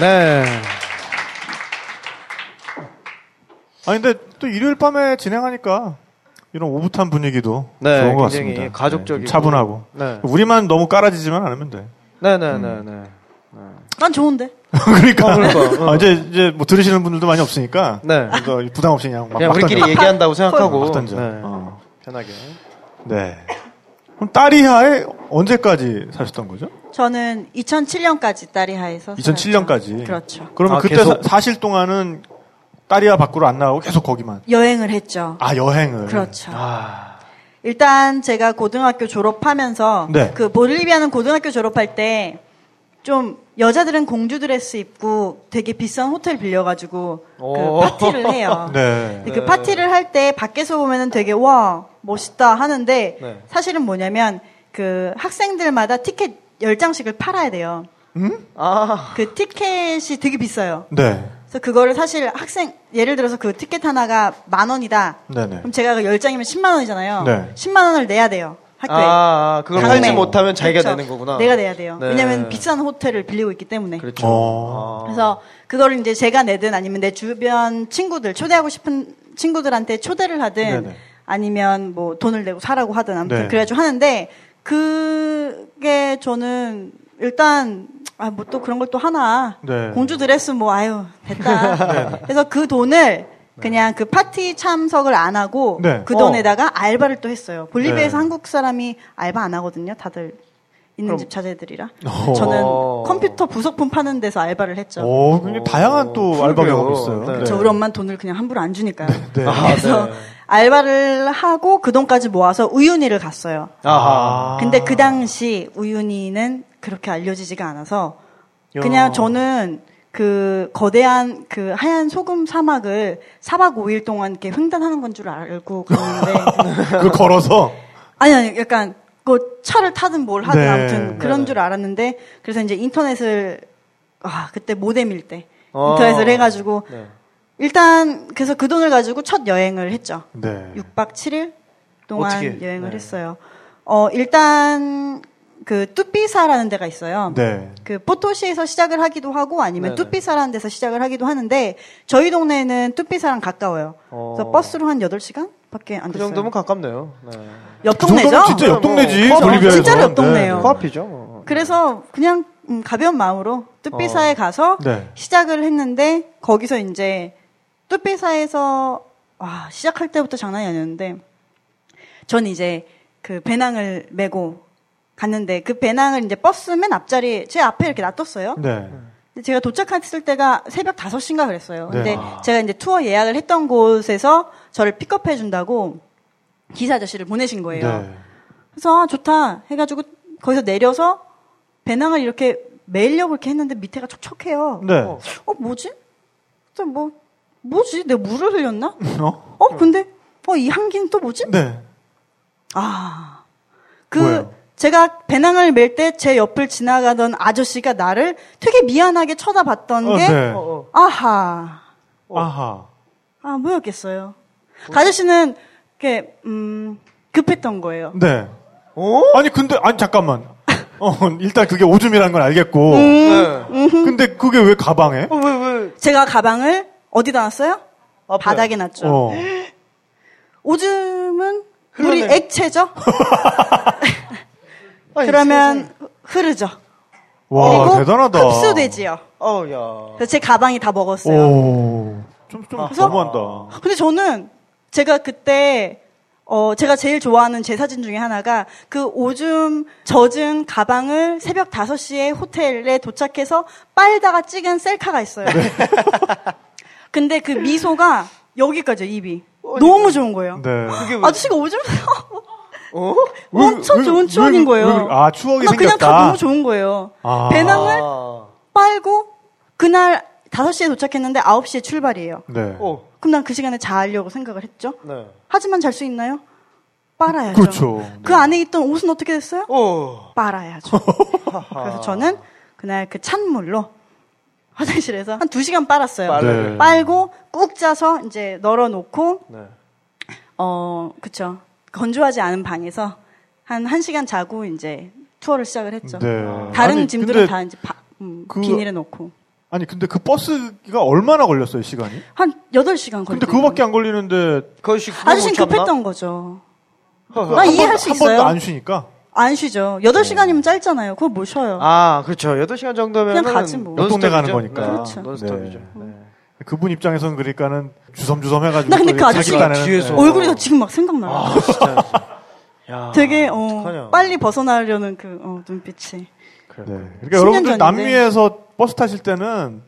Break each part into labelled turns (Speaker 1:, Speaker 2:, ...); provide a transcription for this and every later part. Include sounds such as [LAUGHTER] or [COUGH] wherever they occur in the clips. Speaker 1: 네. 아니 근데 또 일요일 밤에 진행하니까 이런 오붓한 분위기도
Speaker 2: 네,
Speaker 1: 좋은 것
Speaker 2: 굉장히
Speaker 1: 같습니다.
Speaker 2: 가족적이고.
Speaker 1: 좀 차분하고.
Speaker 2: 네.
Speaker 1: 우리만 너무 깔아지지만 않으면 돼. [LAUGHS] 음.
Speaker 2: 네네네네.
Speaker 3: 난 좋은데.
Speaker 1: 그러니까.
Speaker 2: 어, 그러니까.
Speaker 1: [LAUGHS] 아, 이제 이제 뭐 들으시는 분들도 많이 없으니까.
Speaker 2: 네.
Speaker 1: 그래서 부담 없이 그냥 막,
Speaker 2: 그냥
Speaker 1: 막
Speaker 2: 우리끼리
Speaker 1: 던져.
Speaker 2: 얘기한다고 생각하고.
Speaker 1: 막 던져.
Speaker 2: 네.
Speaker 1: 어.
Speaker 2: 편하게.
Speaker 1: 네. 그럼 딸이하에 언제까지 사셨던 거죠?
Speaker 3: 저는 2007년까지 딸이 하에서.
Speaker 1: 2007년까지.
Speaker 3: 살았죠. 그렇죠.
Speaker 1: 그러면
Speaker 2: 아,
Speaker 1: 그때
Speaker 2: 계속?
Speaker 1: 사- 사실 동안은 딸이와 밖으로 안 나가고 계속 거기만.
Speaker 3: 여행을 했죠.
Speaker 1: 아 여행을.
Speaker 3: 그렇죠.
Speaker 1: 아,
Speaker 3: 일단 제가 고등학교 졸업하면서
Speaker 1: 네.
Speaker 3: 그 볼리비아는 고등학교 졸업할 때 좀 여자들은 공주 드레스 입고 되게 비싼 호텔 빌려가지고 그
Speaker 2: 오.
Speaker 3: 파티를
Speaker 1: [LAUGHS]
Speaker 3: 해요.
Speaker 1: 네.
Speaker 3: 근데 그 파티를 할 때 밖에서 보면은 되게 와 멋있다 하는데
Speaker 2: 네.
Speaker 3: 사실은 뭐냐면 그 학생들마다 티켓 10장씩을 팔아야 돼요.
Speaker 2: 아.
Speaker 3: 그 티켓이 되게 비싸요.
Speaker 1: 네.
Speaker 3: 그래서 그거를 사실 학생 예를 들어서 그 티켓 하나가 만 원이다.
Speaker 1: 네네.
Speaker 3: 그럼 제가 그 10장이면 10만 원이잖아요.
Speaker 1: 네.
Speaker 3: 10만 원을 내야 돼요. 학교에.
Speaker 2: 아, 아, 그걸
Speaker 3: 당내.
Speaker 2: 팔지 못하면 자기가
Speaker 3: 그쵸.
Speaker 2: 내는 거구나.
Speaker 3: 그렇죠. 내가 내야 돼요.
Speaker 2: 네.
Speaker 3: 왜냐면 비싼 호텔을 빌리고 있기 때문에. 그
Speaker 2: 그렇죠.
Speaker 1: 어.
Speaker 3: 래서 그거를 이제 제가 내든 아니면 내 주변 친구들 초대하고 싶은 친구들한테 초대를 하든
Speaker 1: 네네.
Speaker 3: 아니면 뭐 돈을 내고 사라고 하든 아무튼
Speaker 1: 네.
Speaker 3: 그래가지고 하는데 그게 저는 일단 아 뭐 또 그런 걸 또 하나
Speaker 1: 네.
Speaker 3: 공주 드레스 뭐 아유
Speaker 1: [LAUGHS]
Speaker 3: 됐다 그래서 그 돈을 그냥 그 파티 참석을 안 하고
Speaker 1: 네.
Speaker 3: 그 돈에다가 알바를 또 했어요 볼리비아에서
Speaker 1: 네.
Speaker 3: 한국 사람이 알바 안 하거든요 다들 있는
Speaker 2: 그럼-
Speaker 3: 집 자제들이라
Speaker 1: 어.
Speaker 3: 저는
Speaker 2: 어.
Speaker 3: 컴퓨터 부속품 파는 데서 알바를 했죠
Speaker 1: 오, 네. 굉장히 다양한 또
Speaker 2: 그러게요.
Speaker 1: 알바 경험이 있어요.
Speaker 2: 네.
Speaker 3: 저 우리 엄마는 돈을 그냥 함부로 안 주니까요
Speaker 1: 네.
Speaker 2: 아,
Speaker 3: 그래서
Speaker 2: 네.
Speaker 3: 알바를 하고 그 돈까지 모아서 우윤희를 갔어요.
Speaker 2: 아하.
Speaker 3: 근데 그 당시 우윤희는 그렇게 알려지지가 않아서
Speaker 2: 야.
Speaker 3: 그냥 저는 그 거대한 그 하얀 소금 사막을 4박 5일 동안 이렇게 횡단하는 건 줄 알고 갔는데
Speaker 1: [LAUGHS] 그걸 걸어서.
Speaker 3: 아니 아니 약간 그 차를 타든 뭘 하든
Speaker 1: 네.
Speaker 3: 아무튼 그런
Speaker 2: 네네.
Speaker 3: 줄 알았는데 그래서 이제 인터넷을 아 그때 모뎀일 때
Speaker 2: 어.
Speaker 3: 인터넷을 해가지고
Speaker 2: 네.
Speaker 3: 일단 그래서 그 돈을 가지고 첫 여행을 했죠.
Speaker 1: 네.
Speaker 3: 6박 7일 동안
Speaker 2: 어떻게?
Speaker 3: 여행을
Speaker 2: 네.
Speaker 3: 했어요. 어, 일단 그 뚜삐사라는 데가 있어요.
Speaker 1: 네.
Speaker 3: 그 포토시에서 시작을 하기도 하고
Speaker 2: 네네.
Speaker 3: 아니면 뚜삐사라는 데서 시작을 하기도 하는데 저희 동네는 뚜삐사랑 가까워요.
Speaker 2: 어.
Speaker 3: 그래서 버스로 한 8시간밖에 안
Speaker 2: 그
Speaker 3: 됐어요.
Speaker 2: 정도면 가깝네요. 네.
Speaker 3: 옆
Speaker 1: 그
Speaker 3: 동네죠? 어,
Speaker 1: 정도면 진짜 옆 동네지.
Speaker 2: 그렇죠.
Speaker 1: 볼리비아에서.
Speaker 3: 진짜로 옆 동네예요.
Speaker 1: 네.
Speaker 2: 코앞이죠. 뭐.
Speaker 3: 그래서 그냥 음, 가벼운 마음으로 뚜삐사에 가서
Speaker 1: 네.
Speaker 3: 시작을 했는데 거기서 이제 뚜삐사에서 와, 시작할 때부터 장난이 아니었는데 전 이제 그 배낭을 메고 갔는데 그 배낭을 이제 버스 맨 앞자리 제 앞에 이렇게 놔뒀어요.
Speaker 1: 네.
Speaker 3: 근데 제가 도착했을 때가 새벽 5시인가 그랬어요.
Speaker 1: 네.
Speaker 3: 근데 제가 이제 투어 예약을 했던 곳에서 저를 픽업해 준다고 기사 아저씨를 보내신 거예요.
Speaker 1: 네.
Speaker 3: 그래서 아, 좋다 해가지고 거기서 내려서 배낭을 이렇게 매려고 이렇게 했는데 밑에가 촉촉해요.
Speaker 1: 네.
Speaker 2: 어.
Speaker 3: 어 뭐지? 또 뭐, 뭐지? 내가 물을 흘렸나?
Speaker 1: 어?
Speaker 3: 어 근데 어 이 향기는 또 뭐지?
Speaker 1: 네.
Speaker 3: 아. 그
Speaker 1: 뭐예요?
Speaker 3: 제가 배낭을 멜 때 제 옆을 지나가던 아저씨가 나를 되게 미안하게 쳐다봤던
Speaker 1: 어,
Speaker 3: 게
Speaker 1: 네.
Speaker 2: 어, 어.
Speaker 3: 아하.
Speaker 1: 아하.
Speaker 3: 아, 뭐였겠어요. 그 아저씨는 이렇게 음 급했던 거예요.
Speaker 1: 네.
Speaker 2: 어?
Speaker 1: 아니, 근데, 아니, 잠깐만. 어, 일단 그게 오줌이라는 걸 알겠고.
Speaker 3: 음,
Speaker 2: 네.
Speaker 1: 근데 그게 왜 가방에?
Speaker 2: 어, 왜, 왜?
Speaker 3: 제가 가방을 어디다 놨어요?
Speaker 2: 앞에.
Speaker 3: 바닥에 놨죠.
Speaker 1: 어.
Speaker 3: 오줌은 물이
Speaker 2: 흘러내-
Speaker 3: 액체죠?
Speaker 2: 아, 아니,
Speaker 3: 그러면
Speaker 2: 네.
Speaker 3: 흐르죠.
Speaker 1: 와,
Speaker 3: 그리고
Speaker 1: 대단하다.
Speaker 3: 흡수되지요.
Speaker 2: 어우, 야.
Speaker 3: 그래서 제 가방이 다 먹었어요. 어.
Speaker 1: 오. 좀, 좀,
Speaker 2: 그래서-
Speaker 1: 너무한다.
Speaker 3: 근데 저는 제가 그때 어 제가 제일 좋아하는 제 사진 중에 하나가 그 오줌 젖은 가방을 새벽 5시에 호텔에 도착해서 빨다가 찍은 셀카가 있어요.
Speaker 1: 네.
Speaker 3: [LAUGHS] 근데 그 미소가 여기까지요, 입이. 너무 좋은 거예요.
Speaker 1: 네.
Speaker 2: 그게 왜?
Speaker 3: 아저씨가 오줌
Speaker 2: 어?
Speaker 1: 왜-
Speaker 3: 엄청
Speaker 1: 왜-
Speaker 3: 좋은 추억인
Speaker 1: 왜-
Speaker 3: 거예요.
Speaker 1: 왜 그래? 아, 추억이
Speaker 3: 나 그냥 다
Speaker 1: 생겼다.
Speaker 3: 너무 좋은 거예요.
Speaker 1: 아.
Speaker 3: 배낭을
Speaker 2: 아.
Speaker 3: 빨고 그날 5시에 도착했는데 9시에 출발이에요.
Speaker 1: 네.
Speaker 2: 어.
Speaker 3: 그럼 난 그 시간에 자려고 생각을 했죠.
Speaker 2: 네.
Speaker 3: 하지만 잘 수 있나요? 빨아야죠.
Speaker 1: 그렇죠.
Speaker 3: 그 안에 있던 옷은 어떻게 됐어요?
Speaker 2: 어.
Speaker 3: 빨아야죠. 그래서 저는 그날 그 찬물로 화장실에서 한 두 시간 빨았어요.
Speaker 2: 빨아요.
Speaker 1: 네.
Speaker 3: 빨고 꾹 짜서 이제 널어놓고
Speaker 2: 네.
Speaker 3: 어 그쵸 건조하지 않은 방에서 한 한 시간 자고 이제 투어를 시작을 했죠.
Speaker 1: 네.
Speaker 3: 그렇죠. 다른
Speaker 1: 아니,
Speaker 3: 짐들은
Speaker 1: 근데
Speaker 3: 다 이제 바- 음,
Speaker 1: 그-
Speaker 3: 비닐에 넣고
Speaker 1: 아니 근데 그 버스가 얼마나 걸렸어요 시간이?
Speaker 3: 한 8시간 걸렸어요.
Speaker 1: 근데 그거밖에 안 걸리는데
Speaker 2: 그것이
Speaker 3: 아저씨는 급했던 거죠. 나
Speaker 1: 한
Speaker 3: 아, 이해할
Speaker 1: 번-
Speaker 3: 수
Speaker 1: 한
Speaker 3: 있어요.
Speaker 1: 번도 안 쉬니까
Speaker 3: 안 쉬죠.
Speaker 1: 어.
Speaker 3: 8시간이면 짧잖아요. 그거 뭐 쉬어요.
Speaker 2: 아, 그렇죠. 8시간 정도면.
Speaker 3: 그냥 가지 뭐.
Speaker 1: 옆 동네 가는 거니까.
Speaker 3: 그렇죠.
Speaker 2: 논스톱이죠.
Speaker 1: 네.
Speaker 2: 네.
Speaker 3: [LAUGHS]
Speaker 1: 그분 입장에서는 그러니까는 주섬주섬 해가지고
Speaker 3: 나 근데 그
Speaker 1: 자기
Speaker 3: 아저씨
Speaker 1: 딴에는-
Speaker 2: 뒤에서-
Speaker 1: 네.
Speaker 3: 얼굴이 지금 막 생각나요.
Speaker 2: 아, 진짜.
Speaker 1: 아,
Speaker 2: 야,
Speaker 3: 되게 어,
Speaker 2: 어떡하냐.
Speaker 3: 빨리 벗어나려는 그 어, 눈빛이.
Speaker 2: 그래.
Speaker 1: 네.
Speaker 2: 네.
Speaker 1: 그러니까
Speaker 3: 10년
Speaker 1: 여러분들
Speaker 3: 전인데.
Speaker 1: 남미에서 버스 타실 때는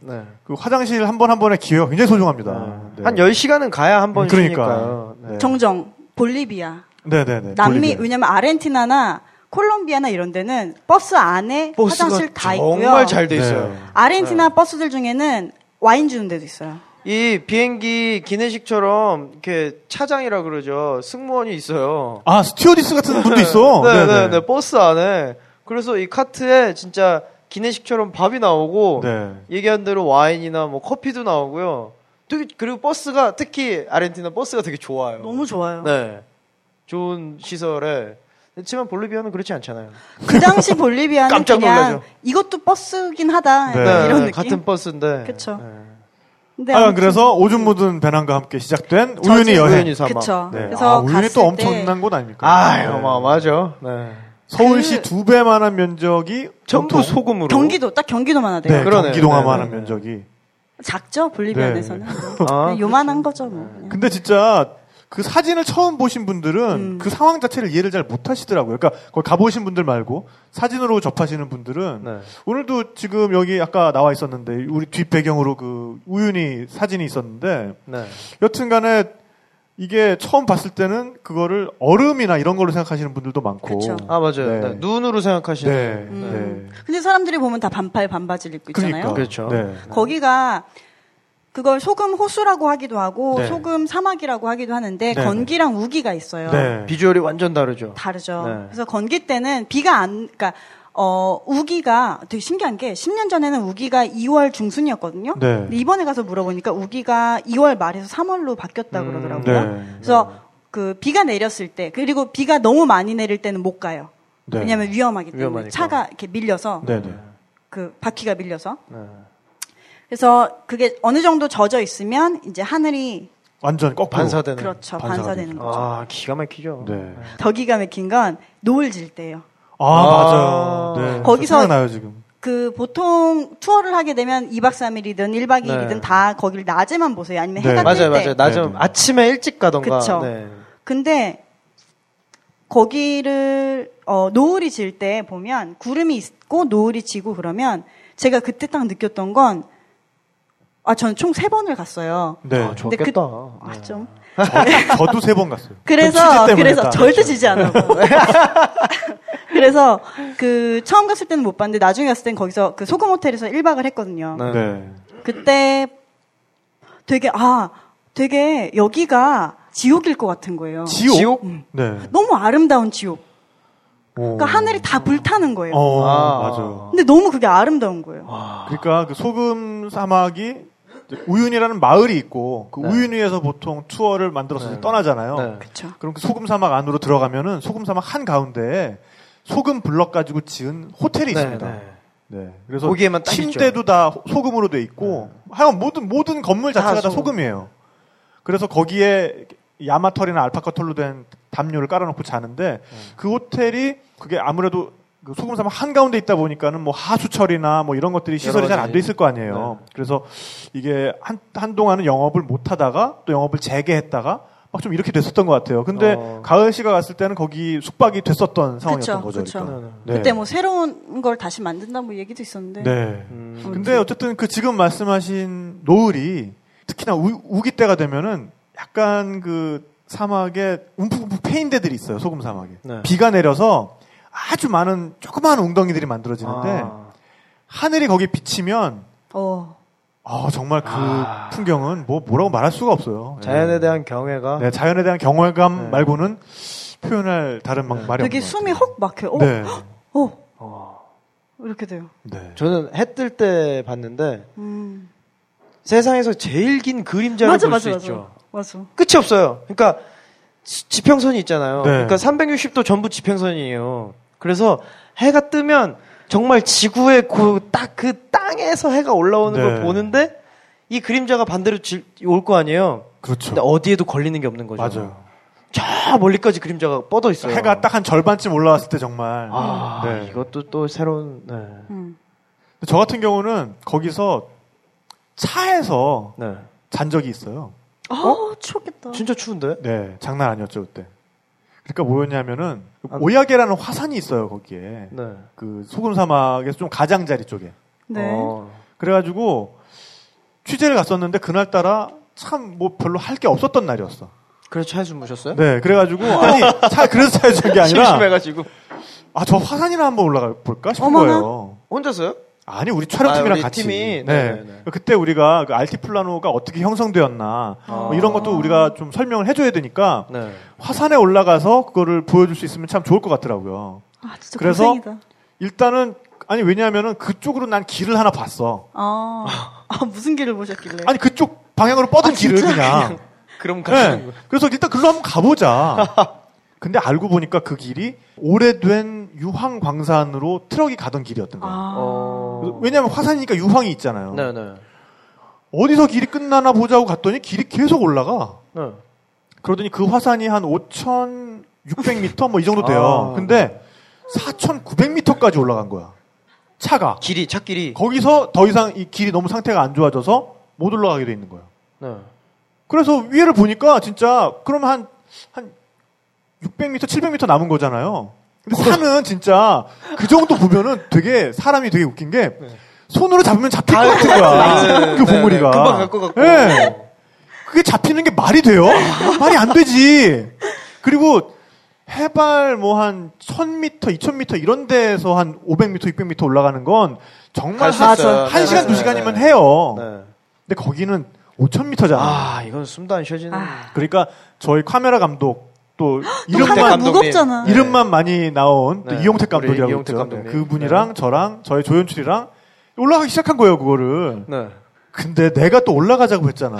Speaker 1: 그 화장실 한 번 한 번의 기회가 굉장히 소중합니다. 네.
Speaker 2: 한 10시간은 가야 한 번.
Speaker 1: 그러니까.
Speaker 2: 쉬니까요. 네.
Speaker 3: 정정, 볼리비아,
Speaker 1: 네네네.
Speaker 3: 남미
Speaker 1: 볼리비아.
Speaker 3: 왜냐면 아르헨티나나 콜롬비아나 이런 데는 버스 안에
Speaker 2: 버스가
Speaker 3: 네. 화장실 다 있고요.
Speaker 2: 정말 잘 돼
Speaker 1: 네.
Speaker 2: 있어요.
Speaker 3: 아르헨티나 버스들 중에는 와인 주는 데도 있어요.
Speaker 2: 이 비행기 기내식처럼 이렇게 차장이라 그러죠. 승무원이 있어요.
Speaker 1: 아 스튜어디스 같은 분도 있어.
Speaker 2: 네, 네,
Speaker 1: 네네.
Speaker 2: 네. 버스 안에. 그래서 이 카트에 진짜 기내식처럼 밥이 나오고
Speaker 1: 네.
Speaker 2: 얘기한 대로 와인이나 뭐 커피도 나오고요. 되게 그리고 버스가 특히 아르헨티나 버스가 되게 좋아요.
Speaker 3: 너무 좋아요.
Speaker 2: 네. 좋은 시설에. 그렇지만 볼리비아는 그렇지 않잖아요.
Speaker 3: 그 당시 볼리비아는
Speaker 2: 깜짝
Speaker 3: 그냥
Speaker 2: 놀라죠.
Speaker 3: 이것도 버스긴 하다
Speaker 1: 네.
Speaker 3: 약간 이런
Speaker 2: 네,
Speaker 3: 느낌.
Speaker 2: 같은 버스인데.
Speaker 3: 그쵸.
Speaker 2: 네.
Speaker 3: 근데
Speaker 1: 아,
Speaker 3: 아무튼
Speaker 1: 그래서 오줌 묻은 배낭과 함께 시작된
Speaker 3: 저지-
Speaker 1: 우연히 여행.
Speaker 2: 우연히 사막.
Speaker 3: 그쵸.
Speaker 1: 네.
Speaker 3: 그래서
Speaker 1: 아, 우연히
Speaker 3: 갔을
Speaker 1: 또
Speaker 3: 때그
Speaker 1: 엄청난 곳 아닙니까?
Speaker 2: 아유,
Speaker 1: 네.
Speaker 2: 어마어마하죠. 네.
Speaker 1: 서울시 두 배만한 면적이
Speaker 2: 전부
Speaker 1: 온통-
Speaker 2: 소금으로.
Speaker 3: 경기도 딱 경기도만 하대요.
Speaker 1: 네,
Speaker 2: 그러네요.
Speaker 1: 경기도만한
Speaker 2: 네, 네, 네.
Speaker 1: 면적이.
Speaker 3: 작죠 볼리비아에서는.
Speaker 2: 아,
Speaker 3: 그냥 요만한 거죠 뭐. 그냥.
Speaker 1: 근데 진짜 그 사진을 처음 보신 분들은
Speaker 3: 음.
Speaker 1: 그 상황 자체를 이해를 잘 못하시더라고요. 그러니까 거기 가보신 분들 말고 사진으로 접하시는 분들은
Speaker 2: 네.
Speaker 1: 오늘도 지금 여기 아까 나와 있었는데 우리 뒷 배경으로 그 우윤희 사진이 있었는데
Speaker 2: 네.
Speaker 1: 여튼간에 이게 처음 봤을 때는 그거를 얼음이나 이런 걸로 생각하시는 분들도 많고.
Speaker 3: 그쵸.
Speaker 2: 아, 맞아요.
Speaker 1: 네.
Speaker 2: 네, 눈으로 생각하시는.
Speaker 1: 네.
Speaker 3: 음.
Speaker 1: 네.
Speaker 3: 근데 사람들이 보면 다 반팔 반바지를 입고 있잖아요.
Speaker 1: 그러니까.
Speaker 2: 그렇죠.
Speaker 1: 네.
Speaker 3: 거기가 그걸 소금 호수라고 하기도 하고
Speaker 1: 네.
Speaker 3: 소금 사막이라고 하기도 하는데
Speaker 1: 네.
Speaker 3: 건기랑 우기가 있어요.
Speaker 1: 네.
Speaker 2: 비주얼이 완전 다르죠.
Speaker 3: 다르죠.
Speaker 2: 네.
Speaker 3: 그래서 건기 때는 비가 안 그러니까 어 우기가 되게 신기한 게 10년 전에는 우기가 2월 중순이었거든요.
Speaker 1: 네.
Speaker 3: 근데 이번에 가서 물어보니까 우기가 2월 말에서 3월로 바뀌었다 고
Speaker 2: 음,
Speaker 3: 그러더라고요.
Speaker 1: 네.
Speaker 3: 그래서 그 비가 내렸을 때 그리고 비가 너무 많이 내릴 때는 못 가요.
Speaker 1: 네.
Speaker 3: 왜냐하면 위험하기 때문에
Speaker 2: 위험하니까.
Speaker 3: 차가 이렇게 밀려서
Speaker 1: 네. 네.
Speaker 3: 그 바퀴가 밀려서
Speaker 2: 네.
Speaker 3: 그래서 그게 어느 정도 젖어 있으면 이제 하늘이
Speaker 1: 완전 거꾸로.
Speaker 2: 반사되는.
Speaker 3: 그렇죠
Speaker 1: 반사가
Speaker 3: 반사되는
Speaker 1: 되죠.
Speaker 3: 거죠.
Speaker 2: 아, 기가 막히죠.
Speaker 1: 네.
Speaker 3: 더 기가 막힌 건 노을 질 때예요.
Speaker 1: 아,
Speaker 2: 아.
Speaker 1: 맞아요. 네.
Speaker 3: 거기서-
Speaker 1: 나요 지금.
Speaker 3: 그 보통 투어를 하게 되면 2박 3일이든 1박 2일이든
Speaker 2: 네.
Speaker 3: 다 거기를 낮에만 보세요. 아니면
Speaker 1: 네.
Speaker 3: 해가 뜰 때.
Speaker 2: 맞아요, 맞아요. 낮에
Speaker 1: 네, 네.
Speaker 2: 아침에 일찍 가던가.
Speaker 3: 그쵸.
Speaker 2: 네.
Speaker 3: 근데 거기를 어, 노을이 질 때 보면 구름이 있고 노을이 지고 그러면 제가 그때 딱 느꼈던 건 아, 저는 총 세 번을 갔어요.
Speaker 1: 네. 어,
Speaker 2: 아,
Speaker 3: 근데 그-
Speaker 2: 좋겠다.
Speaker 3: 아, 좀. 네.
Speaker 1: 저, 저도 세 번 갔어요. 좀 취재
Speaker 3: 그래서
Speaker 1: 때문에
Speaker 3: 그래서
Speaker 1: 다.
Speaker 3: 절대
Speaker 2: 그렇죠.
Speaker 3: 지지
Speaker 2: [LAUGHS]
Speaker 3: 않아요. 그래서 그 처음 갔을 때는 못 봤는데 나중에 갔을 땐 거기서 그 소금 호텔에서 1박을 했거든요.
Speaker 2: 네.
Speaker 1: 네.
Speaker 3: 그때 되게 아 되게 여기가 지옥일 것 같은 거예요.
Speaker 1: 지옥.
Speaker 2: 지옥?
Speaker 1: 네.
Speaker 3: 너무 아름다운 지옥.
Speaker 1: 오.
Speaker 3: 그러니까 하늘이 다 불타는 거예요.
Speaker 1: 어,
Speaker 2: 아.
Speaker 1: 맞아요.
Speaker 3: 근데 너무 그게 아름다운 거예요.
Speaker 1: 그러니까 그 소금 사막이 이제 우윤이라는 마을이 있고 그
Speaker 2: 네.
Speaker 1: 우윤이에서 보통 투어를 만들어서 이제
Speaker 2: 네.
Speaker 1: 떠나잖아요.
Speaker 2: 네.
Speaker 3: 그렇죠.
Speaker 1: 그럼 그 소금 사막 안으로 들어가면은 소금 사막 한 가운데에 소금 블럭 가지고 지은 호텔이 있습니다.
Speaker 2: 네, 네.
Speaker 1: 네. 그래서
Speaker 2: 거기에만 딱
Speaker 1: 침대도 다 소금으로 돼 있고 하여간 모든 모든 건물 자체가
Speaker 2: 다
Speaker 1: 다
Speaker 2: 소금.
Speaker 1: 소금이에요. 그래서 거기에 야마 털이나 알파카 털로 된 담요를 깔아놓고 자는데
Speaker 2: 네.
Speaker 1: 그 호텔이 그게 아무래도 그 소금 사막 한 가운데 있다 보니까는 뭐 하수처리나 뭐 이런 것들이 시설이
Speaker 2: 여러
Speaker 1: 잘 안
Speaker 2: 가지.
Speaker 1: 돼
Speaker 2: 네.
Speaker 1: 있을 거 아니에요. 그래서 이게 한 한동안은 영업을 못 하다가 또 영업을 재개했다가 막 좀 이렇게 됐었던 것 같아요. 근데
Speaker 2: 어.
Speaker 1: 가을 씨가 갔을 때는 거기 숙박이 됐었던 상황이었던 거죠.
Speaker 3: 그쵸.
Speaker 1: 그러니까.
Speaker 2: 네, 네.
Speaker 1: 네.
Speaker 3: 그때 뭐 새로운 걸 다시 만든다 뭐 얘기도 있었는데
Speaker 1: 네.
Speaker 2: 음,
Speaker 1: 근데 어쨌든 그 지금 말씀하신 노을이 특히나 우, 우기 때가 되면은 약간 그 사막에 움푹움푹 패인 데들이 있어요 소금 사막에
Speaker 2: 네.
Speaker 1: 비가 내려서 아주 많은 조그마한 웅덩이들이 만들어지는데
Speaker 2: 아,
Speaker 1: 하늘이 거기 비치면
Speaker 3: 어
Speaker 1: 아 정말 그
Speaker 2: 아.
Speaker 1: 풍경은 뭐 뭐라고 말할 수가 없어요. 예.
Speaker 2: 자연에 대한 경외가.
Speaker 1: 네, 자연에 대한 경외감
Speaker 2: 네.
Speaker 1: 말고는 표현할 다른 막 말이
Speaker 3: 되게
Speaker 1: 없는 것
Speaker 3: 숨이 헉 막혀. 어,
Speaker 1: 같아요. 네,
Speaker 3: 어
Speaker 2: 어.
Speaker 3: 이렇게 돼요.
Speaker 1: 네.
Speaker 2: 저는 해 뜰 때 봤는데
Speaker 3: 음.
Speaker 2: 세상에서 제일 긴 그림자를
Speaker 3: 맞아
Speaker 2: 볼
Speaker 3: 맞아
Speaker 2: 수
Speaker 3: 맞아.
Speaker 2: 있죠.
Speaker 3: 맞아.
Speaker 2: 끝이 없어요. 그러니까 수- 지평선이 있잖아요.
Speaker 1: 네.
Speaker 2: 그러니까 360도 전부 지평선이에요. 그래서 해가 뜨면 정말 지구의 그 딱 그 땅 땅에서 해가 올라오는
Speaker 1: 네.
Speaker 2: 걸 보는데 이 그림자가 반대로 올 거 아니에요.
Speaker 1: 그렇죠.
Speaker 2: 근데 어디에도 걸리는 게 없는 거죠. 어.
Speaker 1: 맞아요.
Speaker 2: 저 멀리까지 그림자가 뻗어 있어요.
Speaker 1: 해가 딱 한 절반쯤 올라왔을 때 정말.
Speaker 2: 아,
Speaker 1: 네.
Speaker 2: 이것도 또 새로운 네.
Speaker 3: 음.
Speaker 1: 저 같은 경우는 거기서 차에서
Speaker 2: 네.
Speaker 1: 잔 적이 있어요.
Speaker 3: 아, 추웠겠다.
Speaker 2: 진짜 추운데?
Speaker 1: 네, 장난 아니었죠 그때. 그러니까 뭐였냐면은
Speaker 2: 아.
Speaker 1: 오야게라는 화산이 있어요 거기에
Speaker 2: 네.
Speaker 1: 그 소금 사막에서 좀 가장자리 쪽에.
Speaker 3: 네.
Speaker 2: 어.
Speaker 1: 그래가지고 취재를 갔었는데 그날따라 참 뭐 별로 할 게 없었던 날이었어.
Speaker 2: 그래서 차에 주무셨어요?
Speaker 1: 네, 그래가지고 아니 차 그래서 차에 준게 아니라
Speaker 2: 심심해가지고
Speaker 1: 아 저 화산이나 한번 올라가 볼까 싶은
Speaker 3: 어머나.
Speaker 1: 거예요.
Speaker 2: 혼자서요?
Speaker 1: 아니 우리 촬영팀이랑
Speaker 2: 아, 우리
Speaker 1: 같이
Speaker 2: 팀이?
Speaker 1: 네.
Speaker 2: 네네네.
Speaker 1: 그때 우리가 그 알티플라노가 어떻게 형성되었나 뭐 이런 것도 우리가 좀 설명을 해줘야 되니까
Speaker 2: 네.
Speaker 1: 화산에 올라가서 그거를 보여줄 수 있으면 참 좋을 것 같더라고요.
Speaker 3: 아, 진짜
Speaker 1: 그래서-
Speaker 3: 고생이다.
Speaker 1: 일단은 아니 왜냐하면은 그쪽으로 난 길을 하나 봤어. [LAUGHS]
Speaker 3: 아, 아, 무슨 길을 보셨길래?
Speaker 1: 아니 그쪽 방향으로 뻗은 길을 그냥.
Speaker 2: 그럼 가는
Speaker 1: 네.
Speaker 2: 거예요.
Speaker 1: 그래서 일단 글로 한번 가보자. [LAUGHS] 근데 알고 보니까 그 길이 오래된 유황 광산으로 트럭이 가던 길이었던 거예요.
Speaker 3: 아.
Speaker 2: 어.
Speaker 1: 왜냐하면 화산이니까 유황이 있잖아요.
Speaker 2: 네, 네.
Speaker 1: 어디서 길이 끝나나 보자고 갔더니 길이 계속 올라가.
Speaker 2: 네.
Speaker 1: 그러더니 그 화산이 한 5,600m 뭐 이 정도 돼요.
Speaker 2: 아.
Speaker 1: 근데 4,900m까지 올라간 거야. 차가.
Speaker 2: 길이 차길이.
Speaker 1: 거기서 더 이상 이 길이 너무 상태가 안 좋아져서 못 올라가게 돼 있는 거예요.
Speaker 2: 네.
Speaker 1: 그래서 위에를 보니까 진짜 그러면 한, 한 600m, 700m 남은 거잖아요. 근데 산은 진짜 그 정도 보면은 되게 사람이 되게 웃긴 게 손으로 잡으면 잡힐 것 같은 거야.
Speaker 2: 아, 네,
Speaker 1: 그
Speaker 2: 네,
Speaker 1: 봉우리가.
Speaker 2: 네. 금방 갈 것 같고.
Speaker 1: 예. 그게 잡히는 게 말이 돼요? 말이 안 되지. 그리고 해발 뭐 한 1000m, 2000m 이런 데에서 한 500m, 600m 올라가는 건 정말
Speaker 2: 갈수
Speaker 1: 한,
Speaker 2: 있어요.
Speaker 1: 한
Speaker 2: 네,
Speaker 1: 시간,
Speaker 2: 네,
Speaker 1: 두
Speaker 2: 네,
Speaker 1: 시간이면
Speaker 2: 네.
Speaker 1: 해요.
Speaker 2: 네.
Speaker 1: 근데 거기는 5000m잖아.
Speaker 2: 아, 이건 숨도 안 쉬어지는.
Speaker 3: 아.
Speaker 1: 그러니까 저희 카메라 감독 또
Speaker 3: 카메라
Speaker 1: 이름만 네.
Speaker 3: 감독. 무겁잖아.
Speaker 1: 이름만 많이 나온 또
Speaker 2: 네.
Speaker 1: 이용택 감독이라고
Speaker 2: 우리 이용택
Speaker 1: 있죠.
Speaker 2: 감독님.
Speaker 1: 네, 그분이랑 저랑 저희 조연출이랑 올라가기 시작한 거예요 그거를.
Speaker 2: 네.
Speaker 1: 근데 내가 또 올라가자고 했잖아.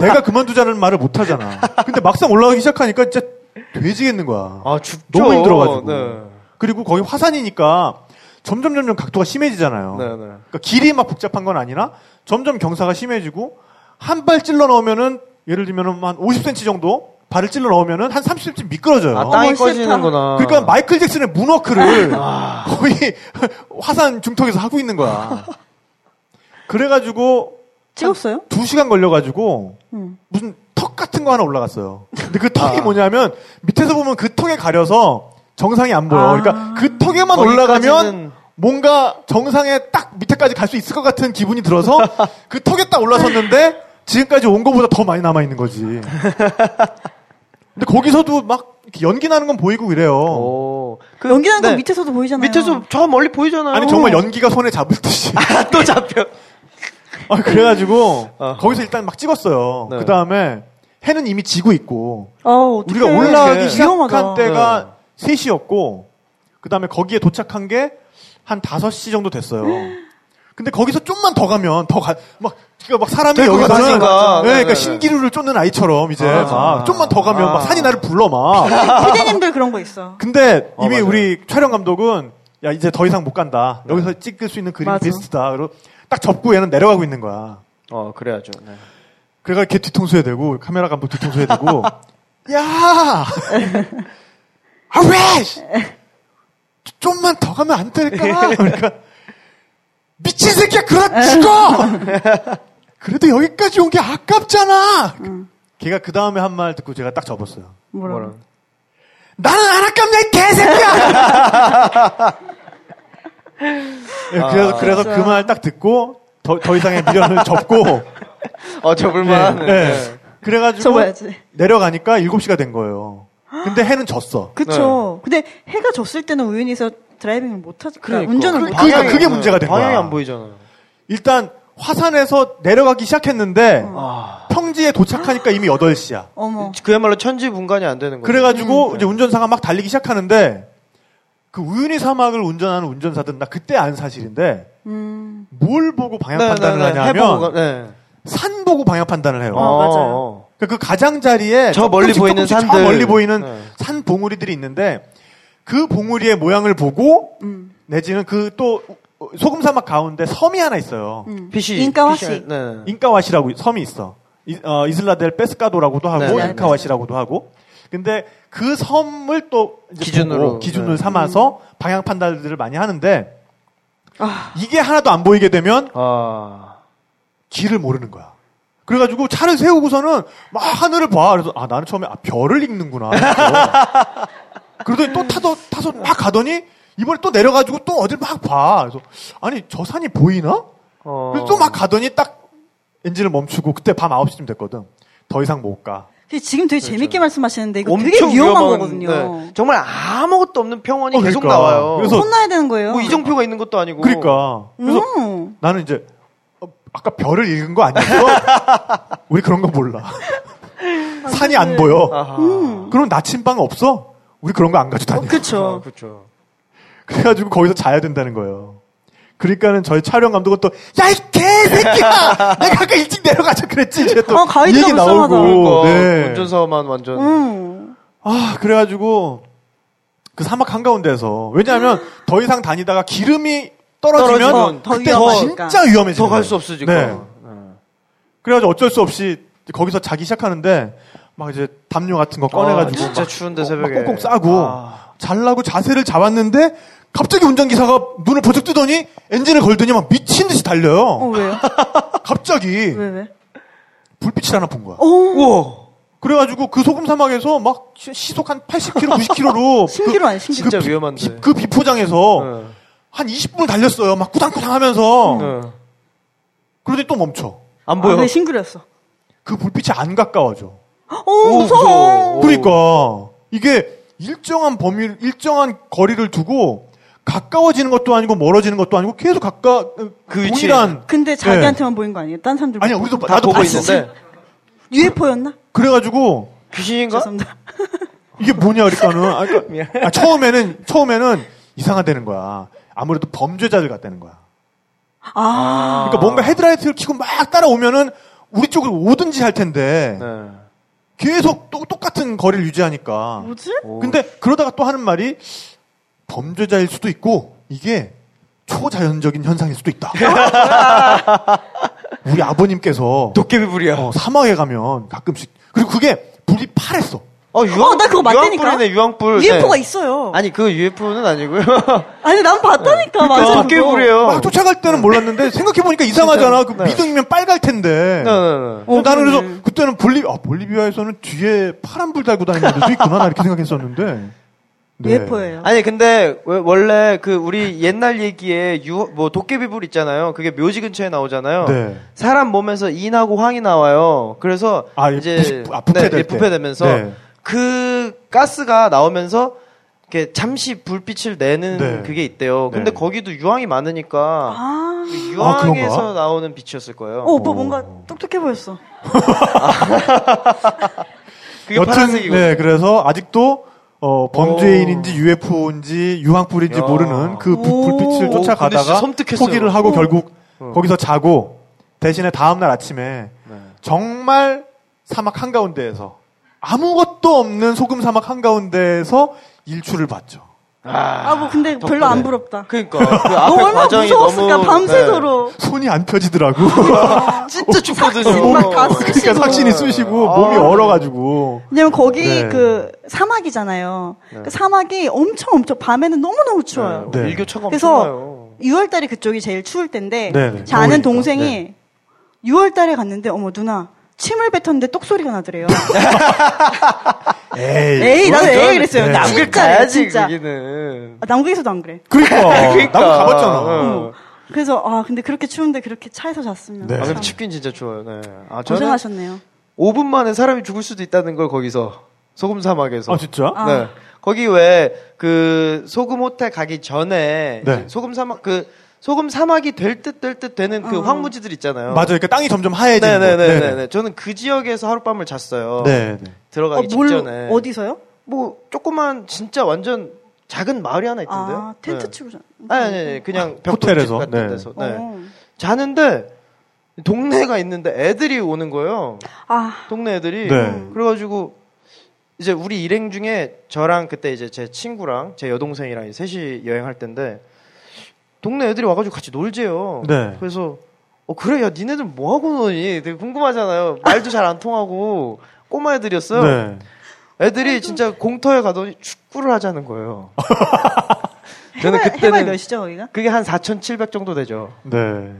Speaker 1: 내가 그만두자는 말을 못 하잖아. 근데 막상 올라가기 시작하니까 진짜 돼지겠는 거야.
Speaker 2: 아, 춥죠.
Speaker 1: 너무 힘들어가지고.
Speaker 2: 네.
Speaker 1: 그리고 거기 화산이니까 점점 점점 각도가 심해지잖아요.
Speaker 2: 네, 네.
Speaker 1: 그러니까 길이 막 복잡한 건 아니라 점점 경사가 심해지고 한 발 찔러 넣으면은 예를 들면은 한 50cm 정도 발을 찔러 넣으면은 한 30cm 미끄러져요.
Speaker 2: 아, 땅이 아.
Speaker 3: 어머, 싫다.
Speaker 2: 꺼지는구나.
Speaker 1: 네. 그러니까 마이클 잭슨의 문워크를
Speaker 2: 아.
Speaker 1: 거의 [LAUGHS] 화산 중턱에서 하고 있는 거야. 그래가지고
Speaker 3: 찍었어요?
Speaker 1: 두 시간 걸려가지고
Speaker 3: 음.
Speaker 1: 무슨 턱 같은 거 하나 올라갔어요. 근데 그 턱이
Speaker 2: 아.
Speaker 1: 뭐냐면 밑에서 보면 그 턱에 가려서 정상이 안 보여.
Speaker 3: 아.
Speaker 1: 그러니까 그 턱에만
Speaker 2: 거기까지는-
Speaker 1: 올라가면 뭔가 정상에 딱 밑에까지 갈 수 있을 것 같은
Speaker 2: [LAUGHS]
Speaker 1: 기분이 들어서 그 턱에 딱 올라섰는데 지금까지 온 거보다 더 많이 남아 있는 거지. 근데 거기서도 막 이렇게 연기 나는 건 보이고 그래요.
Speaker 2: 오. 그-
Speaker 3: 연기하는 건
Speaker 2: 네.
Speaker 3: 밑에서도 보이잖아요.
Speaker 2: 밑에서 저 멀리 보이잖아요.
Speaker 1: 아니 정말 연기가 손에 잡을 듯이.
Speaker 2: 아, 또 잡혀.
Speaker 1: [LAUGHS] 아, 그래가지고
Speaker 2: 어.
Speaker 1: 거기서 일단 막 찍었어요.
Speaker 2: 네.
Speaker 1: 그 다음에 해는 이미 지고 있고
Speaker 3: 어, 어떡해.
Speaker 1: 우리가 올라가기
Speaker 2: 네.
Speaker 1: 시작한
Speaker 3: 위험하다.
Speaker 1: 때가 3시였고, 그 다음에 거기에 도착한 게 한 5시 정도 됐어요.
Speaker 2: 네.
Speaker 1: 근데 거기서 좀만 더 가면, 더 가, 막, 그러니까 막 사람이
Speaker 2: 될것
Speaker 1: 여기서는,
Speaker 2: 같으니까.
Speaker 1: 네,
Speaker 2: 네, 네,
Speaker 1: 그러니까
Speaker 2: 네.
Speaker 1: 신기루를 쫓는 아이처럼 이제
Speaker 2: 아.
Speaker 1: 막, 좀만 더 가면
Speaker 2: 아.
Speaker 1: 막 산이 나를 불러
Speaker 2: [LAUGHS]
Speaker 1: 막.
Speaker 3: 피디님들 그런 거
Speaker 1: [LAUGHS]
Speaker 3: 있어.
Speaker 1: 근데
Speaker 2: 어,
Speaker 1: 이미
Speaker 2: 맞아요.
Speaker 1: 우리 촬영 감독은, 야, 이제 더 이상 못 간다.
Speaker 2: 네.
Speaker 1: 여기서 찍을 수 있는 그림이
Speaker 3: 맞아.
Speaker 1: 베스트다. 그리고 딱 접고 얘는 내려가고 있는 거야.
Speaker 2: 어, 그래야죠. 네.
Speaker 1: 그래가 걔 뒤통수에 대고 카메라 감독 뒤통수에 대고 [LAUGHS] 야 아왜 좀만 더 가면 안 [LAUGHS] 될까 그러니까 미친 새끼야 그럼 [LAUGHS] 죽어 그래도 여기까지 온 게 아깝잖아
Speaker 3: 응.
Speaker 1: 걔가 그 다음에 한 말 듣고 제가 딱 접었어요
Speaker 3: 뭐라. 고
Speaker 2: 뭐랑.
Speaker 1: 나는 안 아깝냐 이 개새끼야 [LAUGHS] 예, 그래서 그래서 그 말 딱 듣고 더, 더 이상의 미련을 [LAUGHS] 접고
Speaker 2: 어, 접을만.
Speaker 1: 네.
Speaker 2: 네.
Speaker 1: 네. 그래가지고
Speaker 3: 접어야지.
Speaker 1: 내려가니까 7시가 된 거예요. 근데 해는 졌어.
Speaker 3: 그쵸. 근데 해가 졌을 때는 우연히서 드라이빙을 못 하지.
Speaker 2: 그러니까.
Speaker 3: 운전을
Speaker 1: 그-
Speaker 3: 못
Speaker 1: 그러니까
Speaker 3: 하지.
Speaker 1: 그게 문제가 된
Speaker 2: 방향이
Speaker 1: 거야.
Speaker 2: 안 보이잖아요.
Speaker 1: 일단 화산에서 내려가기 시작했는데
Speaker 2: 아.
Speaker 1: 평지에 도착하니까 이미 8시야.
Speaker 3: 어머.
Speaker 2: 그야말로 천지 분간이 안 되는 거예요. 음.
Speaker 1: 그래가지고 이제 운전사가 막 달리기 시작하는데 그 우유니 사막을 운전하는 운전사들은 나 그때 안 사실인데
Speaker 3: 음.
Speaker 1: 뭘 보고 방향
Speaker 2: 네,
Speaker 1: 판단을
Speaker 2: 네, 네. 해보고 가-
Speaker 1: 하냐면
Speaker 2: 네.
Speaker 1: 산 보고 방향 판단을 해요.
Speaker 3: 어. 맞아요.
Speaker 2: 어.
Speaker 1: 그러니까 그 가장자리에
Speaker 2: 저 멀리
Speaker 1: 조금씩
Speaker 2: 보이는
Speaker 1: 조금씩
Speaker 2: 산들.
Speaker 1: 저 멀리 보이는
Speaker 2: 네.
Speaker 1: 산 봉우리들이 있는데 그 봉우리의 모양을 보고
Speaker 3: 음.
Speaker 1: 내지는 그 또 소금 사막 가운데 섬이 하나 있어요.
Speaker 3: 음.
Speaker 2: 피시
Speaker 3: 인카와시.
Speaker 2: 네. 네.
Speaker 1: 잉카와시라고 섬이 있어. 이, 슬라델 페스카도라고도 하고
Speaker 2: 네, 네,
Speaker 1: 잉카와시라고도 하고. 근데 그 섬을 또 이제
Speaker 2: 기준으로,
Speaker 1: 보고
Speaker 2: 네.
Speaker 1: 기준을 삼아서 방향 판단들을 많이 하는데
Speaker 3: 아.
Speaker 1: 이게 하나도 안 보이게 되면
Speaker 2: 아.
Speaker 1: 길을 모르는 거야. 그래가지고 차를 세우고서는 막 하늘을 봐. 그래서 아 나는 처음에 아, 별을 읽는구나. [LAUGHS] 그래서. 그러더니 또 타서 타서 막 가더니 이번에 또 내려가지고 또 어딜 막 봐. 그래서 아니 저 산이 보이나?
Speaker 2: 어.
Speaker 1: 그래서 또 막 가더니 딱 엔진을 멈추고 그때 밤 9시쯤 됐거든. 더 이상 못 가.
Speaker 3: 지금 되게 재밌게 말씀하시는데 이거 되게
Speaker 2: 엄청
Speaker 3: 위험한
Speaker 2: 위험한,
Speaker 3: 거거든요.
Speaker 2: 네. 정말 아무것도 없는 평원이
Speaker 1: 어,
Speaker 2: 계속
Speaker 1: 그러니까.
Speaker 2: 나와요.
Speaker 1: 그래서-
Speaker 3: 혼나야 되는 거예요.
Speaker 2: 뭐 이정표가 있는 것도 아니고.
Speaker 1: 그러니까. 그래서
Speaker 3: 음.
Speaker 1: 나는 이제 어, 아까 별을 읽은 거 아니었어? [LAUGHS] 우리 그런 거 몰라. 산이 안 보여.
Speaker 2: 아하.
Speaker 1: 그럼 나침반 없어? 우리 그런 거 안 가지고 다녀.
Speaker 2: 아,
Speaker 3: 그렇죠.
Speaker 2: 그렇죠.
Speaker 1: 그래가지고 거기서 자야 된다는 거예요. 그러니까는 저희 촬영 감독은 또, 야, 이 개새끼야! 내가 아까 일찍 내려가자 그랬지! 이제 또,
Speaker 3: 어, 가
Speaker 1: 이
Speaker 3: 있다
Speaker 1: 얘기
Speaker 3: 불쌍하다.
Speaker 1: 나오고.
Speaker 2: 그러니까
Speaker 1: 네.
Speaker 2: 운전사만 완전
Speaker 3: 음.
Speaker 1: 아, 그래가지고 그 사막 한가운데에서 왜냐하면 더 이상 다니다가 기름이
Speaker 2: 떨어지면
Speaker 1: 떨어지면
Speaker 3: 더
Speaker 1: 그때
Speaker 3: 위험하니까.
Speaker 1: 진짜 위험해져.
Speaker 2: 더 갈 수 없어 지금.
Speaker 1: 네. 그래가지고 어쩔 수 없이 거기서 자기 시작하는데 막 이제 담요 같은 거
Speaker 3: 아,
Speaker 1: 꺼내가지고
Speaker 2: 아, 진짜
Speaker 1: 막
Speaker 2: 추운데
Speaker 1: 어,
Speaker 2: 새벽에 아.
Speaker 1: 막 꽁꽁 싸고 잘라고 자세를 잡았는데 갑자기 운전기사가 눈을 번쩍 뜨더니 엔진을 걸더니 막 미친 듯이 달려요.
Speaker 3: 어, 왜요?
Speaker 1: 갑자기
Speaker 3: 왜, 어? 왜?
Speaker 1: 불빛이 하나 본 거야.
Speaker 3: 오,
Speaker 2: 우와.
Speaker 1: 그래가지고 그 소금 사막에서 막 시- 시속 한 80km, 90km로
Speaker 3: [LAUGHS] 신기로 아니, 신기로.
Speaker 2: 진짜 위험한데.
Speaker 1: 그 비포장에서
Speaker 2: 네.
Speaker 1: 한 20분 달렸어요. 막 꾸당꾸당 하면서.
Speaker 2: 네.
Speaker 1: 그러더니 또 멈춰.
Speaker 2: 안 보여.
Speaker 3: 왜 아, 네, 싱글이었어?
Speaker 1: 그 불빛이 안 가까워져.
Speaker 3: 어,
Speaker 2: 오, 무서워.
Speaker 3: 무서워.
Speaker 2: 오.
Speaker 1: 그러니까 이게 일정한 범위, 일정한 거리를 두고 가까워지는 것도 아니고 멀어지는 것도 아니고 계속 가까
Speaker 2: 그 위치에.
Speaker 1: 동일한
Speaker 3: 근데 자기한테만 보인 거 아니에요? 딴 사람들.
Speaker 1: 아니야
Speaker 3: 못
Speaker 1: 우리도
Speaker 3: 보고.
Speaker 2: 다
Speaker 1: 나도
Speaker 2: 보고
Speaker 1: 봤어.
Speaker 3: [LAUGHS]
Speaker 2: 있는데
Speaker 3: UFO였나?
Speaker 1: 그래가지고
Speaker 2: 귀신인가?
Speaker 3: 죄송합니다.
Speaker 1: 이게 뭐냐 그러니까는 아, 그러니까-
Speaker 2: 미안.
Speaker 1: 아, 처음에는 처음에는 이상하다는 거야. 아무래도 범죄자들 같다는 거야.
Speaker 3: 아,
Speaker 1: 그러니까 뭔가 헤드라이트를 켜고 막 따라오면은 우리 쪽으로 오든지 할 텐데
Speaker 2: 네.
Speaker 1: 계속 또, 똑같은 거리를 유지하니까.
Speaker 3: 뭐지?
Speaker 2: 오.
Speaker 1: 근데 그러다가 또 하는 말이 범죄자일 수도 있고 이게 초자연적인 현상일 수도 있다. 우리 아버님께서
Speaker 2: 도깨비 불이야.
Speaker 1: 어, 사막에 가면 가끔씩 그리고 그게 불이 파랬어.
Speaker 2: 어,
Speaker 3: 어, 나 그거 맞다니까?
Speaker 2: 유황불이네, 유황불.
Speaker 3: UFO가
Speaker 2: 네.
Speaker 3: 있어요.
Speaker 2: 아니, 그러니까 그 UFO는 아니고요.
Speaker 3: 아니, 난
Speaker 2: [LAUGHS]
Speaker 3: 봤다니까, 맞아. 어,
Speaker 2: 도깨비불이에요.
Speaker 1: 막 쫓아갈 때는 몰랐는데 생각해 보니까 이상하잖아. 그
Speaker 2: 어. 네.
Speaker 1: 미등이면 빨갈 텐데.
Speaker 2: 네, 네, 네.
Speaker 1: 근데 나는
Speaker 3: 그러네.
Speaker 1: 그래서 그때는 볼리 아, 볼리비아에서는 뒤에 파란 불 달고 다니는 애들도 있구나 나 이렇게 생각했었는데. 네.
Speaker 3: UFO예요.
Speaker 2: 아니, 근데, 왜- 원래 그, 우리 옛날 얘기에 유, 뭐, 도깨비불 있잖아요. 그게 묘지 근처에 나오잖아요.
Speaker 1: 네.
Speaker 2: 사람 몸에서 인하고 황이 나와요. 그래서,
Speaker 1: 아,
Speaker 2: 이제,
Speaker 1: 부- 아, 부패될
Speaker 2: 네,
Speaker 1: 때.
Speaker 2: 부패되면서,
Speaker 1: 네.
Speaker 2: 그 가스가 나오면서, 이렇게 잠시 불빛을 내는
Speaker 1: 네.
Speaker 2: 그게 있대요. 근데
Speaker 1: 네.
Speaker 2: 거기도 유황이 많으니까,
Speaker 3: 아,
Speaker 2: 그
Speaker 1: 아, 그런가?
Speaker 2: 유황에서 나오는 빛이었을 거예요.
Speaker 3: 어, 오빠 뭔가 똑똑해 보였어.
Speaker 2: 그게 파란색이고.
Speaker 1: 네, 그래서 아직도 어, 범죄인인지 UFO인지 유황불인지
Speaker 2: 야.
Speaker 1: 모르는 그
Speaker 3: 오.
Speaker 1: 부- 불빛을
Speaker 2: 오, 근데 진짜
Speaker 1: 쫓아가다가
Speaker 2: 섬뜩했어요.
Speaker 1: 포기를 하고
Speaker 3: 어.
Speaker 1: 결국
Speaker 2: 어. 네.
Speaker 1: 거기서 자고 대신에 다음날 아침에 정말 사막 한가운데에서 아무것도 없는 소금 사막 한가운데에서 일출을 봤죠.
Speaker 3: 아, 뭐, 근데 별로 안
Speaker 1: [LAUGHS]
Speaker 3: 부럽다.
Speaker 2: 그니까 그 앞에
Speaker 3: 너 얼마나
Speaker 2: 과정이
Speaker 3: 무서웠을까,
Speaker 2: 너무
Speaker 3: 밤새도록. 아,
Speaker 1: 손이 안 펴지더라고.
Speaker 2: 네. 진짜 춥거든요.
Speaker 3: 정말 다 쓰시고.
Speaker 1: 그러니까 삭신이 쑤시고
Speaker 2: 아.
Speaker 1: 몸이 얼어가지고.
Speaker 3: 왜냐면 거기
Speaker 1: 네.
Speaker 3: 그 사막이잖아요. 그 사막이 엄청 엄청 밤에는 너무너무 추워요.
Speaker 1: 네.
Speaker 2: 일교차가
Speaker 3: 그래서
Speaker 2: 엄청나요.
Speaker 3: 6월달에 그쪽이 제일 추울 때인데
Speaker 1: 네, 네.
Speaker 3: 제
Speaker 1: 더우니까.
Speaker 3: 아는 동생이
Speaker 1: 네.
Speaker 3: 6월달에 갔는데 어머 누나 침을 뱉었는데 똑소리가 나더래요.
Speaker 1: 에이.
Speaker 3: 에이 나도 에이 그랬어요.
Speaker 1: 네.
Speaker 3: 남극
Speaker 2: 남길
Speaker 3: 진짜,
Speaker 2: 가야지
Speaker 3: 진짜.
Speaker 2: 거기는.
Speaker 3: 아, 남극에서도 안 그래.
Speaker 1: 그러니까.
Speaker 2: [LAUGHS] 그러니까.
Speaker 1: 나도 가봤잖아.
Speaker 2: 어.
Speaker 3: 그래서 아 근데 그렇게 추운데 그렇게 차에서 잤으면
Speaker 1: 네.
Speaker 2: 아,
Speaker 3: 참
Speaker 2: 근데 춥긴 진짜 추워요. 네. 아, 저는
Speaker 3: 고생하셨네요.
Speaker 2: 5분 만에 사람이 죽을 수도 있다는 걸 거기서 소금 사막에서.
Speaker 1: 아 진짜?
Speaker 3: 아.
Speaker 2: 네. 거기 왜 그 소금 호텔 가기 전에
Speaker 1: 네.
Speaker 2: 소금 사막 그 소금 사막이 될 듯 될 듯 되는 그
Speaker 3: 어.
Speaker 2: 황무지들 있잖아요.
Speaker 1: 맞아요. 그러니까 땅이 점점 하얘지는 거.
Speaker 2: 네네네. 저는 그 지역에서 하룻밤을 잤어요.
Speaker 1: 네. 네.
Speaker 3: 어,
Speaker 2: 들어가기
Speaker 3: 뭘
Speaker 2: 직전에.
Speaker 3: 어디서요?
Speaker 2: 뭐 조그만 진짜 완전 작은 마을이 하나 있던데요.
Speaker 3: 아 텐트
Speaker 2: 네.
Speaker 3: 치고 자.
Speaker 2: 아니 아니, 아니 그냥
Speaker 1: 호텔에서?
Speaker 2: 벽돌집 같은
Speaker 1: 네.
Speaker 2: 데서. 네.
Speaker 3: 어.
Speaker 2: 자는데 동네가 있는데 애들이 오는 거예요.
Speaker 3: 아
Speaker 2: 동네 애들이.
Speaker 1: 네.
Speaker 2: 그래가지고 이제 우리 일행 중에 저랑 그때 이제 제 친구랑 제 여동생이랑 이 셋이 여행할 텐데 동네 애들이 와가지고 같이 놀재요.
Speaker 1: 네.
Speaker 2: 그래서 어 그래 야 니네들 뭐 하고 노니? 되게 궁금하잖아요. 말도 잘 안 통하고 꼬마 애들이었어요.
Speaker 1: 네.
Speaker 2: 애들이 진짜 공터에 가더니 축구를 하자는 거예요. 저는
Speaker 3: 해발, 해발 몇이죠, 거기가?
Speaker 2: 그게 한 4,700 정도 되죠.
Speaker 1: 네.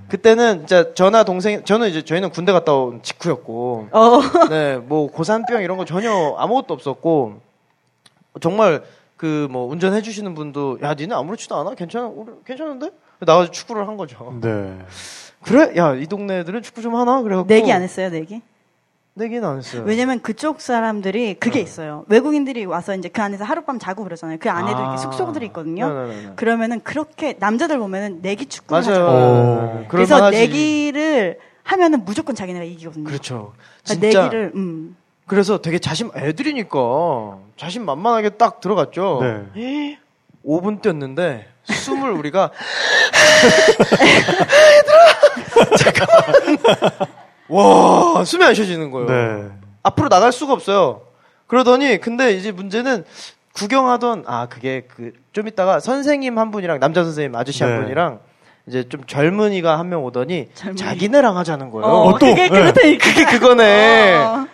Speaker 2: 그때는 진짜 저나 동생 저는 이제 저희는 군대 갔다 온 직후였고
Speaker 3: 어,
Speaker 2: [LAUGHS] 네, 뭐 고산병 이런 거 전혀 아무것도 없었고 정말 그 뭐 운전해 주시는 분도 야 니네 아무렇지도 않아 괜찮아 우리 괜찮은데 나가서 축구를 한 거죠.
Speaker 3: 음.
Speaker 1: 네.
Speaker 2: 그래 야 이 동네 애들은 축구 좀 하나 그래갖고
Speaker 3: [LAUGHS] 내기 안 했어요, 내기?
Speaker 2: 내기는 안 했어요.
Speaker 3: 왜냐면 그쪽 사람들이 그게 있어요. 외국인들이 와서 이제 그 안에서 하룻밤 자고 그러잖아요. 그 안에도
Speaker 2: 아.
Speaker 3: 이렇게 숙소들이 있거든요.
Speaker 2: 네네네네.
Speaker 3: 그러면은 그렇게 남자들 보면은 내기 축구를 하죠.
Speaker 2: 맞아요.
Speaker 1: 오.
Speaker 2: 네,
Speaker 3: 그래서
Speaker 2: 그럴만하지.
Speaker 3: 내기를 하면은 무조건 자기네가 이기거든요.
Speaker 2: 그렇죠.
Speaker 3: 그러니까
Speaker 2: 진짜
Speaker 3: 내기를 음.
Speaker 2: 그래서 되게 자신 애들이니까 자신 만만하게 딱 들어갔죠.
Speaker 1: 네.
Speaker 2: 5분 뛰었는데 숨을
Speaker 1: [LAUGHS]
Speaker 2: 우리가 얘들아 잠깐만 와 숨이 안 쉬어지는 거예요.
Speaker 1: 네.
Speaker 2: 앞으로 나갈 수가 없어요. 그러더니 근데 이제 문제는 구경하던 아 그게 그 좀 있다가 선생님 한 분이랑 남자 선생님 아저씨
Speaker 1: 네.
Speaker 2: 한 분이랑 이제 좀 젊은이가 한 명 오더니
Speaker 3: 젊은이.
Speaker 2: 자기네랑 하자는 거예요.
Speaker 1: 어, 또?
Speaker 3: 그게 그렇다
Speaker 2: [LAUGHS] 네.
Speaker 3: 이
Speaker 2: 그게 그거네.
Speaker 3: 어.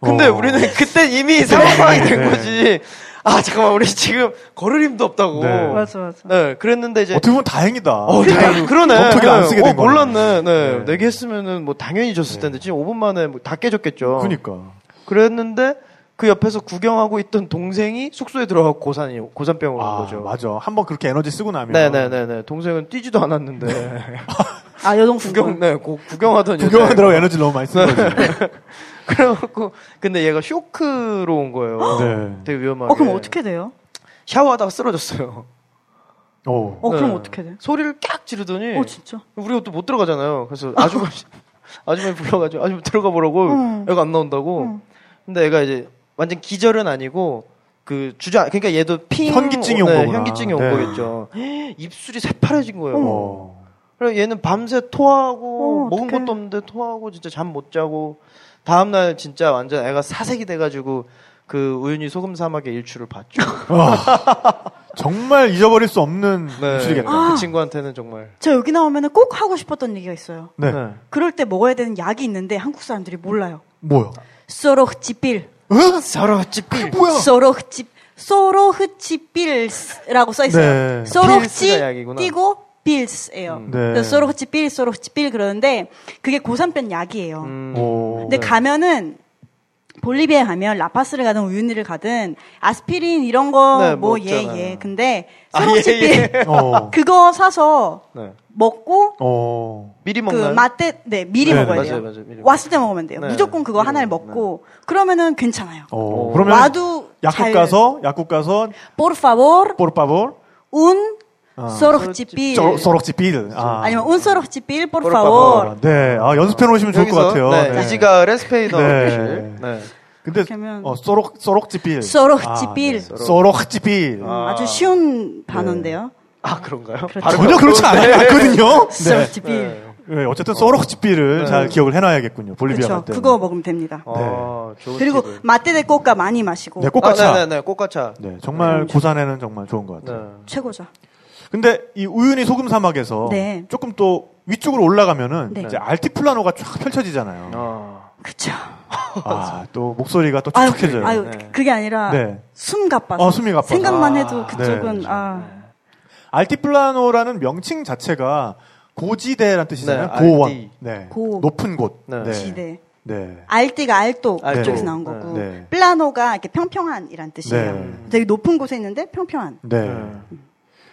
Speaker 2: 근데
Speaker 1: 어.
Speaker 2: 우리는 [LAUGHS] 그때 이미 상황이 된
Speaker 1: 네.
Speaker 2: 거지. 아 잠깐만 우리 지금 걸을 힘도 없다고.
Speaker 1: 네.
Speaker 3: 맞아 맞아.
Speaker 2: 네, 그랬는데 이제
Speaker 1: 어떻게 보면 다행이다.
Speaker 2: 어, [LAUGHS] 다행- 그러네.
Speaker 1: 검토기 안 쓰게
Speaker 2: 네.
Speaker 1: 된
Speaker 2: 어,
Speaker 1: 거네.
Speaker 2: 몰랐네. 네.
Speaker 1: 네.
Speaker 2: 내기 했으면은 뭐 당연히 졌을 텐데 지금 5분 만에 뭐다 깨졌겠죠.
Speaker 1: 그러니까.
Speaker 2: 그랬는데 그 옆에서 구경하고 있던 동생이 숙소에 들어가고 고산이 고산병으로 온
Speaker 1: 아,
Speaker 2: 거죠.
Speaker 1: 맞아. 한번 그렇게 에너지 쓰고 나면
Speaker 2: 네네네네. 동생은 뛰지도 않았는데
Speaker 1: [LAUGHS]
Speaker 3: 아 여동생.
Speaker 2: 구경 네 고- 구경하던 여자애가.
Speaker 1: 구경하느라고 에너지를 너무 많이 쓴 거지.
Speaker 2: 네. 그래갖고 근데 얘가 쇼크로 온 거예요.
Speaker 1: 네.
Speaker 2: 되게 위험하게.
Speaker 3: 어 그럼 어떻게 돼요?
Speaker 2: 샤워하다가 쓰러졌어요.
Speaker 1: 오.
Speaker 3: 어 그럼
Speaker 2: 네.
Speaker 3: 어떻게 돼?
Speaker 2: 소리를 깍 지르더니
Speaker 3: 어 진짜.
Speaker 2: 우리가 또 못 들어가잖아요. 그래서 아주머니
Speaker 3: [LAUGHS]
Speaker 2: 아주머니 불러가지고 아주머니 들어가 보라고
Speaker 3: 응.
Speaker 2: 애가 안 나온다고.
Speaker 3: 응.
Speaker 2: 근데 애가 이제 완전 기절은 아니고 그 주저 그러니까 얘도 핑
Speaker 1: 현기증이 온
Speaker 2: 네,
Speaker 1: 거구나.
Speaker 2: 현기증이 온
Speaker 1: 네.
Speaker 2: 거겠죠. [GASPS] 입술이 새파래진 거예요.
Speaker 1: 어.
Speaker 2: 그래서 얘는 밤새 토하고
Speaker 3: 어,
Speaker 2: 먹은
Speaker 3: 어떡해.
Speaker 2: 것도 없는데 토하고 진짜 잠 못 자고 다음 날 진짜 완전 애가 사색이 돼가지고 그 우연히 소금 사막의 일출을 봤죠.
Speaker 1: [LAUGHS] 정말 잊어버릴 수 없는
Speaker 2: 네.
Speaker 3: 아.
Speaker 1: 일이겠다.
Speaker 2: 그 친구한테는 정말.
Speaker 3: 저 여기 나오면은 꼭 하고 싶었던 얘기가 있어요.
Speaker 1: 네.
Speaker 2: 네.
Speaker 3: 그럴 때 먹어야 되는 약이 있는데 한국 사람들이 몰라요.
Speaker 1: 뭐야?
Speaker 3: 소로흐치필.
Speaker 1: 어?
Speaker 2: 서로 찌삐.
Speaker 1: 뭐야?
Speaker 3: 소로흐치 소로흐치필스라고 써 있어요.
Speaker 1: 네.
Speaker 3: 소로흐치
Speaker 2: 필스가 약이구나.
Speaker 3: 띠고 필스예요.
Speaker 2: 음.
Speaker 1: 네.
Speaker 3: 그래서 소로흐치필 소로흐치필 그러는데 그게 고산병 약이에요.
Speaker 2: 음.
Speaker 1: 오.
Speaker 3: 근데 네, 가면은 볼리비아에 가면 라파스를 가든 우유니를 가든 아스피린 이런
Speaker 2: 네,
Speaker 3: 거
Speaker 2: 뭐
Speaker 3: 뭐 예예.
Speaker 2: 없잖아요. 근데
Speaker 3: 근데
Speaker 2: 아,
Speaker 3: 소로흐치필
Speaker 2: 예,
Speaker 3: [LAUGHS]
Speaker 2: 예.
Speaker 1: 어.
Speaker 3: 그거 사서
Speaker 2: 네.
Speaker 3: 먹고
Speaker 1: 어.
Speaker 2: 미리
Speaker 3: 그
Speaker 2: 먹나요?
Speaker 3: 맛대 네 미리
Speaker 1: 네,
Speaker 3: 먹어야
Speaker 2: 맞아요,
Speaker 3: 돼요.
Speaker 2: 맞아요. 미리
Speaker 3: 왔을 때 먹으면 돼요.
Speaker 2: 네,
Speaker 3: 무조건 그거
Speaker 2: 미리
Speaker 3: 하나를
Speaker 2: 먹어요. 네.
Speaker 3: 먹고 그러면은 괜찮아요.
Speaker 1: 어.
Speaker 2: 어.
Speaker 1: 그러면
Speaker 3: 와도
Speaker 1: 약국
Speaker 3: 잘-
Speaker 1: 가서 약국 가서
Speaker 3: Por favor,
Speaker 2: 어.
Speaker 1: 뽀르빠볼
Speaker 3: un
Speaker 1: 아.
Speaker 3: sorojipil
Speaker 1: 소록지 빌. 아.
Speaker 3: 예. 아니면 un sorojipil, por
Speaker 2: Por
Speaker 3: favor.
Speaker 2: favor.
Speaker 1: 네. 아, 연습해 놓으시면 좋을 것
Speaker 2: 여기서,
Speaker 1: 같아요.
Speaker 2: 네,
Speaker 1: 네.
Speaker 2: 이지가을의 스페인어
Speaker 1: 네.
Speaker 2: 교실. 네.
Speaker 1: 근데
Speaker 3: 그러면-
Speaker 1: 어, 소록 소록지 빌.
Speaker 3: 소록지 빌.
Speaker 1: 소록지 빌.
Speaker 2: 네. 아.
Speaker 3: 아주 쉬운 단어인데요.
Speaker 2: 아 그런가요?
Speaker 3: 그렇죠.
Speaker 2: 그렇죠.
Speaker 1: 전혀 그렇지 않아요.
Speaker 3: [LAUGHS]
Speaker 1: 않거든요. 네.
Speaker 3: sorojipil.
Speaker 1: 네, 어쨌든 소록지피를
Speaker 2: 네.
Speaker 1: 잘 기억을 해놔야겠군요. 볼리비아
Speaker 3: 그렇죠.
Speaker 1: 갈 때.
Speaker 3: 그거 먹으면 됩니다.
Speaker 2: 아, 좋은
Speaker 3: 그리고 음,
Speaker 2: 팁을.
Speaker 3: 마떼데 꼬까 많이 마시고
Speaker 1: 네, 꽃가차.
Speaker 2: 아,
Speaker 1: 네,
Speaker 2: 네네네 꽃가차.
Speaker 1: 정말 고산에는 정말 좋은 것
Speaker 2: 네.
Speaker 1: 같아요.
Speaker 3: 최고죠.
Speaker 1: 근데 이 우유니 소금 사막에서
Speaker 3: 네.
Speaker 1: 조금 또 위쪽으로 올라가면은
Speaker 3: 네.
Speaker 1: 이제 알티플라노가 쫙 펼쳐지잖아요.
Speaker 2: 아.
Speaker 3: 그렇죠.
Speaker 1: 아, 또 목소리가 또
Speaker 3: 아유,
Speaker 1: 촉촉해져요.
Speaker 3: 아유,
Speaker 2: 네.
Speaker 3: 그게 아니라
Speaker 1: 네.
Speaker 3: 숨 가빠서.
Speaker 1: 어, 숨이 가빠서.
Speaker 3: 생각만
Speaker 2: 아,
Speaker 3: 해도 그쪽은
Speaker 1: 네.
Speaker 3: 아
Speaker 1: 알티플라노라는 명칭 자체가 고지대란 뜻이잖아요.
Speaker 2: 네,
Speaker 1: 고원.
Speaker 2: 알티.
Speaker 1: 네.
Speaker 3: 고-
Speaker 1: 높은 곳.
Speaker 2: 네.
Speaker 3: 지대.
Speaker 1: 네.
Speaker 3: 알띠가 알똑
Speaker 2: 알똑.
Speaker 3: 쪽에서 나온 거고
Speaker 1: 네. 네.
Speaker 3: 플라노가 이렇게 평평한이란 뜻이에요.
Speaker 1: 네.
Speaker 3: 되게 높은 곳에 있는데 평평한.
Speaker 1: 네.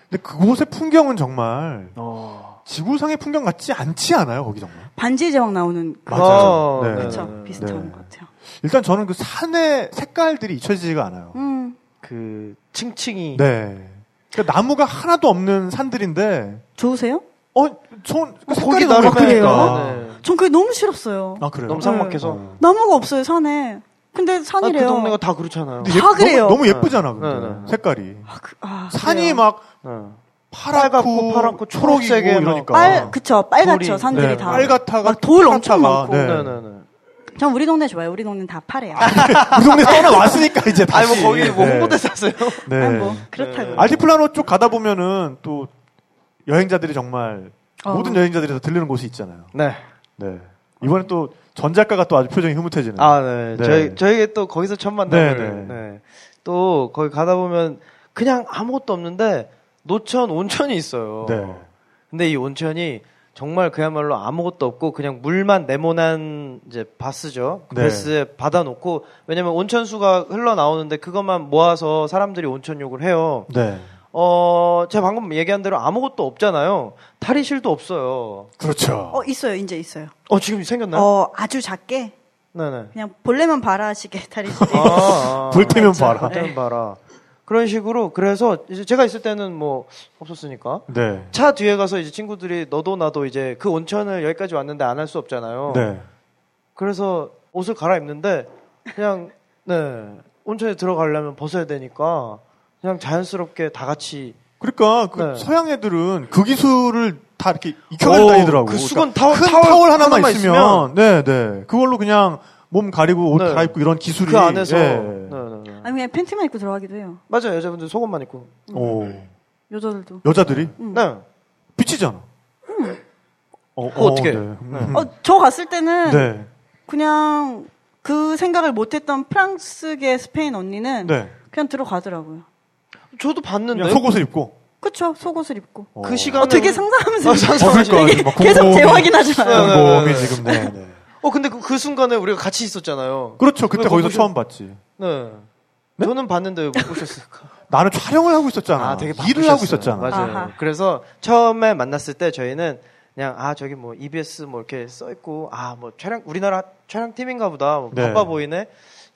Speaker 1: 근데 그곳의 풍경은 정말
Speaker 2: 어.
Speaker 1: 지구상의 풍경 같지 않지 않아요, 거기 정말?
Speaker 3: 반지의 제왕 나오는 그
Speaker 1: 맞아요.
Speaker 2: 어,
Speaker 1: 네.
Speaker 3: 그쵸
Speaker 2: 네.
Speaker 3: 비슷한
Speaker 1: 네.
Speaker 3: 것 같아요.
Speaker 1: 일단 저는 그 산의 색깔들이 잊혀지지가 않아요.
Speaker 3: 음,
Speaker 2: 그 층층이.
Speaker 1: 네. 그러니까 나무가 하나도 없는 산들인데,
Speaker 3: 좋으세요?
Speaker 1: 어, 전, 그
Speaker 2: 고기
Speaker 1: 색깔이 너무
Speaker 2: 나름이니까.
Speaker 1: 예쁘니까.
Speaker 2: 네.
Speaker 3: 전 그게 너무 싫었어요.
Speaker 1: 아, 그래요?
Speaker 2: 너무 삭막해서.
Speaker 1: 네.
Speaker 3: 나무가 없어요 산에. 근데
Speaker 2: 아, 그
Speaker 3: 산이래요.
Speaker 2: 동네가 다 그렇잖아요.
Speaker 1: 근데 예-
Speaker 3: 다 그래요.
Speaker 1: 너무, 너무 예쁘잖아, 근데.
Speaker 2: 네, 네, 네.
Speaker 1: 색깔이.
Speaker 3: 아, 그- 아,
Speaker 1: 산이
Speaker 3: 그래요.
Speaker 1: 막
Speaker 2: 네.
Speaker 1: 파랗고,
Speaker 2: 빨갛고 파랗고
Speaker 1: 초록이고
Speaker 2: 초록색에 막
Speaker 1: 이러니까.
Speaker 3: 빨 그쵸 빨갛죠
Speaker 2: 돌이.
Speaker 3: 산들이
Speaker 1: 네,
Speaker 3: 다.
Speaker 1: 빨갛다가
Speaker 3: 막 돌 엄청
Speaker 1: 파랗다가,
Speaker 3: 많고.
Speaker 1: 네.
Speaker 2: 네네네.
Speaker 3: 전 우리 동네 좋아요. 우리 동네는 다 파래요.
Speaker 1: 그 동네 떠나왔으니까, 이제
Speaker 2: 아니
Speaker 1: 다시.
Speaker 2: 뭐 거기 뭐
Speaker 1: 네.
Speaker 2: 홍보대 사세요?
Speaker 1: 네.
Speaker 3: 아니, 뭐 그렇다고.
Speaker 1: 알티플라노 쪽 가다 보면은 또 여행자들이 정말
Speaker 3: 어.
Speaker 1: 모든 여행자들이 다 들르는 곳이 있잖아요.
Speaker 2: 네.
Speaker 1: 네. 이번에 또 전작가가 또 아주 표정이 흐뭇해지는.
Speaker 2: 아, 네.
Speaker 1: 네.
Speaker 2: 저희 저희가 또 거기서 첫 만남을.
Speaker 1: 네,
Speaker 2: 네. 또 거기 가다 보면 그냥 아무것도 없는데 노천 온천이 있어요.
Speaker 1: 네.
Speaker 2: 근데 이 온천이 정말 그야말로 아무것도 없고 그냥 물만 네모난 이제 바스죠. 그
Speaker 1: 네.
Speaker 2: 베스에 받아놓고 왜냐면 온천수가 흘러나오는데 그것만 모아서 사람들이 온천욕을 해요.
Speaker 1: 네.
Speaker 2: 어, 제가 방금 얘기한 대로 아무것도 없잖아요. 탈의실도 없어요.
Speaker 1: 그렇죠.
Speaker 3: 어 있어요 이제 있어요.
Speaker 2: 어, 지금 생겼나요?
Speaker 3: 어 아주 작게
Speaker 2: 네네.
Speaker 3: 그냥 볼래면 바라시게 [LAUGHS] 다리시게.
Speaker 2: 아,
Speaker 1: 볼 테면 봐라.
Speaker 2: 볼때면 봐라. 그런 식으로 그래서 이제 제가 있을 때는 뭐 없었으니까
Speaker 1: 네.
Speaker 2: 차 뒤에 가서 이제 친구들이 너도 나도 이제 그 온천을 여기까지 왔는데 안 할 수 없잖아요.
Speaker 1: 네.
Speaker 2: 그래서 옷을 갈아입는데 그냥 네 온천에 들어가려면 벗어야 되니까 그냥 자연스럽게 다 같이
Speaker 1: 그러니까 그
Speaker 2: 네.
Speaker 1: 서양 애들은 그 기술을 다 이렇게 익혀가지고
Speaker 2: 오,
Speaker 1: 다니더라고. 그러니까
Speaker 2: 그 수건 타월-
Speaker 1: 큰
Speaker 2: 타월
Speaker 1: 타월, 하나만,
Speaker 2: 하나만
Speaker 1: 있으면, 네, 네. 그걸로 그냥 몸 가리고 옷
Speaker 2: 네.
Speaker 1: 갈아입고 이런 기술이
Speaker 2: 그 안에서
Speaker 1: 예.
Speaker 2: 네, 네, 네.
Speaker 3: 아니 그냥 팬티만 입고 들어가기도 해요.
Speaker 2: 맞아요 여자분들 속옷만 입고
Speaker 1: 오.
Speaker 3: 여자들도.
Speaker 1: 여자들이
Speaker 2: 네
Speaker 1: 비치잖아. 어,
Speaker 2: 음. 어떻게?
Speaker 1: 네. 음.
Speaker 3: 어 저 갔을 때는
Speaker 1: 네.
Speaker 3: 그냥 그 생각을 못했던 프랑스계 스페인 언니는
Speaker 1: 네.
Speaker 3: 그냥 들어가더라고요.
Speaker 2: 저도 봤는데
Speaker 1: 그냥 속옷을 입고.
Speaker 3: 그쵸 속옷을 입고.
Speaker 1: 어.
Speaker 2: 그 시간에
Speaker 3: 어, 되게 상상하면서
Speaker 2: 아, 상상하시네.
Speaker 3: 되게
Speaker 1: 그러니까 막
Speaker 3: 계속
Speaker 1: 곰곰이.
Speaker 3: 재확인하지
Speaker 2: 네, 네,
Speaker 3: 마요.
Speaker 2: 네.
Speaker 1: 곰곰이 지금 네, 네.
Speaker 2: 어 근데 그, 그 순간에 우리가 같이 있었잖아요
Speaker 1: 그렇죠. 그때
Speaker 2: 왜
Speaker 1: 거기서
Speaker 2: 거기서-
Speaker 1: 처음 봤지.
Speaker 2: 네. 저는 봤는데 왜 못 보셨을까?
Speaker 1: 나는 촬영을 하고 있었잖아. 일을 하고 있었잖아.
Speaker 2: 맞아요.
Speaker 3: 아하.
Speaker 2: 그래서 처음에 만났을 때 저희는 그냥 아 저기 뭐 EBS 뭐 이렇게 써 있고 아 뭐 촬영 우리나라 촬영 팀인가 보다 뭐
Speaker 1: 네.
Speaker 2: 바빠 보이네.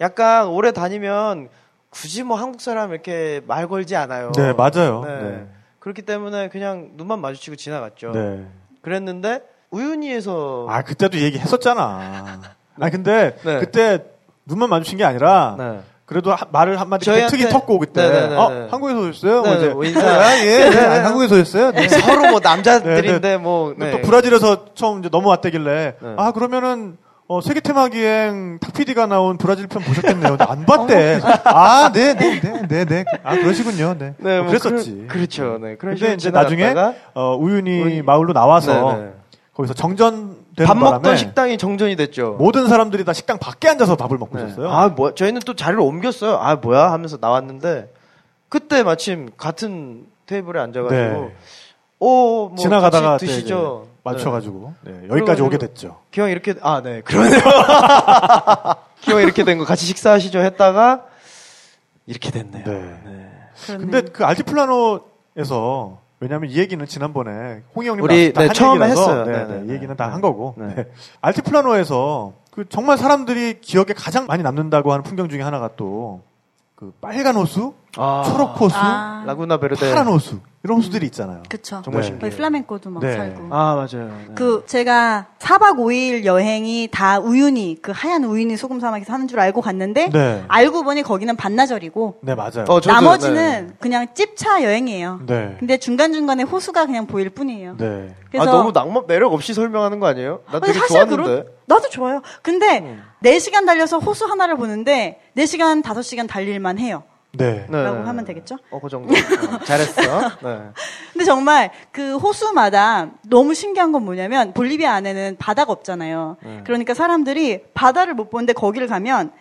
Speaker 2: 약간 오래 다니면 굳이 뭐 한국 사람 이렇게 말 걸지 않아요.
Speaker 1: 네, 맞아요.
Speaker 2: 네.
Speaker 1: 네.
Speaker 2: 그렇기 때문에 그냥 눈만 마주치고 지나갔죠.
Speaker 1: 네.
Speaker 2: 그랬는데 우윤희에서
Speaker 1: 아 그때도 얘기했었잖아. 아 근데
Speaker 2: 네.
Speaker 1: 그때 눈만 마주친 게 아니라
Speaker 2: 네.
Speaker 1: 그래도 하- 말을 한마디
Speaker 2: 저희한테-
Speaker 1: 특이 턱고 그때
Speaker 2: 네, 네, 네,
Speaker 1: 어
Speaker 2: 네.
Speaker 1: 한국에서
Speaker 2: 네,
Speaker 1: 오셨어요? 뭐
Speaker 2: 네,
Speaker 1: 이제
Speaker 2: 뭐 인사.
Speaker 1: [LAUGHS] 아, 예, 네,
Speaker 2: 네,
Speaker 1: 아,
Speaker 2: 네.
Speaker 1: 한국에서 오셨어요? 네.
Speaker 2: 서로 뭐 남자들인데
Speaker 1: 네, 네.
Speaker 2: 뭐
Speaker 1: 또
Speaker 2: 네.
Speaker 1: 브라질에서 처음 이제 넘어왔다길래
Speaker 2: 네.
Speaker 1: 아 그러면은 어, 세계 테마 기행 탁 PD가 나온 브라질 편 보셨겠네요. 근데 안
Speaker 2: [LAUGHS]
Speaker 1: 봤대.
Speaker 2: 어.
Speaker 1: 아, 네, 네, 네, 네, 네. 아 그러시군요. 네.
Speaker 2: 네, 뭐
Speaker 1: 그랬었지.
Speaker 2: 그렇, 죠 네. 그런
Speaker 1: 근데
Speaker 2: 식으로
Speaker 1: 이제 나중에
Speaker 2: 지나갔다가
Speaker 1: 어, 우윤희
Speaker 2: 우윤희-
Speaker 1: 마을로 나와서
Speaker 2: 네, 네.
Speaker 1: 거기서 정전되는
Speaker 2: 밥 먹던
Speaker 1: 바람에 뭐
Speaker 2: 식당이 정전이 됐죠.
Speaker 1: 모든 사람들이 다 식당 밖에 앉아서 밥을 먹고
Speaker 2: 네.
Speaker 1: 있었어요.
Speaker 2: 아, 뭐 저희는 또 자리를 옮겼어요. 아, 뭐야 하면서 나왔는데 그때 마침 같은 테이블에 앉아 가지고
Speaker 1: 네.
Speaker 2: 오, 뭐
Speaker 1: 지나가다가
Speaker 2: 같이 드시죠.
Speaker 1: 맞춰가지고 네, 여기까지
Speaker 2: 그래가지고-
Speaker 1: 오게 됐죠.
Speaker 2: 기왕 이렇게 아, 네. 그러네요. [LAUGHS] 기왕 이렇게 된 거 같이 식사하시죠 했다가 이렇게 됐네요.
Speaker 1: 네.
Speaker 3: 그러네.
Speaker 1: 근데 그 알티플라노에서 왜냐하면 이 얘기는 지난번에 홍이 형님
Speaker 2: 우리,
Speaker 1: 나왔을 때한
Speaker 2: 네, 처음에
Speaker 1: 얘기라서
Speaker 2: 했어요.
Speaker 1: 네,
Speaker 2: 네,
Speaker 1: 네,
Speaker 2: 네,
Speaker 1: 이
Speaker 2: 네.
Speaker 1: 얘기는 다 한 거고
Speaker 2: 네.
Speaker 1: 네. 알티플라노에서 그 정말 사람들이 기억에 가장 많이 남는다고 하는 풍경 중에 하나가 또 그 빨간 호수,
Speaker 2: 아,
Speaker 1: 초록 호수,
Speaker 3: 아,
Speaker 2: 라구나 베르데.
Speaker 1: 파란 호수 이런 호수들이 있잖아요.
Speaker 3: 그쵸.
Speaker 2: 정말
Speaker 1: 네.
Speaker 3: 거기
Speaker 2: 신기해요.
Speaker 3: 플라멩코도 막
Speaker 1: 네.
Speaker 3: 살고.
Speaker 2: 아, 맞아요. 네.
Speaker 3: 그 제가 4박 5일 여행이 다 우윤희 그 하얀 우윤희 소금 사막에서 사는 줄 알고 갔는데
Speaker 1: 네.
Speaker 3: 알고 보니 거기는 반나절이고
Speaker 1: 네 맞아요.
Speaker 2: 어, 저도,
Speaker 3: 나머지는 그냥 찝차 여행이에요.
Speaker 1: 네.
Speaker 3: 근데 중간 중간에 호수가 그냥 보일 뿐이에요.
Speaker 1: 네.
Speaker 2: 네. 아, 너무 낭만 매력 없이 설명하는 거 아니에요? 나
Speaker 3: 근데
Speaker 2: 되게
Speaker 3: 사실
Speaker 2: 좋았는데. 음.
Speaker 3: 그런 나도 좋아요. 근데 네 4시간 달려서 호수 하나를 보는데 4시간 5시간 달릴만 해요.
Speaker 1: 네.
Speaker 2: 네.
Speaker 3: 라고 하면 되겠죠?
Speaker 2: 어, 그 정도. 어, 잘했어.
Speaker 3: [LAUGHS]
Speaker 2: 네.
Speaker 3: 근데 정말 그 호수마다 너무 신기한 건 뭐냐면 볼리비아 안에는 바다가 없잖아요.
Speaker 1: 네.
Speaker 3: 그러니까 사람들이 바다를 못 보는데 거기를 가면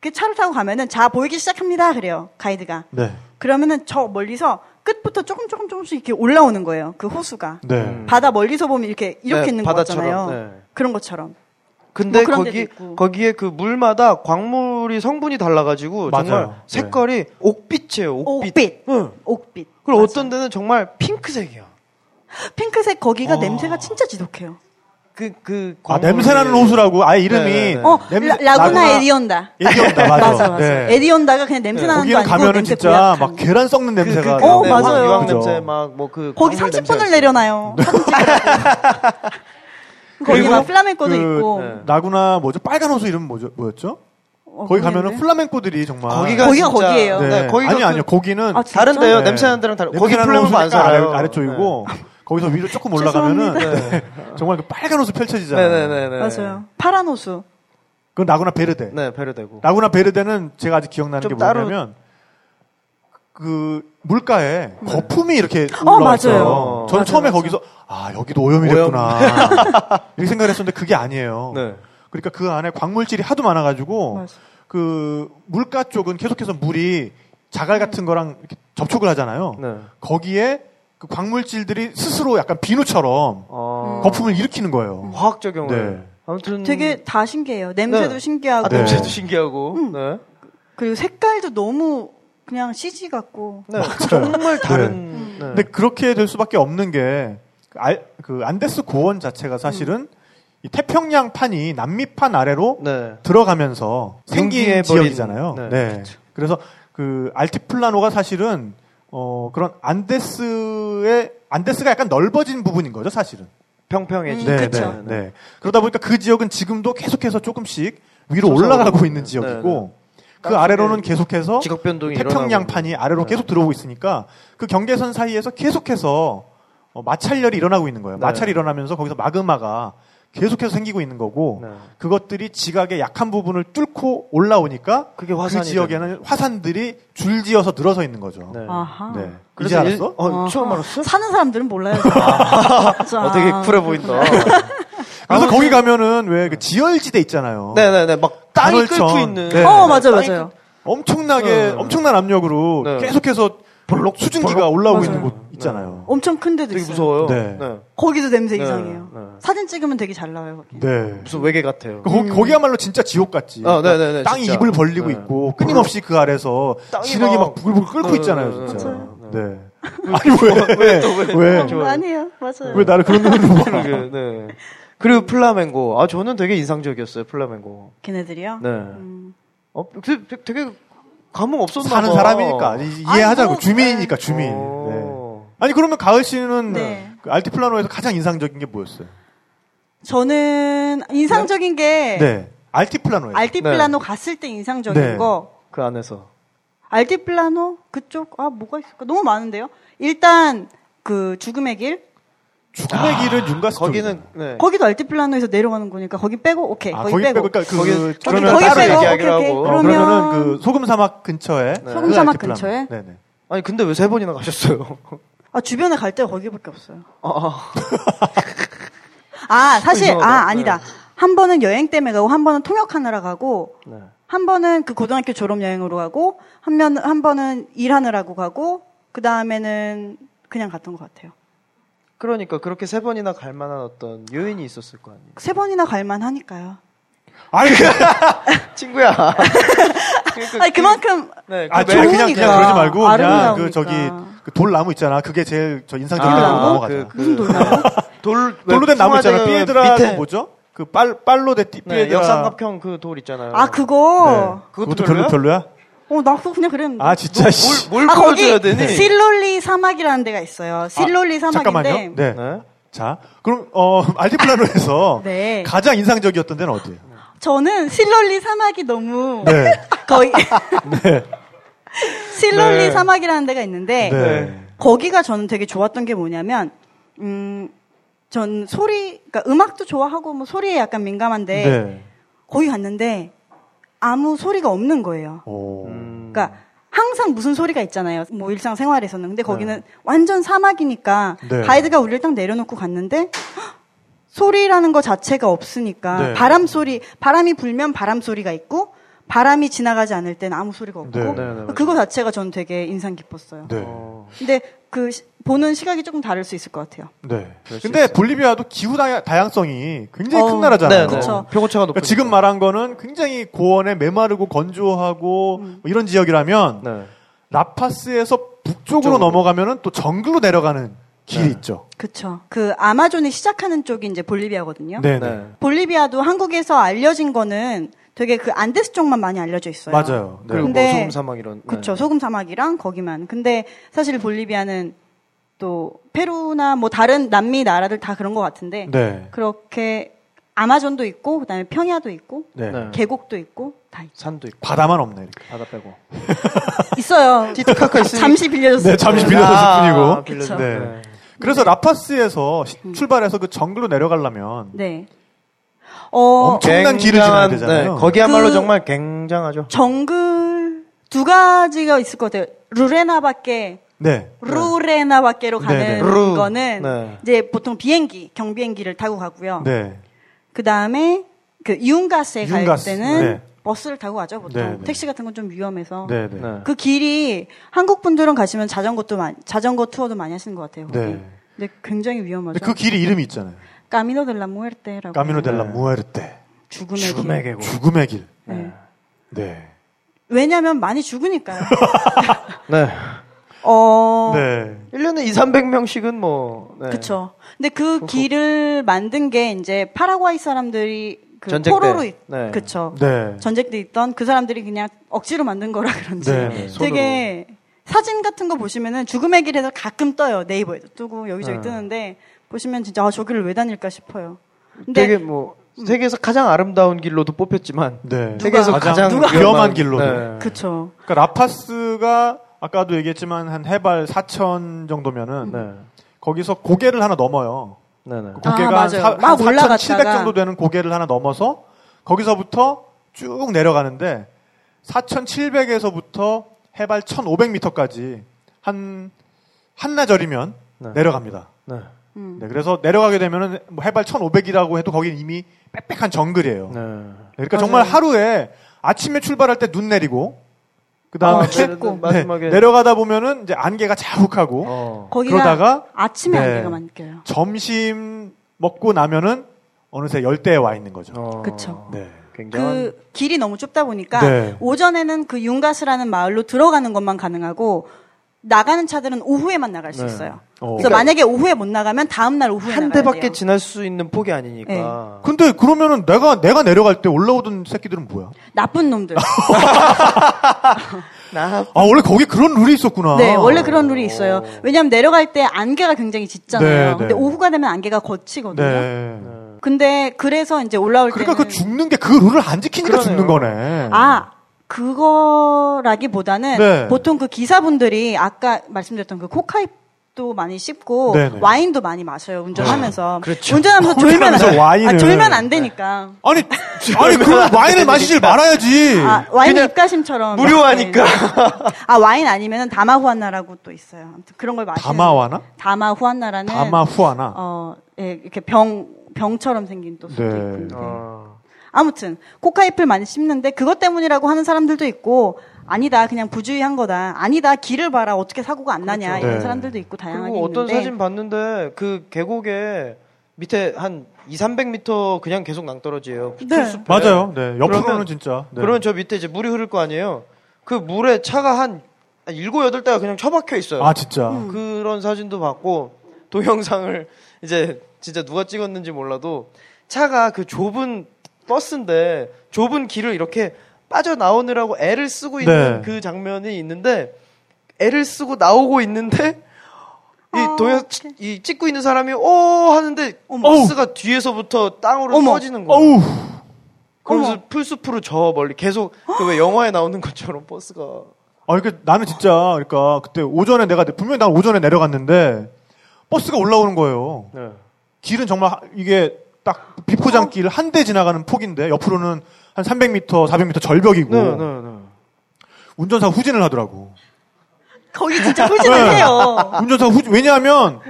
Speaker 3: 그 차를 타고 가면은 자 보이기 시작합니다 그래요 가이드가.
Speaker 1: 네.
Speaker 3: 그러면은 저 멀리서 끝부터 조금 조금 조금씩 이렇게 올라오는 거예요 그 호수가.
Speaker 1: 네.
Speaker 2: 음.
Speaker 3: 바다 멀리서 보면 이렇게 이렇게
Speaker 2: 네,
Speaker 3: 있는 거
Speaker 2: 바다처럼,
Speaker 3: 같잖아요.
Speaker 2: 네.
Speaker 3: 그런 것처럼.
Speaker 2: 근데
Speaker 3: 뭐 그런 데도
Speaker 2: 거기
Speaker 3: 있고.
Speaker 2: 거기에 그 물마다 광물이 성분이 달라가지고
Speaker 1: 맞아요. 네.
Speaker 2: 정말 색깔이 옥빛이에요. 옥빛.
Speaker 3: 옥빛.
Speaker 2: 응.
Speaker 3: 옥빛.
Speaker 2: 그리고
Speaker 3: 맞아.
Speaker 2: 어떤 데는 정말 핑크색이야.
Speaker 3: 핑크색
Speaker 1: 어.
Speaker 3: 거기가 냄새가 진짜 지독해요.
Speaker 2: 그 그
Speaker 1: 아, 냄새 나는 호수라고 아예 이름이
Speaker 2: 네, 네.
Speaker 3: 어
Speaker 1: 냄새-
Speaker 3: 라, 라구나
Speaker 1: 라구나-
Speaker 3: 에디온다.
Speaker 1: 에디온다 맞아.
Speaker 3: 맞아, 맞아.
Speaker 1: 네.
Speaker 3: 에디온다가 그냥 냄새 나는
Speaker 1: 거기는
Speaker 3: 것도 아니고
Speaker 1: 가면은
Speaker 3: 냄새
Speaker 1: 진짜
Speaker 3: 고약한.
Speaker 1: 막 계란 썩는 냄새가
Speaker 2: 그, 그,
Speaker 3: 어,
Speaker 2: 네,
Speaker 1: 나고.
Speaker 3: 맞아요.
Speaker 2: 유황
Speaker 1: 그죠?
Speaker 2: 냄새 막 뭐그
Speaker 3: 거기
Speaker 2: [LAUGHS]
Speaker 3: 30분을 내려놔요.
Speaker 2: 네.
Speaker 3: 사진 찍으라고. 거기
Speaker 1: 그리고
Speaker 3: 막 플라멩코도
Speaker 1: 그,
Speaker 3: 있고.
Speaker 2: 네.
Speaker 1: 라구나 뭐죠? 빨간 호수 이름 뭐죠? 뭐였죠?
Speaker 3: 어,
Speaker 1: 거기
Speaker 3: 모르겠네.
Speaker 1: 가면은 플라멩코들이 정말
Speaker 2: 거기가
Speaker 3: 거기가
Speaker 2: 진짜-
Speaker 3: 거기예요.
Speaker 1: 아. 네.
Speaker 2: 네, 거기가
Speaker 1: 아니
Speaker 2: 그-
Speaker 1: 아니요. 거기는
Speaker 3: 아, 진짜?
Speaker 2: 다른데요.
Speaker 1: 네.
Speaker 2: 냄새 나는 데랑 다른. 거기
Speaker 1: 냄새 나는
Speaker 2: 플라멩코 안
Speaker 1: 호수니까 아래-
Speaker 2: 살아요. 네.
Speaker 1: 아래쪽이고 거기서 위로
Speaker 3: [LAUGHS]
Speaker 1: 조금 올라가면은 [LAUGHS] 네. 정말 그 빨간 호수 펼쳐지잖아요.
Speaker 2: 네네네.
Speaker 3: 맞아요. 파란 호수.
Speaker 1: 그건 라구나 베르데.
Speaker 2: 네 배려되고.
Speaker 1: 라구나 베르데는 제가 아직 기억나는
Speaker 2: 좀
Speaker 1: 게 뭐냐면 그 물가에 거품이 이렇게
Speaker 3: 네. 어,
Speaker 1: 올라와 있어요.
Speaker 3: 맞아요.
Speaker 1: 저는
Speaker 3: 맞아요,
Speaker 1: 처음에
Speaker 3: 맞아요.
Speaker 1: 거기서 아 여기도
Speaker 3: [LAUGHS]
Speaker 1: 오염이랬구나 이렇게 생각을 했었는데 그게 아니에요.
Speaker 2: 네.
Speaker 1: 그러니까 그 안에 광물질이 하도 많아가지고
Speaker 3: 맞아.
Speaker 1: 그 물가 쪽은 계속해서 물이 자갈 같은 거랑 이렇게 접촉을 하잖아요.
Speaker 2: 네.
Speaker 1: 거기에 그 광물질들이 스스로 약간 비누처럼
Speaker 3: 음.
Speaker 2: 어,
Speaker 1: 거품을 일으키는 거예요.
Speaker 2: 화학 작용을.
Speaker 1: 네.
Speaker 2: 아무튼
Speaker 3: 되게 음. 다 신기해요. 냄새도
Speaker 2: 음. 네.
Speaker 3: 신기하고
Speaker 2: 아,
Speaker 1: 네.
Speaker 2: 냄새도 신기하고. 네.
Speaker 3: 그리고 색깔도 너무 그냥 CG 같고
Speaker 2: 네. 정말 다른.
Speaker 3: 음.
Speaker 2: 네.
Speaker 1: 근데 그렇게 될 수밖에 없는 게, 그 알- 그 안데스 고원 자체가
Speaker 2: 음.
Speaker 1: 사실은 이 태평양 판이 남미판 아래로
Speaker 2: 네.
Speaker 1: 들어가면서 생긴
Speaker 2: 융기해버린-
Speaker 1: 지역이잖아요.
Speaker 2: 네,
Speaker 1: 네. 그래서그 알티플라노가 사실은 어 그런 안데스의 안데스가 약간 넓어진 부분인 거죠, 사실은.
Speaker 2: 평평해지.
Speaker 3: 음,
Speaker 1: 네,
Speaker 3: 그쵸.
Speaker 1: 네, 네. 그러다 보니까 그 지역은 지금도 계속해서 조금씩 위로
Speaker 2: 솟아오르고
Speaker 1: 올라가고 있는
Speaker 2: 있네요.
Speaker 1: 지역이고
Speaker 2: 땅속에
Speaker 1: 그 아래로는 계속해서
Speaker 2: 지각 변동이 어? 일어나고.
Speaker 1: 태평양판이 아래로
Speaker 2: 네.
Speaker 1: 계속 들어오고 있으니까 그 경계선 사이에서 계속해서 어, 마찰열이 일어나고 있는 거예요.
Speaker 2: 네.
Speaker 1: 마찰이 일어나면서 거기서 마그마가 계속해서 생기고 있는 거고
Speaker 2: 네.
Speaker 1: 그것들이 지각의 약한 부분을 뚫고 올라오니까
Speaker 2: 그게
Speaker 1: 그
Speaker 2: 화산이
Speaker 1: 지역에는 화산들이 줄지어서 늘어서 있는 거죠.
Speaker 2: 네.
Speaker 3: 아하.
Speaker 1: 네. 이제
Speaker 2: 그래서 일-
Speaker 1: 알았어?
Speaker 2: 어, 처음
Speaker 3: 아하.
Speaker 2: 알았어?
Speaker 3: 사는
Speaker 2: [LAUGHS]
Speaker 3: 사람들은 몰라요. 진짜.
Speaker 2: 어, 되게 쿨해 보인다.
Speaker 3: 네.
Speaker 1: 그래서 거기 가면은 왜 그 지열지대
Speaker 2: [LAUGHS]
Speaker 1: 있잖아요.
Speaker 2: 네. 네네네. 막 땅이
Speaker 1: 간헐천.
Speaker 2: 끓고 있는.
Speaker 1: 네.
Speaker 3: 어 맞아 요
Speaker 2: 땅이
Speaker 3: 맞아요.
Speaker 1: 엄청나게
Speaker 2: 네.
Speaker 1: 엄청난 압력으로
Speaker 2: 네.
Speaker 1: 계속해서 볼록 수증기가 올라오고
Speaker 3: 맞아요.
Speaker 1: 있는 곳 있잖아요.
Speaker 3: 엄청 큰 데도
Speaker 2: 되게
Speaker 3: 있어요.
Speaker 2: 무서워요.
Speaker 1: 네.
Speaker 3: 거기도 냄새
Speaker 2: 네,
Speaker 3: 이상해요.
Speaker 2: 네.
Speaker 3: 사진 찍으면 되게 잘 나와요. 거기.
Speaker 1: 네.
Speaker 2: 무슨 외계 같아요.
Speaker 1: 거, 거기야말로 진짜 지옥 같지.
Speaker 2: 아, 음. 네, 네, 네,
Speaker 1: 땅이
Speaker 2: 진짜.
Speaker 1: 입을 벌리고
Speaker 2: 네.
Speaker 1: 있고 끊임없이 그 아래서
Speaker 2: 땅이
Speaker 1: 진흙이
Speaker 2: 막
Speaker 1: 막 부글부글 끓고
Speaker 2: 네, 네,
Speaker 1: 있잖아요,
Speaker 2: 네,
Speaker 1: 진짜.
Speaker 2: 맞아요.
Speaker 1: 네. 아니 왜? 왜? 왜?
Speaker 2: 좋아요.
Speaker 3: 아니에요, 맞아요.
Speaker 1: 왜 나를 [LAUGHS] 그런 눈으로 봐?
Speaker 2: 그러게, 네. 그리고 플라멩고. 아, 저는 되게 인상적이었어요, 플라멩고.
Speaker 3: 걔네들이요?
Speaker 2: 네.
Speaker 3: 음.
Speaker 2: 어, 되게, 되게- 되게 감흥 없었나
Speaker 1: 사는
Speaker 2: 봐.
Speaker 1: 사람이니까 이- 이해하자고
Speaker 3: 아니, 뭐,
Speaker 1: 주민이니까 주민. 네.
Speaker 2: 어.
Speaker 1: 아니 그러면 가을 씨는
Speaker 3: 네.
Speaker 1: 그 알티플라노에서 가장 인상적인 게 뭐였어요?
Speaker 3: 저는 인상적인 게
Speaker 1: 네. 알티플라노에서.
Speaker 3: 알티플라노 갔을 때 인상적인
Speaker 1: 네.
Speaker 3: 거
Speaker 2: 그 안에서.
Speaker 3: 알티플라노 그쪽 아 뭐가 있을까 너무 많은데요. 일단 그 죽음의 길
Speaker 1: 죽음의 길은 윤가스
Speaker 2: 아, 거기는,
Speaker 1: 쪽이잖아요.
Speaker 2: 네.
Speaker 3: 거기도 알티플라노에서 내려가는 거니까 거기 빼고 오케이
Speaker 1: 아,
Speaker 3: 거기,
Speaker 1: 거기
Speaker 3: 빼고,
Speaker 1: 빼고 그러니까 그
Speaker 2: 거기-
Speaker 1: 그러면
Speaker 3: 거기
Speaker 1: 따로
Speaker 3: 빼고
Speaker 1: 얘기하고
Speaker 2: 얘기하기로
Speaker 3: 오케이,
Speaker 2: 하고.
Speaker 1: 어,
Speaker 3: 오케이. 그러면,
Speaker 1: 그러면은 그 소금 사막 근처에
Speaker 3: 소금 사막
Speaker 1: 그 알티플라노.
Speaker 3: 근처에?
Speaker 1: 네네.
Speaker 2: 아니, 근데 왜 세 번이나 가셨어요? [LAUGHS]
Speaker 3: 아 주변에 갈 데가 거기밖에 없어요.
Speaker 2: 아, 아.
Speaker 3: 아 사실
Speaker 2: 이상하다.
Speaker 3: 아 아니다
Speaker 2: 네.
Speaker 3: 한 번은 여행 때문에 가고 한 번은 통역하느라 가고
Speaker 2: 네.
Speaker 3: 한 번은 그 고등학교 졸업 여행으로 가고 한면 한 번은 일하느라고 가고 그 다음에는 그냥 갔던 것 같아요.
Speaker 2: 그러니까 그렇게 세 번이나 갈 만한 어떤 요인이 있었을 거
Speaker 3: [LAUGHS]
Speaker 2: 아니에요.
Speaker 3: 세 번이나 갈만 하니까요.
Speaker 1: 아니
Speaker 2: 친구야.
Speaker 3: 아니 그만큼
Speaker 2: 네,
Speaker 1: 아,
Speaker 2: 그
Speaker 1: 그냥,
Speaker 2: 매력이-
Speaker 1: 그냥
Speaker 3: 좋으니까.
Speaker 1: 그러지 말고 그냥
Speaker 3: 아름다우니까.
Speaker 1: 그 저기 그 돌나무 있잖아. 그게 제일 저 인상적인
Speaker 2: 아,
Speaker 1: 거 넘어가자.
Speaker 2: 그- 그-
Speaker 3: 무슨 돌나무?
Speaker 2: 돌, 왜
Speaker 1: 돌로 된 나무 있잖아.
Speaker 2: 청와대
Speaker 1: 피에드라
Speaker 2: 밑에-
Speaker 1: 그 뭐죠? 그 빨 빨로 된 띠-
Speaker 2: 네,
Speaker 1: 피에드라.
Speaker 2: 역삼각형 그 돌 있잖아요.
Speaker 3: 아 그거
Speaker 1: 네.
Speaker 2: 그것도 뭐,
Speaker 1: 그것도 별로 별로야?
Speaker 3: 어 나 그거 그냥 그랬는데.
Speaker 1: 아 진짜 씨.
Speaker 2: 뭘, 뭘
Speaker 3: 아,
Speaker 2: 커줘야 되니?
Speaker 3: 실롤리 사막이라는 데가 있어요. 실롤리 사막인데
Speaker 1: 잠깐만요. 네.
Speaker 2: 네.
Speaker 1: 자, 그럼 어 [LAUGHS] 알티플라노에서
Speaker 3: [LAUGHS] 네.
Speaker 1: 가장 인상적이었던 데는 어디예요?
Speaker 3: 저는 실롤리 사막이 너무
Speaker 1: 네.
Speaker 3: [LAUGHS] 거의
Speaker 1: 네.
Speaker 3: 실롤리
Speaker 2: 네.
Speaker 3: 사막이라는 데가 있는데
Speaker 1: 네.
Speaker 3: 거기가 저는 되게 좋았던 게 뭐냐면, 음, 전 소리, 그러니까 음악도 좋아하고 뭐 소리에 약간 민감한데,
Speaker 1: 네.
Speaker 3: 거기 갔는데 아무 소리가 없는 거예요.
Speaker 1: 오.
Speaker 2: 음.
Speaker 3: 그러니까 항상 무슨 소리가 있잖아요. 뭐 일상생활에서는. 근데 거기는 완전 사막이니까
Speaker 1: 네.
Speaker 3: 가이드가 우리를 딱 내려놓고 갔는데 헉! 소리라는 거 자체가 없으니까
Speaker 1: 네.
Speaker 3: 바람 소리, 바람이 불면 바람 소리가 있고 바람이 지나가지 않을 땐 아무 소리가 없고
Speaker 1: 네. 네,
Speaker 2: 네, 네,
Speaker 3: 그거 자체가 저는 되게 인상 깊었어요.
Speaker 1: 네.
Speaker 2: 어,
Speaker 3: 근데 그 시- 보는 시각이 조금 다를 수 있을 것 같아요.
Speaker 1: 네.
Speaker 2: 그럴 수
Speaker 1: 근데
Speaker 2: 있어요.
Speaker 1: 볼리비아도 기후 다- 다양성이 굉장히
Speaker 3: 어,
Speaker 1: 큰 나라잖아요.
Speaker 3: 네, 그쵸.
Speaker 2: 표고차가 높으니까.
Speaker 1: 그러니까 지금 말한 거는 굉장히 고원에 메마르고 건조하고 뭐 이런 지역이라면
Speaker 2: 네.
Speaker 1: 라파스에서 북쪽으로
Speaker 2: 북쪽으로.
Speaker 1: 넘어가면은 또 정글로 내려가는 길이
Speaker 2: 네.
Speaker 1: 있죠.
Speaker 3: 그쵸. 그 아마존이 시작하는 쪽이 이제 볼리비아거든요.
Speaker 1: 네, 네.
Speaker 2: 네.
Speaker 3: 볼리비아도 한국에서 알려진 거는 되게 그 안데스 쪽만 많이 알려져 있어요.
Speaker 1: 맞아요. 네.
Speaker 2: 그리고 뭐
Speaker 3: 근데-
Speaker 2: 소금 사막 이런.
Speaker 3: 그쵸. 소금 사막이랑 거기만. 근데 사실 볼리비아는 또 페루나 뭐 다른 남미 나라들 다 그런 것 같은데
Speaker 1: 네.
Speaker 3: 그렇게 아마존도 있고 그다음에 평야도 있고
Speaker 1: 네.
Speaker 2: 네.
Speaker 3: 계곡도 있고 다 있-
Speaker 2: 산도 있고
Speaker 1: 바다만 없네. 이렇게.
Speaker 2: 바다 빼고.
Speaker 1: [LAUGHS]
Speaker 3: 있어요.
Speaker 2: 티티카카 있으니까.
Speaker 3: 잠시 빌려줬어요.
Speaker 1: 네, 잠시 빌려줬을
Speaker 2: 아,
Speaker 1: 뿐이고.
Speaker 2: 빌려줬-
Speaker 3: 그쵸.
Speaker 1: 네. 그래서 라파스에서 시- 출발해서 그 정글로 내려가려면
Speaker 3: 음. 네. 어,
Speaker 1: 엄청- 엄청난 길을 지나야
Speaker 2: 네,
Speaker 1: 되잖아요.
Speaker 2: 거기야말로
Speaker 3: 그-
Speaker 2: 정말 굉장하죠.
Speaker 3: 정글 두 가지가 있을 것 같아요. 루레나밖에
Speaker 1: 네.
Speaker 3: 루레나밖에로 가는
Speaker 1: 네, 네.
Speaker 2: 루.
Speaker 3: 거는
Speaker 2: 네.
Speaker 3: 이제 보통 비행기 경비행기를 타고 가고요.
Speaker 1: 네.
Speaker 3: 그 다음에 그 이윤가스에
Speaker 1: 이윤가스,
Speaker 3: 갈 때는
Speaker 1: 네.
Speaker 3: 버스를 타고 가죠 보통
Speaker 1: 네, 네.
Speaker 3: 택시 같은 건 좀 위험해서
Speaker 1: 네.
Speaker 2: 네.
Speaker 1: 네.
Speaker 3: 그 길이 한국 분들은 가시면 자전거도 많이, 자전거 투어도 많이 하시는 것 같아요. 거기.
Speaker 1: 네.
Speaker 3: 근데 굉장히 위험하죠.
Speaker 1: 근데 그 길이 이름이 있잖아요.
Speaker 3: 까미노 델라 무에르테라고
Speaker 1: 까미노 델라
Speaker 2: 네.
Speaker 1: 무에르테.
Speaker 3: 죽음의,
Speaker 2: 죽음의
Speaker 3: 길.
Speaker 2: 계곡.
Speaker 1: 죽음의 길.
Speaker 3: 네.
Speaker 1: 네.
Speaker 3: 왜냐하면
Speaker 1: [LAUGHS]
Speaker 3: 많이 죽으니까요.
Speaker 2: 네.
Speaker 3: 어,
Speaker 1: 네.
Speaker 2: 1년에 2, 300명씩은 뭐. 네.
Speaker 3: 그쵸. 근데 그 길을 만든 게 이제 파라과이 사람들이 그
Speaker 2: 전쟁
Speaker 3: 포로로
Speaker 2: 때.
Speaker 3: 있,
Speaker 2: 네.
Speaker 3: 그쵸.
Speaker 1: 네.
Speaker 3: 전쟁때 있던 그 사람들이 그냥 억지로 만든 거라 그런지
Speaker 1: 네, 네.
Speaker 3: 되게 사진 같은 거 보시면은 죽음의 길에서 가끔 떠요 네이버에도 뜨고 여기저기
Speaker 2: 네.
Speaker 3: 뜨는데 보시면 진짜 아 저기를 왜 다닐까 싶어요. 근데 음.
Speaker 2: 되게 뭐 세계에서 가장 아름다운 길로도 뽑혔지만
Speaker 1: 네.
Speaker 2: 세계에서 가장 네.
Speaker 1: 누가- 위험한 길로도.
Speaker 3: 그쵸.
Speaker 1: 그러니까 라파스가 아까도 얘기했지만 한 해발 4천 정도면은
Speaker 2: 네.
Speaker 1: 거기서 고개를 하나 넘어요.
Speaker 2: 네. 네.
Speaker 1: 그 고개가
Speaker 3: 음. 아,
Speaker 1: 한
Speaker 3: 맞아요.
Speaker 1: 사-
Speaker 3: 막
Speaker 1: 한4,700
Speaker 3: 올라갔다가.
Speaker 1: 정도 되는 고개를 하나 넘어서 거기서부터 쭉 내려가는데 4,700에서부터 해발 1,500m까지 한 한나절이면
Speaker 2: 네.
Speaker 1: 내려갑니다.
Speaker 2: 네.
Speaker 3: 음.
Speaker 1: 네, 그래서 내려가게 되면은 뭐 해발 1,500이라고 해도 거기는 이미 빽빽한 정글이에요.
Speaker 2: 네.
Speaker 1: 네,
Speaker 3: 어,
Speaker 1: 그러니까
Speaker 3: 맞아요.
Speaker 1: 정말 하루에 아침에 출발할 때 눈 내리고 그다음에
Speaker 2: 아, 춥고
Speaker 1: [LAUGHS] 네,
Speaker 2: 마지막에
Speaker 1: 내려가다 보면은 이제 안개가 자욱하고
Speaker 2: 어.
Speaker 3: 거기가
Speaker 1: 그러다가
Speaker 3: 아침에
Speaker 1: 네.
Speaker 3: 안개가 많겨요.
Speaker 1: 점심 먹고 나면은 어느새 열대에 와 있는 거죠.
Speaker 2: 어.
Speaker 3: 그쵸.
Speaker 1: 네.
Speaker 2: 굉장한
Speaker 3: 그 길이 너무 좁다 보니까
Speaker 1: 네.
Speaker 3: 오전에는 그 윤가스라는 마을로 들어가는 것만 가능하고 나가는 차들은 오후에만 나갈 수
Speaker 2: 네.
Speaker 3: 있어요.
Speaker 1: 어.
Speaker 3: 그래서 만약에 오후에 못 나가면 다음 날 오후에
Speaker 2: 한
Speaker 3: 나가야
Speaker 2: 대밖에
Speaker 3: 돼요. 네.
Speaker 2: 지날 수 있는 폭이 아니니까.
Speaker 1: 근데 그러면은 내가 내가 내려갈 때 올라오던 새끼들은 뭐야?
Speaker 3: 나쁜 놈들.
Speaker 2: 나
Speaker 1: 아 원래 거기 그런 룰이 있었구나.
Speaker 3: 네, 원래 그런 룰이 있어요. 왜냐하면 내려갈 때 안개가 굉장히 짙잖아요.
Speaker 1: 네, 네.
Speaker 3: 근데 오후가 되면 안개가 거치거든요.
Speaker 1: 네.
Speaker 3: 근데 그래서 이제 올라올
Speaker 1: 그러니까
Speaker 3: 때는
Speaker 1: 그 죽는 게 그 룰을 안 지키니까
Speaker 2: 그러네요.
Speaker 1: 죽는 거네.
Speaker 3: 아 그거라기보다는
Speaker 1: 네.
Speaker 3: 보통 그 기사분들이 아까 말씀드렸던 그 코카잎도 많이 씹고
Speaker 1: 네, 네.
Speaker 3: 와인도 많이 마셔요 운전하면서
Speaker 2: 그렇죠.
Speaker 3: 운전하면서 졸면 안,
Speaker 1: 운전하면서 와인을.
Speaker 3: 아, 졸면 안 되니까 [LAUGHS]
Speaker 1: 아니 아니 그럼 와인을 마시질 말아야지.
Speaker 3: 네. 아, 와인
Speaker 2: 그냥
Speaker 3: 입가심처럼
Speaker 2: 무료하니까.
Speaker 3: 네. 아 와인 아니면 다마후안나라고 또 있어요 아무튼 네. 그런 걸 마시는
Speaker 1: 다마와나?
Speaker 3: 다마후안나라는
Speaker 1: 다마후아나.
Speaker 3: 어, 예, 이렇게 병, 병처럼 생긴 또 수도
Speaker 1: 네.
Speaker 3: 있고.
Speaker 2: 어.
Speaker 3: 아무튼, 코카잎을 많이 씹는데 그것 때문이라고 하는 사람들도 있고, 아니다, 그냥 부주의한 거다. 아니다, 길을 봐라. 어떻게 사고가 안 나냐.
Speaker 2: 그렇죠.
Speaker 3: 이런
Speaker 1: 네.
Speaker 3: 사람들도 있고, 다양하게
Speaker 2: 그리고 어떤
Speaker 3: 있는데.
Speaker 2: 사진 봤는데 그 계곡에 밑에 한 2, 300m 그냥 계속 낭떠러지예요.
Speaker 3: 네.
Speaker 2: 풀숲에.
Speaker 1: 맞아요. 네. 옆으로는
Speaker 2: 그러면-
Speaker 1: 진짜. 네.
Speaker 2: 그러면 저 밑에 이제 물이 흐를 거 아니에요. 그 물에 차가 한 일곱 여덟 대가 그냥 처박혀 있어요.
Speaker 1: 아 진짜.
Speaker 2: 음. 그런 사진도 봤고 동영상을 이제 진짜 누가 찍었는지 몰라도 차가 그 좁은 버스인데 좁은 길을 이렇게 빠져 나오느라고 애를 쓰고 있는
Speaker 1: 네.
Speaker 2: 그 장면이 있는데 애를 쓰고 나오고 있는데 이
Speaker 3: 아,
Speaker 2: 동영
Speaker 3: 어떡해.
Speaker 2: 이 찍고 있는 사람이 오 하는데
Speaker 3: 어머.
Speaker 2: 버스가 뒤에서부터 땅으로
Speaker 3: 어머.
Speaker 2: 떨어지는 거예요.
Speaker 1: 어우.
Speaker 2: 그러면서
Speaker 3: 어머.
Speaker 2: 풀숲으로 저 멀리 계속 그 왜 영화에 나오는 것처럼 버스가
Speaker 1: 아, 그러니까 나는 진짜 그러니까 그때 오전에 내가 분명히 난 오전에 내려갔는데 버스가 올라오는 거예요.
Speaker 2: 네.
Speaker 1: 길은 정말 하- 이게 딱 비포장길 한 대 지나가는 폭인데 옆으로는 한 300m, 400m 절벽이고
Speaker 2: 네, 네, 네.
Speaker 1: 운전사가 후진을 하더라고.
Speaker 3: 거기 진짜 훌진을
Speaker 1: 네.
Speaker 3: 해요.
Speaker 1: 운전사가 후진 왜냐하면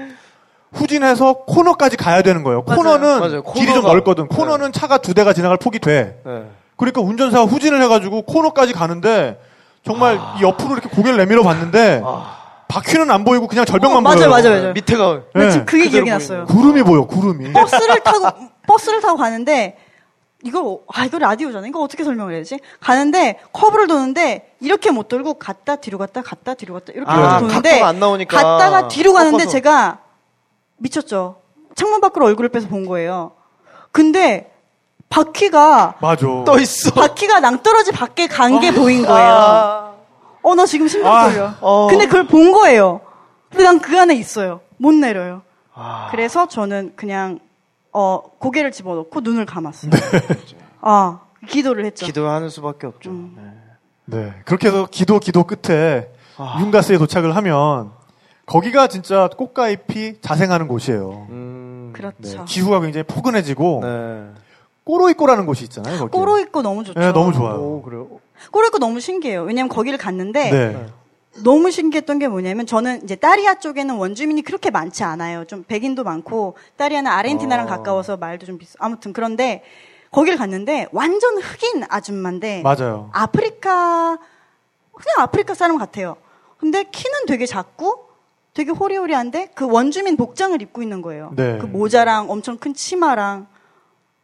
Speaker 1: 후진해서 코너까지 가야 되는 거예요.
Speaker 3: 맞아요.
Speaker 1: 코너는
Speaker 2: 맞아요.
Speaker 1: 길이 좀
Speaker 2: 코너가-
Speaker 1: 넓거든.
Speaker 2: 네.
Speaker 1: 코너는 차가 두 대가 지나갈 폭이 돼.
Speaker 2: 네.
Speaker 1: 그러니까 운전사가 후진을 해가지고 코너까지 가는데 정말 이 옆으로 이렇게 고개를 내밀어 봤는데
Speaker 2: 아.
Speaker 1: 바퀴는 안 보이고 그냥 절벽만
Speaker 3: 어, 맞아요,
Speaker 1: 보여요.
Speaker 3: 맞아요, 맞아요.
Speaker 2: 네, 밑에가
Speaker 3: 나
Speaker 1: 네,
Speaker 3: 지금 그게
Speaker 2: 그대로
Speaker 3: 기억이
Speaker 2: 보이네요.
Speaker 3: 났어요.
Speaker 1: 구름이 보여, 구름이.
Speaker 3: 버스를 타고 버스를 타고 가는데 이걸 어- 아 이거 라디오잖아. 이거 어떻게 설명을 해야지? 가는데 커브를 도는데 이렇게 못 돌고 갔다 뒤로 갔다 갔다 뒤로 갔다 이렇게
Speaker 2: 아,
Speaker 3: 해서 도는데
Speaker 2: 각도가 안 나오니까.
Speaker 3: 갔다가 뒤로 가는데
Speaker 2: 꺾어서.
Speaker 3: 제가 미쳤죠. 창문 밖으로 얼굴을 빼서 본 거예요. 근데 바퀴가
Speaker 1: 맞아.
Speaker 2: 떠 있어.
Speaker 3: 바퀴가 낭떠러지 밖에 간 게 보인 거예요.
Speaker 2: 아.
Speaker 3: 어 나 지금 심장
Speaker 1: 아,
Speaker 3: 떨려.
Speaker 2: 어.
Speaker 3: 근데 그걸 본 거예요. 근데 난 그 안에 있어요. 못 내려요. 그래서 저는 그냥 어 고개를 집어넣고 눈을 감았어요. 아 기도를 했죠. 음.
Speaker 2: 기도하는 수밖에 없죠.
Speaker 1: 네. 그렇게 해서 기도, 기도 끝에
Speaker 3: 아.
Speaker 1: 윤가스에 도착을 하면 거기가 진짜 꽃가잎이 자생하는 곳이에요.
Speaker 2: 음.
Speaker 1: 네.
Speaker 3: 그렇죠.
Speaker 1: 기후가 굉장히 포근해지고
Speaker 2: 네.
Speaker 1: 꼬로이꼬라는 곳이 있잖아요. 거기.
Speaker 3: 꼬로 있고 너무 좋죠.
Speaker 1: 네, 너무 좋아요.
Speaker 2: 오, 그래요?
Speaker 3: 꼬로 있고 너무 신기해요. 왜냐면 거기를 갔는데
Speaker 1: 네.
Speaker 3: 너무 신기했던 게 뭐냐면 저는 이제 딸리아 쪽에는 원주민이 그렇게 많지 않아요. 좀 백인도 많고 딸리아는 아르헨티나랑
Speaker 2: 어.
Speaker 3: 가까워서 말도 좀 비슷. 아무튼 그런데 거기를 갔는데 완전 흑인 아줌마인데
Speaker 1: 맞아요.
Speaker 3: 아프리카 그냥 아프리카 사람 같아요. 근데 키는 되게 작고 되게 호리호리한데 그 원주민 복장을 입고 있는 거예요.
Speaker 1: 네.
Speaker 3: 그 모자랑 엄청 큰 치마랑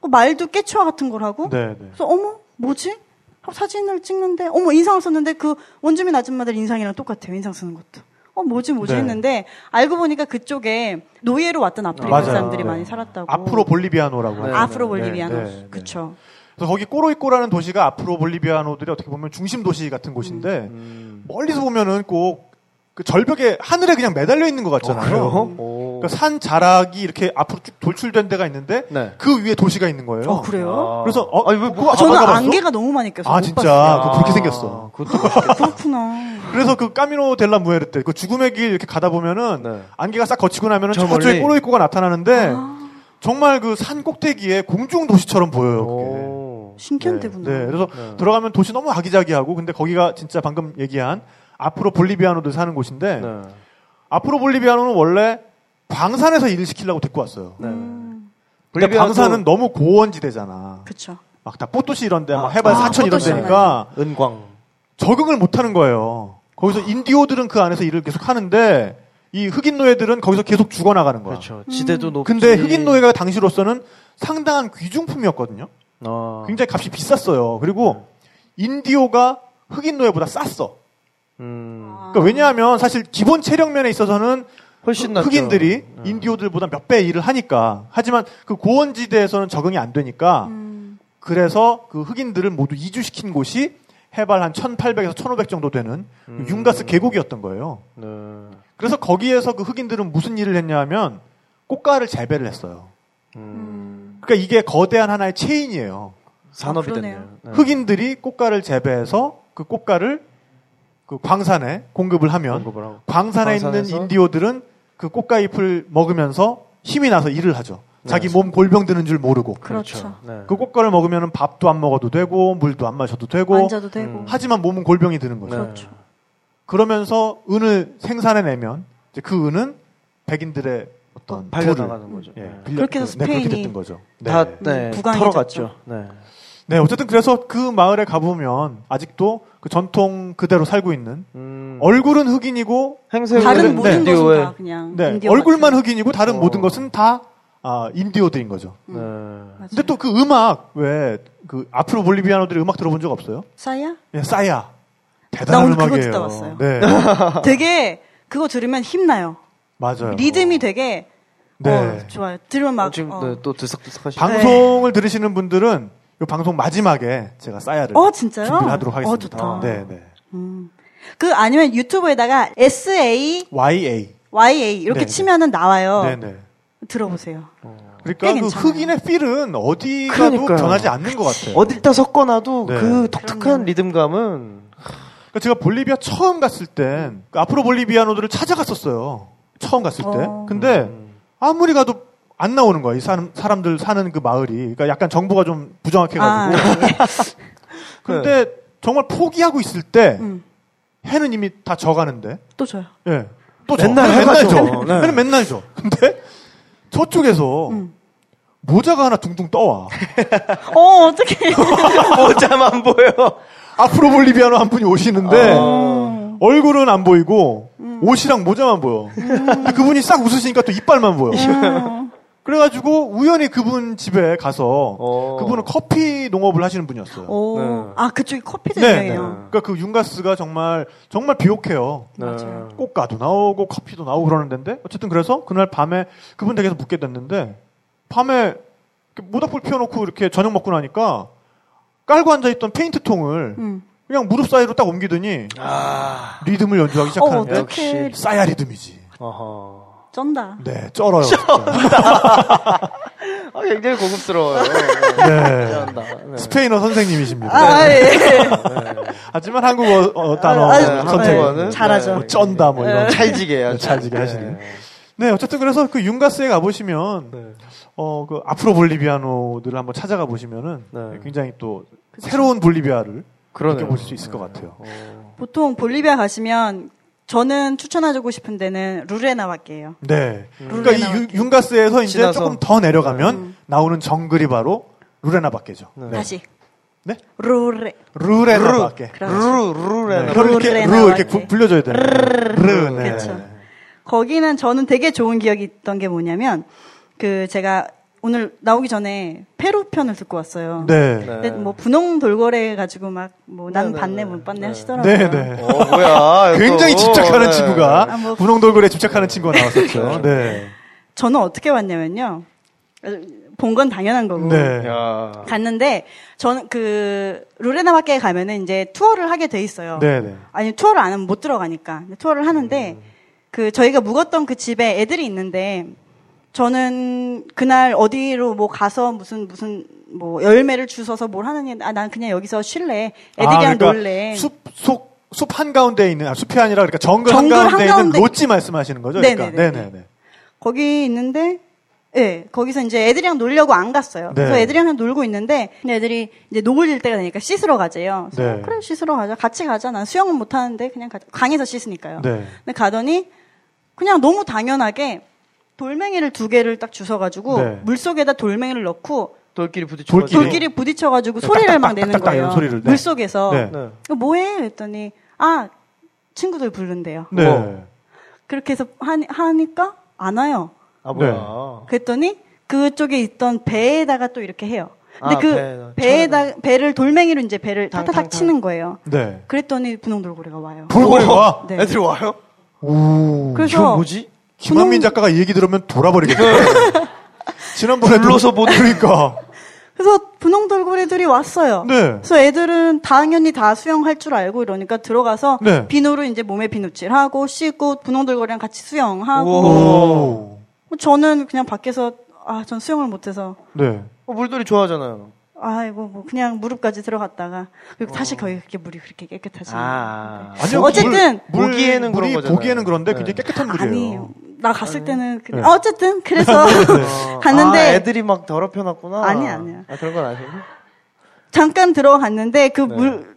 Speaker 3: 어, 말도 깨추와 같은 걸 하고
Speaker 1: 네, 네.
Speaker 3: 그래서 어머 뭐지? 하고 사진을 찍는데 어머 인상을 썼는데 그 원주민 아줌마들 인상이랑 똑같아요. 인상 쓰는 것도. 어 뭐지 뭐지
Speaker 1: 네.
Speaker 3: 했는데 알고 보니까 그쪽에 노예로 왔던 아프리카
Speaker 1: 맞아요.
Speaker 3: 그 사람들이
Speaker 1: 네.
Speaker 3: 많이 살았다고.
Speaker 1: 앞으로 볼리비아노라고
Speaker 2: 네,
Speaker 1: 하죠.
Speaker 3: 아프로
Speaker 2: 네,
Speaker 3: 볼리비아노.
Speaker 1: 네, 네.
Speaker 3: 그쵸.
Speaker 1: 그래서 거기 꼬로이꼬라는 도시가 앞으로 볼리비아노들이 어떻게 보면 중심 도시 같은 곳인데
Speaker 3: 음.
Speaker 1: 멀리서 보면은 꼭 그 절벽에 하늘에 어, 그냥 매달려 있는 것
Speaker 3: 어,
Speaker 1: 같잖아요.
Speaker 2: 그래요?
Speaker 1: 그러니까 산 자락이 이렇게 앞으로 쭉 돌출된 데가 있는데
Speaker 2: 네.
Speaker 1: 그 위에 도시가 있는 거예요.
Speaker 3: 어 그래요?
Speaker 1: 그래서 어,
Speaker 2: 아니, 왜
Speaker 1: 그거 안
Speaker 3: 저는
Speaker 1: 가봤어?
Speaker 3: 안개가 너무 많이 껴서
Speaker 1: 아
Speaker 3: 못
Speaker 1: 진짜
Speaker 3: 봤어요.
Speaker 1: 그거 그렇게 생겼어.
Speaker 2: 아, 그것도 멋있겠다.
Speaker 3: 그렇구나.
Speaker 1: 그래서 그 까미노 델라 무에르 때 그 죽음의 길 이렇게 가다 보면은
Speaker 2: 네.
Speaker 1: 안개가 싹 거치고 나면은
Speaker 2: 저
Speaker 1: 저쪽에
Speaker 2: 멀리.
Speaker 1: 꼬로이꼬가 나타나는데
Speaker 3: 아,
Speaker 1: 정말 그 산 꼭대기에 공중 도시처럼 보여요. [LAUGHS] 그게.
Speaker 2: 오.
Speaker 3: 신기한 데구나.
Speaker 1: 네, 그래서
Speaker 2: 네.
Speaker 1: 들어가면 도시 너무 아기자기하고 근데 거기가 진짜 방금 얘기한 앞으로 볼리비아노들 사는 곳인데
Speaker 2: 네.
Speaker 1: 앞으로 볼리비아노는 원래 광산에서 일을 시키려고 데리고 왔어요.
Speaker 2: 네.
Speaker 3: 음.
Speaker 1: 근데
Speaker 2: 볼리비아도-
Speaker 1: 광산은 너무 고원지대잖아.
Speaker 3: 그쵸.
Speaker 1: 막 다 뽀토시 이런데 막
Speaker 2: 아,
Speaker 1: 해발
Speaker 3: 아,
Speaker 1: 4천 이런
Speaker 3: 뽀토시.
Speaker 1: 데니까
Speaker 2: 은광.
Speaker 1: 적응을 못하는 거예요. 거기서 인디오들은 그 안에서 일을 계속 하는데 이 흑인 노예들은 거기서 계속 죽어나가는 거야.
Speaker 3: 음.
Speaker 2: 그렇죠. 지대도 높고.
Speaker 1: 근데 흑인 노예가 당시로서는 상당한 귀중품이었거든요.
Speaker 2: 아.
Speaker 1: 굉장히 값이 비쌌어요. 그리고 인디오가 흑인 노예보다 쌌어.
Speaker 2: 음.
Speaker 1: 그러니까 왜냐하면 사실 기본 체력면에 있어서는
Speaker 2: 훨씬
Speaker 1: 흑-
Speaker 2: 낫죠.
Speaker 1: 흑인들이
Speaker 2: 네.
Speaker 1: 인디오들보다 몇 배 일을 하니까 하지만 그 고원지대에서는 적응이 안 되니까
Speaker 3: 음,
Speaker 1: 그래서 그 흑인들을 모두 이주시킨 곳이 해발 한 1800에서 1500 정도 되는 그
Speaker 2: 음.
Speaker 1: 융가스 계곡이었던 거예요.
Speaker 2: 네.
Speaker 3: 음.
Speaker 1: 그래서 거기에서 그 흑인들은 무슨 일을 했냐면 꽃가를 재배를 했어요.
Speaker 2: 음.
Speaker 1: 그러니까 이게 거대한 하나의 체인이에요.
Speaker 2: 산업이
Speaker 3: 아, 그러네요.
Speaker 2: 됐네요. 네.
Speaker 1: 흑인들이 꽃가를 재배해서 그 꽃가를 그 광산에 공급을 하면
Speaker 2: 공급을 하고.
Speaker 1: 광산에 있는
Speaker 2: 광산에서?
Speaker 1: 인디오들은 그 꽃가잎을 먹으면서 힘이 나서 일을 하죠.
Speaker 2: 네.
Speaker 1: 자기 몸 골병 드는 줄 모르고.
Speaker 3: 그렇죠.
Speaker 2: 네.
Speaker 1: 그 꽃가를 먹으면 밥도 안 먹어도 되고 물도 안 마셔도 되고
Speaker 3: 앉아도 되고.
Speaker 2: 음.
Speaker 1: 하지만 몸은 골병이 드는
Speaker 2: 네.
Speaker 1: 거죠.
Speaker 3: 그렇죠.
Speaker 1: 그러면서 은을 생산해내면 이제 그 은은 백인들의 어떤 부를,
Speaker 2: 팔려나가는 거죠.
Speaker 1: 예,
Speaker 2: 네.
Speaker 1: 빌려-
Speaker 3: 그렇게 해서
Speaker 1: 네, 그렇게
Speaker 3: 스페인이
Speaker 1: 됐던 거죠. 네.
Speaker 2: 다 네.
Speaker 3: 부강해졌죠.
Speaker 2: 털어갔죠. 네.
Speaker 1: 네, 어쨌든 그래서 그 마을에 가보면 아직도 그 전통 그대로 살고 있는
Speaker 2: 음.
Speaker 1: 얼굴은 흑인이고
Speaker 2: 행세
Speaker 1: 어, 네,
Speaker 3: 다른 모든
Speaker 1: 네.
Speaker 3: 것은 다 그냥
Speaker 1: 네,
Speaker 3: 인디언
Speaker 1: 얼굴만
Speaker 3: 같은.
Speaker 1: 흑인이고 다른
Speaker 2: 어.
Speaker 1: 모든 것은 다 아, 인디오들인 거죠.
Speaker 2: 네.
Speaker 3: 맞아요.
Speaker 1: 근데 또 그 음악 왜 그 앞으로 볼리비아노들이 음악 들어본 적 없어요? [LAUGHS]
Speaker 3: 싸야?
Speaker 1: 예, 싸야
Speaker 3: 나
Speaker 1: 대단한
Speaker 3: 오늘 그거
Speaker 1: 음악이에요.
Speaker 3: 듣다 왔어요. [LAUGHS]
Speaker 1: 네,
Speaker 3: 되게 그거 들으면 힘나요.
Speaker 1: 맞아요.
Speaker 3: 리듬이 되게
Speaker 1: 어. 네.
Speaker 3: 어, 좋아요. 들으면
Speaker 2: 어,
Speaker 3: 막
Speaker 2: 지금
Speaker 3: 어.
Speaker 2: 네, 또 들썩들썩하시죠.
Speaker 1: 방송을
Speaker 3: 네.
Speaker 1: 들으시는 분들은 이 방송 마지막에 제가 싸야를
Speaker 3: 어, 진짜요?
Speaker 1: 준비하도록 하겠습니다.
Speaker 3: 어, 좋다.
Speaker 1: 네, 네.
Speaker 3: 음. 그 아니면 유튜브에다가 S A
Speaker 1: YA.
Speaker 3: Y A 이렇게
Speaker 1: 네, 네.
Speaker 3: 치면은 나와요.
Speaker 1: 네, 네.
Speaker 3: 들어보세요.
Speaker 1: 그러니까
Speaker 3: 어. 꽤
Speaker 1: 그
Speaker 3: 괜찮아요.
Speaker 1: 흑인의 필은 어디 가도
Speaker 2: 그러니까요.
Speaker 1: 변하지 않는 것
Speaker 2: 네.
Speaker 1: 같아요.
Speaker 2: 어딜다 섞어놔도
Speaker 1: 네.
Speaker 2: 그 독특한
Speaker 1: [LAUGHS]
Speaker 3: 그럼요.
Speaker 2: 리듬감은
Speaker 1: 그러니까 제가 볼리비아 처음 갔을 땐그 앞으로 볼리비아노들을 찾아갔었어요. 처음 갔을 때.
Speaker 3: 어.
Speaker 1: 근데
Speaker 2: 음.
Speaker 1: 아무리 가도 안 나오는 거야. 이 사람, 사람들 사는 그 마을이. 그러니까 약간 정보가 좀
Speaker 3: 아,
Speaker 1: 부정확해가지고.
Speaker 3: 네.
Speaker 1: [LAUGHS] 근데 정말 포기하고 있을 때
Speaker 3: 음.
Speaker 1: 해는 이미 다 져가는데.
Speaker 3: 또 줘요.
Speaker 1: 예. 또
Speaker 2: 맨날
Speaker 1: 져.
Speaker 2: 해가
Speaker 1: 맨날 져.
Speaker 2: 져. 네.
Speaker 1: 해는 맨날 져. 근데 저쪽에서
Speaker 3: 음.
Speaker 1: 모자가 하나 둥둥 떠와. [LAUGHS]
Speaker 3: 어 어떻게?
Speaker 2: [LAUGHS] 모자만 보여.
Speaker 1: 앞으로 볼리비아노 한 분이 오시는데
Speaker 3: 음.
Speaker 2: 어.
Speaker 1: 얼굴은 안 보이고 옷이랑 모자만 보여. 근데 그분이 싹 웃으시니까 또 이빨만 보여.
Speaker 3: 예.
Speaker 1: 그래가지고 우연히 그분 집에 가서
Speaker 2: 어.
Speaker 1: 그분은 커피 농업을 하시는 분이었어요. [LAUGHS]
Speaker 3: 오.
Speaker 2: 네.
Speaker 3: 아 그쪽이 커피
Speaker 1: 네, 네.
Speaker 3: 제조예요.
Speaker 1: 그러니까 그 융가스가 정말 정말 비옥해요.
Speaker 3: 맞아요.
Speaker 1: 꽃가도 나오고 커피도 나오고 그러는 데인데 어쨌든 그래서 그날 밤에 그분 댁에서 묵게 됐는데 밤에 이렇게 모닥불 피워놓고 이렇게 저녁 먹고 나니까 깔고 앉아있던 페인트통을
Speaker 3: 음.
Speaker 1: 그냥 무릎 사이로 딱 옮기더니
Speaker 2: 아.
Speaker 1: 리듬을 연주하기
Speaker 3: 어
Speaker 1: 시작하는데
Speaker 3: 어떻게
Speaker 2: 역시.
Speaker 1: 싸야 리듬이지.
Speaker 2: 어허.
Speaker 3: 쩐다.
Speaker 1: 네, 쩔어요. 진짜.
Speaker 2: 아, 굉장히 고급스러워요.
Speaker 1: 네.
Speaker 2: 잘한다. 네.
Speaker 1: 스페인어 선생님이십니다.
Speaker 3: 아 예.
Speaker 1: 하지만 한국어 어, 단어
Speaker 3: 아,
Speaker 2: 네, 한국어는 네.
Speaker 1: 선택은
Speaker 3: 잘하죠.
Speaker 1: 뭐 쩐다 뭐 이런.
Speaker 2: 찰지게 해야죠. 네.
Speaker 1: 찰지게 하시는. 네, 어쨌든 그래서 그 융가스에 가 보시면
Speaker 2: 네.
Speaker 1: 어, 그 앞으로 볼리비아노들을 한번 찾아가 보시면은
Speaker 2: 네.
Speaker 1: 굉장히 또 새로운 볼리비아를
Speaker 2: 그러네요.
Speaker 1: 느껴볼 수 있을 것 같아요.
Speaker 2: 어.
Speaker 3: 보통 볼리비아 가시면 저는 추천해주고 싶은 데는 루레나와께요.
Speaker 1: 네.
Speaker 3: 룰에
Speaker 1: 그러니까 이
Speaker 3: 나왔게.
Speaker 1: 유- 윤가스에서 이제
Speaker 2: 지나서.
Speaker 1: 조금 더 내려가면 나오는 정글이 바로 루레나밖에죠.
Speaker 2: 네.
Speaker 1: 네.
Speaker 3: 다시
Speaker 1: 네?
Speaker 3: 루레
Speaker 1: 루레나밖에.
Speaker 3: 그렇죠.
Speaker 2: 루루루레나.
Speaker 1: 네. 혀를 이렇게 루 이렇게 구-
Speaker 3: 루레나밖에.
Speaker 1: 굴려줘야 돼요. 르. 네.
Speaker 3: 그쵸. 거기는 저는 되게 좋은 기억이 있던 게 뭐냐면 그 제가 오늘 나오기 전에 페루 편을 듣고 왔어요.
Speaker 1: 네.
Speaker 2: 네.
Speaker 1: 네.
Speaker 3: 근데 뭐 분홍 돌고래 가지고 막뭐 나는
Speaker 2: 네, 네,
Speaker 3: 봤네
Speaker 2: 네.
Speaker 3: 못 봤네
Speaker 2: 네.
Speaker 3: 하시더라고요.
Speaker 1: 네. 네.
Speaker 2: 어, 뭐야.
Speaker 1: [LAUGHS] 굉장히
Speaker 2: 또.
Speaker 1: 집착하는
Speaker 2: 네.
Speaker 1: 친구가
Speaker 3: 아, 뭐-
Speaker 1: 분홍돌고래 집착하는 친구가
Speaker 2: [LAUGHS]
Speaker 1: 나왔었죠. 네.
Speaker 3: 저는 어떻게 봤냐면요. 본 건 당연한 거고.
Speaker 1: 네.
Speaker 2: 야.
Speaker 3: 갔는데 저는 그 루레나밖에 가면은 이제 투어를 하게 돼 있어요.
Speaker 1: 네. 음. 네.
Speaker 3: 아니 투어를 안 하면 못 들어가니까 근데 투어를 하는데 그 저희가 묵었던 그 집에 애들이 있는데 저는 그날 어디로 뭐 가서 무슨 무슨 뭐 열매를 주워서 뭘 하느니 아난 그냥 여기서 쉴래 애들이랑
Speaker 1: 아, 그러니까
Speaker 3: 놀래
Speaker 1: 숲, 속, 숲 한가운데 있는, 아, 숲이 아니라 그러니까 정글,
Speaker 3: 정글
Speaker 1: 한가운데,
Speaker 3: 한가운데-
Speaker 1: 있는 로찌 말씀하시는 거죠?
Speaker 3: 네네네.
Speaker 1: 그러니까. 네네네.
Speaker 3: 거기 있는데 예 거기서 이제 애들이랑 놀려고 안 갔어요
Speaker 1: 네.
Speaker 3: 그래서 애들이랑 그냥 놀고 있는데 근데 애들이 이제 노을 질 때가 되니까 씻으러 가재요 그래서
Speaker 1: 네.
Speaker 3: 그래 씻으러 가자 같이 가자 난 수영은 못 하는데 그냥 가자 강에서 씻으니까요
Speaker 1: 네.
Speaker 3: 근데 가더니 그냥 너무 당연하게 돌멩이를 두 개를 딱 주워가지고
Speaker 1: 네.
Speaker 3: 물 속에다 돌멩이를 넣고
Speaker 2: 돌끼리 부딪혀.
Speaker 1: 돌끼리.
Speaker 3: 돌끼리 부딪혀가지고 소리를 막 내는
Speaker 1: 네, 딱딱딱
Speaker 3: 거예요.
Speaker 1: 이런 소리를, 네.
Speaker 3: 물 속에서
Speaker 1: 네.
Speaker 2: 네.
Speaker 3: 이거 뭐해? 그랬더니 아 친구들 부른대요.
Speaker 1: 네.
Speaker 2: 어.
Speaker 3: 그렇게 해서 하니, 하니까 안 와요.
Speaker 1: 네.
Speaker 2: 아, 뭐야.
Speaker 3: 그랬더니 그쪽에 있던 배에다가 또 이렇게 해요. 근데
Speaker 2: 아,
Speaker 3: 그
Speaker 2: 배에다-
Speaker 3: 배에다 배를 돌멩이로 이제 배를
Speaker 2: 탕, 탕, 탕.
Speaker 3: 타타닥 치는 거예요.
Speaker 1: 네.
Speaker 3: 그랬더니 분홍 돌고래가 와요.
Speaker 1: 돌고래 와.
Speaker 3: 네.
Speaker 2: 어, 애들 와요?
Speaker 1: 오.
Speaker 3: 그래서
Speaker 2: 이건 뭐지?
Speaker 1: 김한민 작가가 이 얘기 들으면 돌아버리겠다. [LAUGHS] 지난번에
Speaker 2: 네. 불러서
Speaker 1: 못 그러니까.
Speaker 3: 그래서 분홍 돌고래들이 왔어요.
Speaker 1: 네.
Speaker 3: 그래서 애들은 당연히 다 수영할 줄 알고 이러니까 들어가서
Speaker 1: 네.
Speaker 3: 비누로 이제 몸에 비누칠하고 씻고 분홍 돌고래랑 같이 수영하고 뭐
Speaker 1: 오.
Speaker 3: 저는 그냥 밖에서 아 전 수영을 못해서
Speaker 1: 네.
Speaker 2: 어, 물돌이 좋아하잖아요.
Speaker 3: 아이고 뭐 그냥 무릎까지 들어갔다가 그리고 사실 거기 그렇게 물이 그렇게 깨끗하지 네.
Speaker 2: 아.
Speaker 1: 아니요. 그
Speaker 3: 어쨌든
Speaker 1: 물,
Speaker 2: 보기에는
Speaker 1: 물이
Speaker 2: 그런 거잖아요.
Speaker 1: 보기에는 그런데
Speaker 2: 네.
Speaker 1: 굉장히 깨끗한 물이에요.
Speaker 3: 아니에요. 나 갔을 때는 그냥
Speaker 1: 네.
Speaker 3: 아, 어쨌든 그래서 [LAUGHS]
Speaker 2: 어,
Speaker 3: 갔는데
Speaker 2: 아, 애들이 막 더럽혀놨구나.
Speaker 3: 아니, 아니야.
Speaker 2: 아, 그런 건 아니에요?
Speaker 3: 잠깐 들어갔는데 그
Speaker 2: 네.
Speaker 3: 물,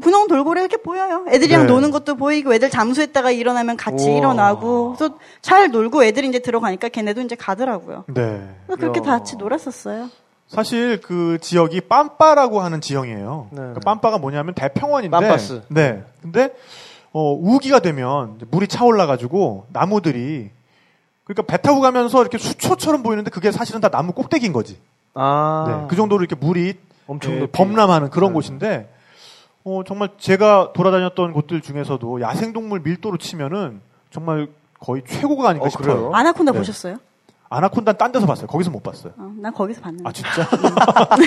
Speaker 3: 분홍 돌고래 이렇게 보여요. 애들이랑
Speaker 1: 네.
Speaker 3: 노는 것도 보이고 애들 잠수했다가 일어나면 같이
Speaker 2: 우와.
Speaker 3: 일어나고 그래서 잘 놀고 애들이 이제 들어가니까 걔네도 이제 가더라고요.
Speaker 1: 네.
Speaker 3: 그래서 그렇게
Speaker 2: 야.
Speaker 3: 다 같이 놀았었어요.
Speaker 1: 사실 그 지역이 빰빠라고 하는 지형이에요.
Speaker 2: 네.
Speaker 1: 그 빰빠가 뭐냐면 대평원인데.
Speaker 2: 빰빠스.
Speaker 1: 네. 근데 어, 우기가 되면 이제 물이 차올라가지고 나무들이 그러니까 배 타고 가면서 이렇게 수초처럼 보이는데 그게 사실은 다 나무 꼭대기인 거지.
Speaker 2: 아.
Speaker 1: 네. 그 정도로 이렇게 물이
Speaker 2: 엄청
Speaker 1: 예,
Speaker 2: 높이.
Speaker 1: 범람하는 그런
Speaker 2: 네.
Speaker 1: 곳인데 어, 정말 제가 돌아다녔던 곳들 중에서도 야생동물 밀도로 치면은 정말 거의 최고가 아닌가
Speaker 2: 어,
Speaker 1: 싶어요.
Speaker 2: 그래요?
Speaker 3: 아나콘다
Speaker 1: 네.
Speaker 3: 보셨어요?
Speaker 1: 아나콘다 딴 데서 봤어요. 거기서 못 봤어요.
Speaker 3: 어, 난 거기서 봤는데.
Speaker 2: [LAUGHS]
Speaker 1: 아 진짜? [LAUGHS]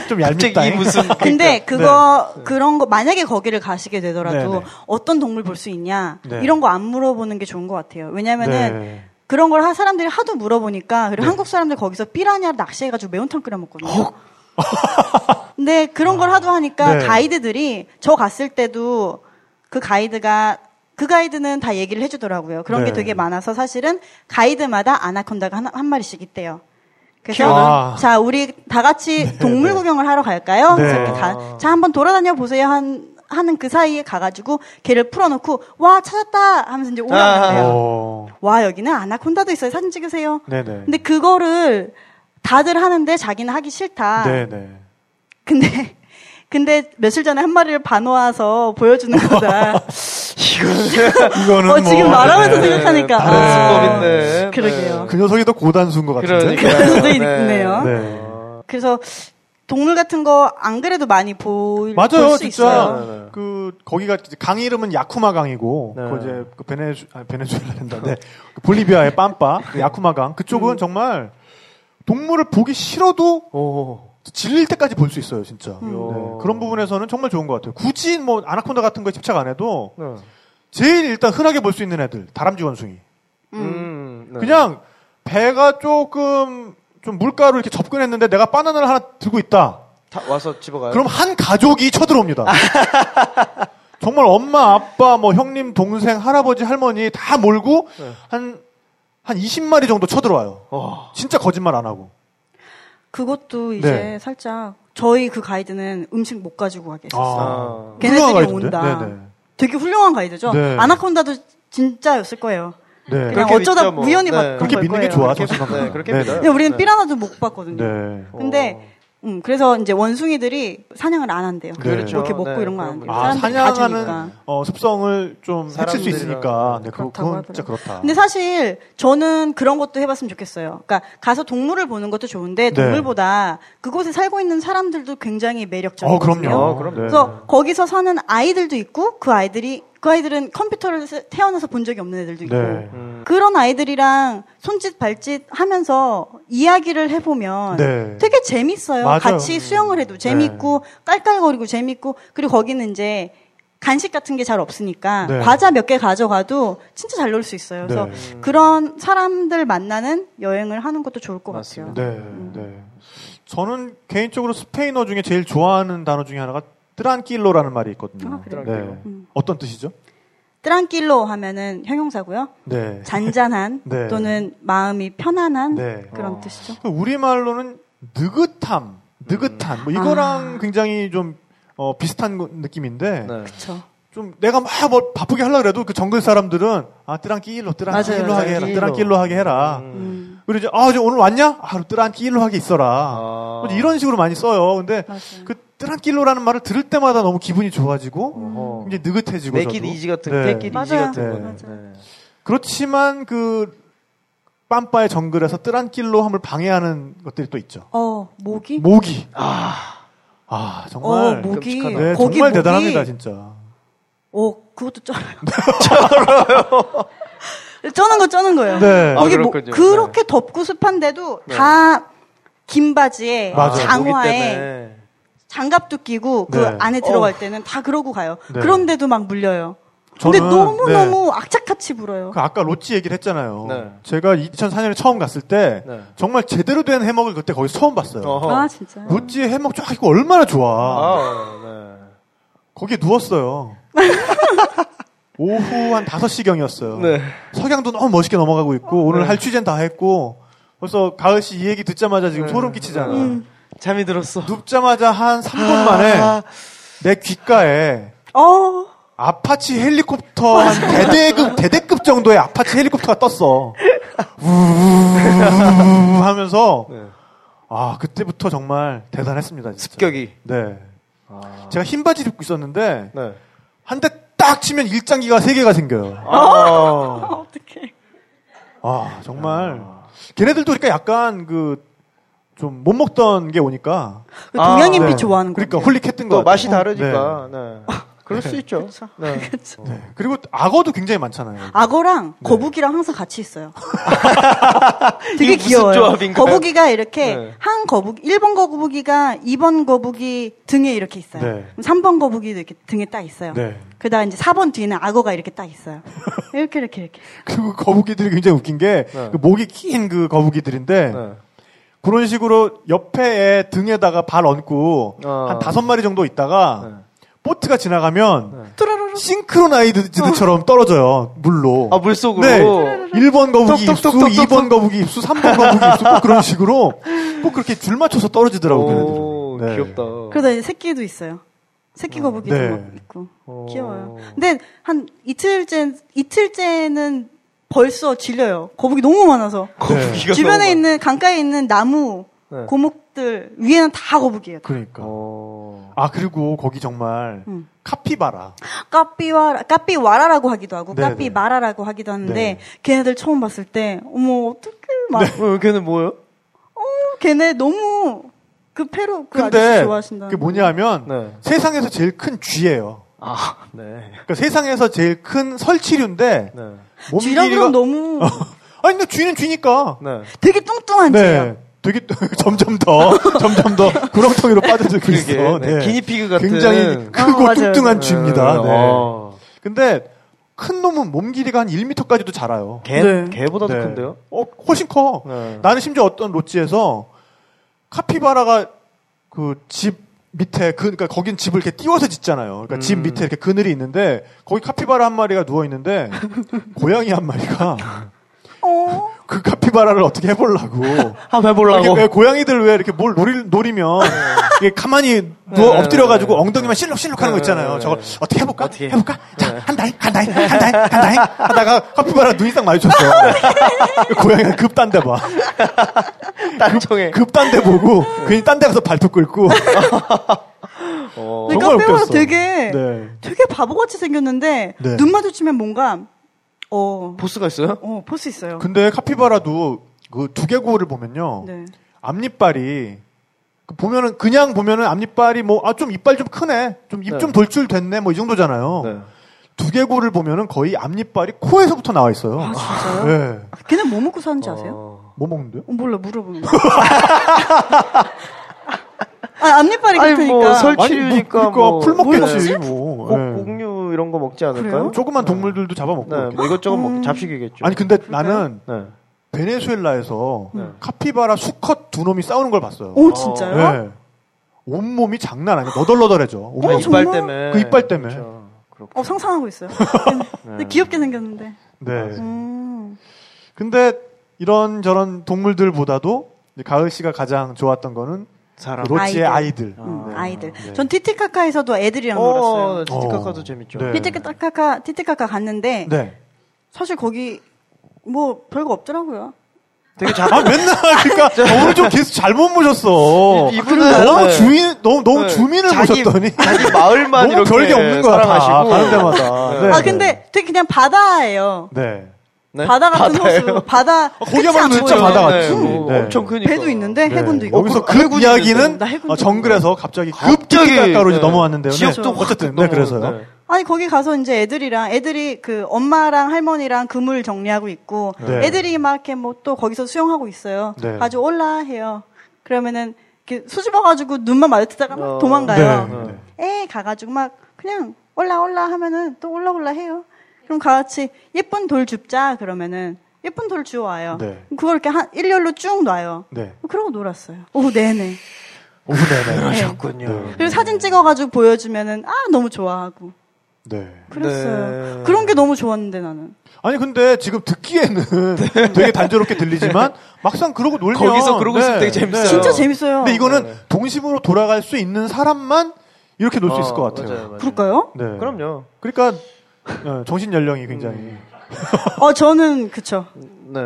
Speaker 1: 좀그 얄밉다.
Speaker 2: 갑자기 이
Speaker 1: [LAUGHS]
Speaker 2: 무슨.
Speaker 3: 근데 그거 그런 거 만약에 거기를 가시게 되더라도
Speaker 1: 네, 네.
Speaker 3: 어떤 동물 볼 수 있냐
Speaker 1: 네.
Speaker 3: 이런 거 안 물어보는 게 좋은 것 같아요. 왜냐면은
Speaker 1: 네.
Speaker 3: 그런 걸 하- 사람들이 하도 물어보니까 그리고 한국 사람들 거기서 삐라냐 낚시해가지고 매운탕 끓여 먹거든요.
Speaker 1: [LAUGHS]
Speaker 3: 근데 그런 걸 하도 하니까
Speaker 1: 네.
Speaker 3: 가이드들이 저 갔을 때도 그 가이드가 그 가이드는 다 얘기를 해주더라고요. 그런
Speaker 1: 네.
Speaker 3: 게 되게 많아서 사실은 가이드마다 아나콘다가 한, 한 마리씩 있대요. 그래서
Speaker 1: 아.
Speaker 3: 자 우리 다 같이 동물
Speaker 1: 네.
Speaker 3: 구경을 하러 갈까요?
Speaker 1: 네.
Speaker 3: 그래서 이렇게 가- 자 한번 돌아다녀 보세요 한 하는 그 사이에 가가지고 걔를 풀어놓고 와 찾았다 하면서
Speaker 1: 아.
Speaker 3: 이제 오라는데요.
Speaker 1: 어.
Speaker 3: 와 여기는 아나콘다도 있어요 사진 찍으세요.
Speaker 1: 네네.
Speaker 3: 근데 그거를 다들 하는데 자기는 하기 싫다. [LAUGHS]
Speaker 1: 네네.
Speaker 3: 근데 근데 며칠 전에 한 마리를 반모아서
Speaker 1: [LAUGHS]
Speaker 3: 보여주는 거다.
Speaker 2: 이거는.
Speaker 1: 이거는
Speaker 3: 어, 지금
Speaker 1: 뭐-
Speaker 3: 말하면서
Speaker 1: 네.
Speaker 3: 생각하니까.
Speaker 2: 다른
Speaker 1: 아.
Speaker 2: 수법인데. 네.
Speaker 3: 그러게요.
Speaker 1: 그 녀석이 더 고단수인 것 같은데.
Speaker 2: 그러니까요. 아.
Speaker 3: 그럴 수도
Speaker 2: 네.
Speaker 3: 있네요.
Speaker 1: 네.
Speaker 3: 그래서 동물 같은 거 안 그래도 많이
Speaker 1: [LAUGHS]
Speaker 3: 보일
Speaker 1: 맞아요,
Speaker 3: 볼수 있어요.
Speaker 1: 진짜.
Speaker 2: 네, 네.
Speaker 1: 그 거기가 이제 강 이름은 야쿠마 강이고
Speaker 2: 네.
Speaker 1: 그 이제 그 베네수 아, 베네수엘라 된다네. 그 볼리비아의 빰빠 그 야쿠마 강 그쪽은
Speaker 3: 음.
Speaker 1: 정말 동물을 보기 싫어도
Speaker 2: 오.
Speaker 1: 질릴 때까지 볼 수 있어요, 진짜.
Speaker 2: 음.
Speaker 1: 네, 그런 부분에서는 정말 좋은 것 같아요. 굳이 뭐 아나콘다 같은 거에 집착 안 해도
Speaker 2: 네.
Speaker 1: 제일 일단 흔하게 볼 수 있는 애들 다람쥐 원숭이.
Speaker 2: 음. 네.
Speaker 1: 그냥 배가 조금 좀 물가로 이렇게 접근했는데 내가 바나나를 하나 들고 있다.
Speaker 2: 다 와서 집어가요.
Speaker 1: 그럼 한 가족이
Speaker 3: [LAUGHS]
Speaker 1: 쳐들어옵니다. 정말 엄마, 아빠, 뭐 형님, 동생, 할아버지, 할머니 다 몰고
Speaker 2: 네.
Speaker 1: 한, 한 20마리 정도 쳐들어와요.
Speaker 2: 어.
Speaker 1: 진짜 거짓말 안 하고.
Speaker 3: 그것도 이제
Speaker 1: 네.
Speaker 3: 살짝 저희 그 가이드는 음식 못 가지고 가게 했어요.
Speaker 2: 아.
Speaker 3: 걔네들이
Speaker 1: 훌륭한 가이드인데?
Speaker 3: 온다.
Speaker 1: 네네.
Speaker 3: 되게 훌륭한 가이드죠.
Speaker 1: 네.
Speaker 3: 아나콘다도 진짜였을 거예요.
Speaker 1: 네.
Speaker 3: 그냥
Speaker 2: 그렇게
Speaker 3: 어쩌다
Speaker 2: 믿죠, 뭐.
Speaker 3: 우연히
Speaker 2: 네.
Speaker 3: 봤던
Speaker 1: 그렇게
Speaker 3: 걸
Speaker 1: 믿는 게
Speaker 3: 거예요.
Speaker 1: 좋아,
Speaker 2: 그렇게-
Speaker 1: 저 생각보다.
Speaker 2: 네, 그렇게
Speaker 1: 네.
Speaker 2: 믿어요.
Speaker 3: 근데 우리는 삐라나도 못 봤거든요.
Speaker 1: 네.
Speaker 3: 근데 음, 그래서 이제 원숭이들이 사냥을 안 한대요.
Speaker 1: 어. 네. 그렇죠.
Speaker 3: 이렇게 먹고
Speaker 2: 네,
Speaker 3: 이런 거
Speaker 2: 그런
Speaker 3: 안 한대요.
Speaker 2: 분들.
Speaker 1: 아,
Speaker 3: 사람들이
Speaker 1: 사냥하는
Speaker 3: 가지니까.
Speaker 1: 어, 습성을 좀 해칠 수
Speaker 2: 사람들이랑-
Speaker 1: 있으니까. 네, 그,
Speaker 4: 그렇다고
Speaker 1: 그건 진짜 그렇다.
Speaker 3: 근데 사실 저는 그런 것도 해봤으면 좋겠어요. 그러니까 가서 동물을 보는 것도 좋은데
Speaker 1: 네.
Speaker 3: 동물보다 그곳에 살고 있는 사람들도 굉장히
Speaker 1: 어,
Speaker 3: 매력적이거든요.
Speaker 1: 그럼요.
Speaker 2: 어, 그럼요.
Speaker 1: 네.
Speaker 3: 그래서 거기서 사는 아이들도 있고 그 아이들이 그 아이들은 컴퓨터를 세- 태어나서 본 적이 없는 애들도 있고
Speaker 1: 네.
Speaker 2: 음.
Speaker 3: 그런 아이들이랑 손짓 발짓 하면서 이야기를 해보면
Speaker 1: 네.
Speaker 3: 되게 재밌어요.
Speaker 1: 맞아요. 네.
Speaker 3: 같이 수영을 해도 재밌고 깔깔거리고 재밌고 그리고 거기는 이제 간식 같은 게 잘 없으니까
Speaker 1: 네.
Speaker 3: 과자 몇 개 가져가도 진짜 잘 놀 수 있어요. 그래서
Speaker 1: 네.
Speaker 3: 그런 사람들 만나는 여행을 하는 것도 좋을 것
Speaker 2: 맞습니다.
Speaker 3: 같아요.
Speaker 1: 네, 네. 저는 개인적으로 스페인어 중에 제일 좋아하는 단어 중에 하나가 트란킬로라는 말이 있거든요.
Speaker 3: 아, 그래요?
Speaker 1: 네.
Speaker 3: 음.
Speaker 1: 어떤 뜻이죠?
Speaker 3: 트랑킬로 하면은 형용사고요.
Speaker 1: 네.
Speaker 3: 잔잔한
Speaker 1: [LAUGHS] 네.
Speaker 3: 또는 마음이 편안한
Speaker 1: 네.
Speaker 3: 그런
Speaker 2: 어.
Speaker 3: 뜻이죠.
Speaker 1: 우리말로는 느긋함, 느긋한 뭐 이거랑
Speaker 3: 아.
Speaker 1: 굉장히 좀 어, 비슷한 거- 느낌인데
Speaker 2: 네.
Speaker 3: 그렇죠.
Speaker 1: 좀 내가 막 뭘 바쁘게 하려고 그래도 그 정글 사람들은 아 뜨랑끼일로 뜨랑끼일로
Speaker 2: 맞아요.
Speaker 1: 하게 해라
Speaker 2: 뜨랑끼일로.
Speaker 1: 뜨랑끼일로 하게 해라
Speaker 2: 음.
Speaker 1: 그리고 이제 아 이제 오늘 왔냐? 아 뜨랑끼일로 하게 있어라
Speaker 2: 아.
Speaker 1: 뭐 이런 식으로 많이 써요 근데
Speaker 3: 맞아요.
Speaker 1: 그 뜨랑끼일로라는 말을 들을 때마다 너무 기분이 좋아지고
Speaker 2: 어허.
Speaker 1: 이제 느긋해지고
Speaker 2: Make it
Speaker 1: 저도.
Speaker 2: easy 같은
Speaker 1: 네.
Speaker 2: Take it easy
Speaker 3: 맞아요.
Speaker 2: 같은
Speaker 1: 네.
Speaker 2: 거.
Speaker 3: 맞아요.
Speaker 2: 네.
Speaker 1: 그렇지만 그 빰빠의 정글에서 뜨랑끼일로 함을 방해하는 것들이 또 있죠
Speaker 3: 어 모기?
Speaker 1: 모기
Speaker 2: 아.
Speaker 1: 아
Speaker 3: 어
Speaker 1: 정말
Speaker 3: 모기.
Speaker 2: 끔찍하다.
Speaker 1: 네,
Speaker 3: 거기
Speaker 1: 정말
Speaker 3: 모기.
Speaker 1: 대단합니다 진짜
Speaker 3: 오, 어, 그것도
Speaker 1: [LAUGHS]
Speaker 3: 쩔어요. 쩔어요. [LAUGHS] 쩌는 거 쩌는 거예요.
Speaker 1: 네.
Speaker 3: 거기
Speaker 2: 아,
Speaker 3: 뭐-
Speaker 2: 그렇군요. 네.
Speaker 3: 그렇게 덥고 습한데도 다 긴 바지에
Speaker 1: 맞아요.
Speaker 2: 모기
Speaker 3: 장화에
Speaker 2: 네. 때문에.
Speaker 3: 장갑도 끼고 그
Speaker 1: 네.
Speaker 3: 안에 들어갈 때는 다 그러고 가요.
Speaker 1: 네.
Speaker 3: 그런데도 막 물려요. 근데
Speaker 1: 저는-
Speaker 3: 너무
Speaker 1: 네.
Speaker 3: 너무 악착같이 불어요.
Speaker 1: 그 아까 로찌 얘기를 했잖아요.
Speaker 2: 네.
Speaker 1: 제가 2004년에 처음 갔을 때
Speaker 2: 네.
Speaker 1: 정말 제대로 된 해먹을 그때 거기 처음 봤어요.
Speaker 2: 어허.
Speaker 3: 아 진짜. 요
Speaker 1: 로찌 해먹 쫙 있고 얼마나 좋아.
Speaker 2: 아, 네.
Speaker 1: 거기에 누웠어요. 오후 한 5시경이었어요.
Speaker 2: 네.
Speaker 1: 석양도 너무 멋있게 넘어가고 있고 오늘 할 취재는 다 했고 벌써 가을 씨 이 얘기 듣자마자 지금
Speaker 2: 네.
Speaker 1: 소름 끼치잖아.
Speaker 3: 음.
Speaker 2: 잠이 들었어.
Speaker 1: 눕자마자 한 3분 만에
Speaker 2: 아.
Speaker 1: 내 귓가에
Speaker 3: 어
Speaker 1: 아파치 헬리콥터 한 대대급 대대급 정도의 아파치 헬리콥터가 떴어. 우우우우우우 하면서
Speaker 2: 네.
Speaker 1: 아 그때부터 정말 대단했습니다. 진짜.
Speaker 2: 습격이.
Speaker 1: 네.
Speaker 2: 아.
Speaker 1: 제가 흰 바지 입고 있었는데
Speaker 2: 네.
Speaker 1: 한 대 딱 치면 일장기가 세 개가 생겨요.
Speaker 2: 아.
Speaker 3: 어떡해. [LAUGHS]
Speaker 1: 아 정말 걔네들도 그러니까 약간 그 좀 못 먹던 게 오니까
Speaker 3: 그 동양인
Speaker 1: 네.
Speaker 3: 피 좋아하는 거.
Speaker 1: 그러니까 홀릭 했던 거
Speaker 2: 또 맛이 다르니까.
Speaker 1: [LAUGHS]
Speaker 2: 네. 그럴 수 있죠. 네.
Speaker 1: 그리고 악어도 굉장히 많잖아요.
Speaker 3: 악어랑
Speaker 2: 네.
Speaker 3: 거북이랑 항상
Speaker 2: [LAUGHS]
Speaker 3: 같이 있어요. 되게
Speaker 2: 이게 무슨
Speaker 3: 귀여워요.
Speaker 2: 조합인가요?
Speaker 3: 거북이가 이렇게
Speaker 2: 네.
Speaker 3: 한 거북, 1번 거북이가 2번 거북이 등에 이렇게 있어요.
Speaker 1: 네.
Speaker 3: 그럼 3번 거북이도 이렇게 등에 딱 있어요.
Speaker 1: 네.
Speaker 3: 그러다 이제 4번 뒤에는 악어가 이렇게 딱
Speaker 2: [LAUGHS]
Speaker 3: 있어요. 이렇게 이렇게 이렇게.
Speaker 1: 그리고 거북이들이 굉장히 웃긴 게
Speaker 2: 네.
Speaker 1: 그 목이 긴 그 거북이들인데
Speaker 2: 네.
Speaker 1: 그런 식으로 옆에 애 등에다가 발 얹고
Speaker 2: 어.
Speaker 1: 한 다섯 마리 정도 있다가
Speaker 2: 네.
Speaker 1: 보트가 지나가면
Speaker 3: 뚜루루루.
Speaker 1: 싱크로나이즈드처럼 떨어져요 물로.
Speaker 2: 아, 물속으로.
Speaker 1: 네. 1번 거북이 입수,
Speaker 2: 똑똑똑똑똑.
Speaker 1: 2번 거북이 입수, 3번 거북이 입수 꼭 그런 식으로 꼭 그렇게 줄 맞춰서 떨어지더라고요.
Speaker 2: 오,
Speaker 1: 걔네들은. 네.
Speaker 2: 귀엽다.
Speaker 3: 그러다 이제 새끼도 있어요. 새끼 거북이도
Speaker 1: 네.
Speaker 3: 막 있고.
Speaker 2: 어.
Speaker 3: 귀여워요. 근데 한 이틀째, 이틀째는 벌써 질려요. 거북이 너무 많아서.
Speaker 2: 거북이가
Speaker 3: 주변에
Speaker 2: 너무
Speaker 3: 있는 강가에 있는 나무
Speaker 2: 네.
Speaker 3: 고목들 위에는 다 거북이에요.
Speaker 1: 그러니까.
Speaker 2: 많아. 어.
Speaker 1: 아 그리고 거기 정말
Speaker 3: 음.
Speaker 1: 카피바라.
Speaker 3: 까삐와라, 까삐와라라고 하기도 하고
Speaker 1: 네, 네.
Speaker 3: 까삐마라라고 하기도 하는데
Speaker 1: 네.
Speaker 3: 걔네들 처음 봤을 때 어머 어떻게 막
Speaker 2: 어, 걔는 뭐예요?
Speaker 3: 걔네 너무 그 페루 그 아저씨
Speaker 1: 근데
Speaker 3: 좋아하신다.
Speaker 1: 그게 뭐냐면
Speaker 2: 네.
Speaker 1: 세상에서 제일 큰 쥐예요.
Speaker 2: 아, 네.
Speaker 1: 그러니까 세상에서 제일 큰 설치류인데
Speaker 2: 네.
Speaker 1: 몸
Speaker 3: 쥐랑
Speaker 1: 길이가
Speaker 3: 그럼 너무
Speaker 1: [LAUGHS] 아니 근데 쥐는 쥐니까.
Speaker 2: 네.
Speaker 3: 되게 뚱뚱한 쥐예요.
Speaker 1: 네. 되게 또- [LAUGHS] 점점 더 점점 더 구렁텅이로 빠져들고
Speaker 2: 그러게.
Speaker 1: 있어.
Speaker 2: 네. 기니피그 같은. 네.
Speaker 1: 굉장히 크고
Speaker 3: 어, 맞아요.
Speaker 1: 뚱뚱한 쥐입니다. 네.
Speaker 2: 어.
Speaker 1: 근데 큰 놈은 몸 길이가 한 1m까지도 자라요.
Speaker 2: 걔,
Speaker 3: 네.
Speaker 2: 걔보다도
Speaker 1: 네.
Speaker 2: 큰데요?
Speaker 1: 어, 훨씬 커.
Speaker 2: 네.
Speaker 1: 나는 심지어 어떤 로찌에서 카피바라가 그 집 밑에 그 그러니까 거긴 집을 이렇게 띄워서 짓잖아요. 그러니까 집
Speaker 2: 음.
Speaker 1: 밑에 이렇게 그늘이
Speaker 2: [LAUGHS]
Speaker 1: 있는데 거기 카피바라 한 마리가 누워 있는데 고양이 한 마리가
Speaker 3: 어
Speaker 1: 그 카피바라를 어떻게 해보려고.
Speaker 2: [LAUGHS] 한번 해보려고.
Speaker 1: 이게 왜 고양이들 왜 이렇게 뭘 노리, 노리면 이게 가만히 누워
Speaker 2: 네,
Speaker 1: 엎드려가지고
Speaker 2: 네, 네.
Speaker 1: 엉덩이만 실룩실룩 하는
Speaker 2: 네,
Speaker 1: 거
Speaker 2: 네,
Speaker 1: 있잖아요.
Speaker 2: 네.
Speaker 1: 저걸 어떻게 해볼까?
Speaker 2: 어떻게? 네.
Speaker 1: 해볼까? 자, 한다잉, 한다잉, 한다잉, 한다잉 하다가 카피바라 눈이
Speaker 2: [LAUGHS]
Speaker 1: 딱 마주쳤어. 고양이가 급 딴 데 봐. 그
Speaker 2: 딴청에.
Speaker 1: 급 딴 데 보고 괜히 딴 데 가서 발톱 긁고.
Speaker 2: 네, 어.
Speaker 3: 그러니까
Speaker 1: 정말
Speaker 3: 카피바라
Speaker 1: 웃겼어.
Speaker 3: 되게
Speaker 1: 네.
Speaker 3: 되게 바보같이 생겼는데
Speaker 1: 네.
Speaker 3: 눈 마주치면 뭔가 어,
Speaker 2: 보스가 있어요?
Speaker 3: 어 볼수 있어요.
Speaker 1: 근데 카피바라도 그 두개골을 보면요.
Speaker 3: 네.
Speaker 1: 앞니빨이 그 보면은 그냥 보면은 앞니빨이 뭐 아 좀 이빨 좀 크네. 좀 입
Speaker 2: 네.
Speaker 1: 좀 돌출 됐네. 뭐 이 정도잖아요.
Speaker 2: 네.
Speaker 1: 두개골을 보면은 거의 앞니빨이 코에서부터 나와 있어요.
Speaker 3: 아 진짜요?
Speaker 1: 예.
Speaker 3: 걔는 뭐 먹고 사는지 아세요?
Speaker 2: 어.
Speaker 1: 뭐 먹는데요?
Speaker 3: 어, 몰라 [LAUGHS] 물어보는 거. 아 앞니빨이
Speaker 2: 아니,
Speaker 3: 같으니까.
Speaker 2: 뭐 설- 치우니까
Speaker 1: 그러니까
Speaker 2: 뭐-
Speaker 1: 풀 먹겠지
Speaker 2: 뭐였지?
Speaker 1: 뭐.
Speaker 2: 고-
Speaker 1: 예.
Speaker 2: 공유 이런 거 먹지 않을까요?
Speaker 3: 그래요?
Speaker 1: 조그만 동물들도 잡아먹고.
Speaker 2: 네,
Speaker 1: 이렇게.
Speaker 2: 뭐 이것저것
Speaker 3: 음. 어,
Speaker 2: 먹, 잡식이겠죠.
Speaker 1: 아니 그 근데 나는
Speaker 2: 네.
Speaker 1: 베네수엘라에서
Speaker 2: 네.
Speaker 1: 카피바라 수컷 두 놈이 싸우는 걸 봤어요.
Speaker 3: 오 진짜요?
Speaker 1: 예. 온몸이 장난 아니야. 너덜너덜해져.
Speaker 2: 아,
Speaker 1: 온몸이.
Speaker 3: 어, 정말?
Speaker 2: 이빨 때문에.
Speaker 1: 그 이빨 때문에.
Speaker 2: 그렇죠. 그렇고.
Speaker 3: 어 상상하고 있어요. 근데
Speaker 2: 네.
Speaker 3: 귀엽게 생겼는데.
Speaker 1: 네.
Speaker 3: 음.
Speaker 1: 근데 이런 저런 동물들보다도 이제 가을 씨가 가장 좋았던 거는
Speaker 2: 사람.
Speaker 1: 로치의 아이들.
Speaker 2: 아,
Speaker 3: 음,
Speaker 2: 네.
Speaker 3: 아이들.
Speaker 1: 네.
Speaker 3: 전 티티카카에서도 애들이랑
Speaker 2: 어,
Speaker 3: 놀았어요.
Speaker 2: 티카카도
Speaker 1: 어.
Speaker 2: 재밌죠.
Speaker 1: 네.
Speaker 3: 티티카카 티티카카 갔는데
Speaker 1: 네.
Speaker 3: 사실 거기 뭐 별거 없더라고요.
Speaker 2: 되게 작,
Speaker 1: 아 맨날
Speaker 2: [LAUGHS]
Speaker 1: 그러니까 오늘 좀 계속 잘못 모셨어. 아,
Speaker 2: 이- 이분은-
Speaker 1: 너무
Speaker 2: 네.
Speaker 1: 주인 너무 너무
Speaker 2: 네.
Speaker 1: 주민을
Speaker 2: 자기,
Speaker 1: 모셨더니
Speaker 2: 자기 마을만
Speaker 1: 너무
Speaker 2: 이렇게
Speaker 1: 별게 없는 거야, 다.
Speaker 2: 사랑하시고
Speaker 1: 가는 데마다. 네.
Speaker 3: 아 근데 되게 그냥 바다예요.
Speaker 1: 네. 어,
Speaker 2: 네?
Speaker 3: 바다 같은
Speaker 2: 바다예요?
Speaker 3: 호수. 바다.
Speaker 1: 거기야말로
Speaker 3: 끝이 안
Speaker 1: 진짜
Speaker 3: 보여요. 음.
Speaker 1: 바다 같지.
Speaker 2: 뭐
Speaker 1: 네.
Speaker 2: 엄청 크니까.
Speaker 3: 배도 있는데 해군도
Speaker 1: 네.
Speaker 3: 있고. 어,
Speaker 1: 여기서
Speaker 2: 거꾸로
Speaker 1: 급
Speaker 2: 해군이
Speaker 1: 이야기는
Speaker 2: 있는데.
Speaker 3: 나 해군도
Speaker 1: 어, 정글에서 갑자기 급
Speaker 2: 갑자기,
Speaker 1: 깎아로 이제
Speaker 2: 네.
Speaker 1: 넘어왔는데요. 네.
Speaker 2: 지역도 확
Speaker 1: 어쨌든 네
Speaker 2: 넘어오고,
Speaker 1: 그래서요.
Speaker 2: 네.
Speaker 3: 아니 거기 가서 이제 애들이랑 애들이 그 엄마랑 할머니랑 그물 정리하고 있고
Speaker 1: 네.
Speaker 3: 애들이 막 이렇게 뭐 또 거기서 수영하고 있어요.
Speaker 1: 네.
Speaker 3: 아주 올라 해요. 그러면은 이렇게 수줍어가지고 눈만 마주치다가 막
Speaker 2: 어.
Speaker 3: 도망가요.
Speaker 1: 네.
Speaker 2: 네.
Speaker 3: 에 가가지고 막 그냥 올라 올라 하면은 또 올라 올라 해요. 그럼 다 같이 예쁜 돌 줍자 그러면은 예쁜 돌 주워와요.
Speaker 1: 네.
Speaker 3: 그걸 이렇게 한 일렬로 쭉 놔요.
Speaker 1: 네.
Speaker 3: 그러고 놀았어요. 오후 내내.
Speaker 1: 오후 네, 내내.
Speaker 2: 그러셨군요. 네.
Speaker 3: 그리고 사진 찍어가지고 보여주면은 아 너무 좋아하고
Speaker 1: 네.
Speaker 3: 그랬어요.
Speaker 2: 네.
Speaker 3: 그런 게 너무 좋았는데 나는.
Speaker 1: 아니 근데 지금 듣기에는 되게 단조롭게 들리지만 막상 그러고 놀면
Speaker 2: 네.
Speaker 1: 네.
Speaker 2: 거기서 그러고 있으면 되게 재밌어요.
Speaker 3: 진짜 재밌어요.
Speaker 1: 근데 이거는
Speaker 2: 네, 네.
Speaker 1: 동심으로 돌아갈 수 있는 사람만 이렇게 놀 수
Speaker 2: 어,
Speaker 1: 있을 것 같아요.
Speaker 2: 맞아요, 맞아요.
Speaker 3: 그럴까요?
Speaker 1: 네.
Speaker 2: 그럼요.
Speaker 1: 그러니까
Speaker 3: [LAUGHS] 네.
Speaker 1: 어, 정신 연령이 굉장히.
Speaker 3: 어 저는 그쵸.
Speaker 2: 네.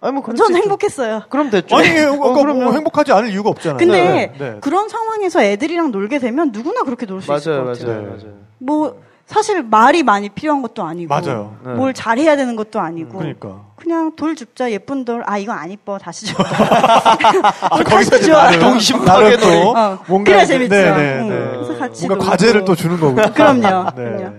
Speaker 2: 아니 뭐 그럴 수
Speaker 3: 전
Speaker 2: 있죠.
Speaker 3: 행복했어요.
Speaker 2: 그럼 됐죠.
Speaker 1: 아니 그러니까
Speaker 2: 어,
Speaker 1: 뭐
Speaker 2: 그럼요.
Speaker 1: 행복하지 않을 이유가 없잖아요.
Speaker 3: 근데
Speaker 1: 네, 네.
Speaker 3: 그런 상황에서 애들이랑 놀게 되면 누구나 그렇게 놀 수 있을
Speaker 2: 맞아요,
Speaker 3: 것 같아요.
Speaker 2: 맞아요,
Speaker 1: 네.
Speaker 2: 맞아요.
Speaker 3: 뭐 사실 말이 많이 필요한 것도 아니고
Speaker 1: 맞아요.
Speaker 2: 네.
Speaker 3: 뭘 잘해야 되는 것도 아니고
Speaker 1: 그러니까.
Speaker 3: 그냥 돌 줍자 예쁜 돌 아 이건 안 이뻐 다시 줘
Speaker 1: 어? 아,
Speaker 3: 다시
Speaker 1: 거기서 이제
Speaker 3: 줘
Speaker 1: 나름-
Speaker 2: 동심
Speaker 1: 나름
Speaker 2: 파괴 놀이.
Speaker 1: 또
Speaker 3: [LAUGHS] 어,
Speaker 1: 뭔가
Speaker 3: 그래야
Speaker 1: 이제-
Speaker 3: 재밌죠
Speaker 1: 네, 네,
Speaker 3: 응.
Speaker 1: 네.
Speaker 3: 그래서 같이
Speaker 1: 뭔가
Speaker 3: 놀고.
Speaker 1: 과제를 또 주는 거군요.
Speaker 3: [LAUGHS] 그럼요.
Speaker 1: 네.
Speaker 3: 그럼요.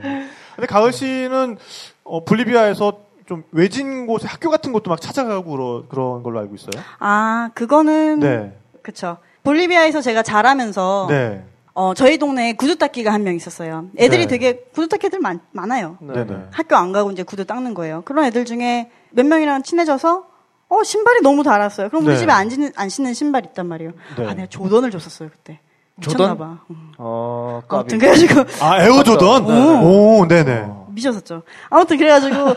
Speaker 1: 근데 가을 씨는 어, 볼리비아에서 좀 외진 곳에 학교 같은 곳도 막 찾아가고 그러, 그런 걸로 알고 있어요.
Speaker 3: 아 그거는
Speaker 1: 네.
Speaker 3: 그쵸 볼리비아에서 제가 자라면서
Speaker 1: 네.
Speaker 3: 어, 저희 동네에 구두 닦기가 한 명 있었어요. 애들이
Speaker 1: 네.
Speaker 3: 되게 구두 닦기들 많, 많아요.
Speaker 1: 네. 네.
Speaker 3: 학교 안 가고 이제 구두 닦는 거예요. 그런 애들 중에 몇 명이랑 친해져서 어 신발이 너무 달았어요. 그럼 우리
Speaker 1: 네.
Speaker 3: 집에 안, 신는, 안 신는 신발 있단 말이에요.
Speaker 1: 네.
Speaker 3: 아 내가 조던을 줬었어요 그때.
Speaker 2: 조던?
Speaker 3: 미쳤나봐.
Speaker 2: 어, 까비.
Speaker 3: 아무튼 그래가지고 [LAUGHS]
Speaker 1: 아, 에어조던? 오, 네네.
Speaker 3: 어. 미쳤었죠. 아무튼 그래가지고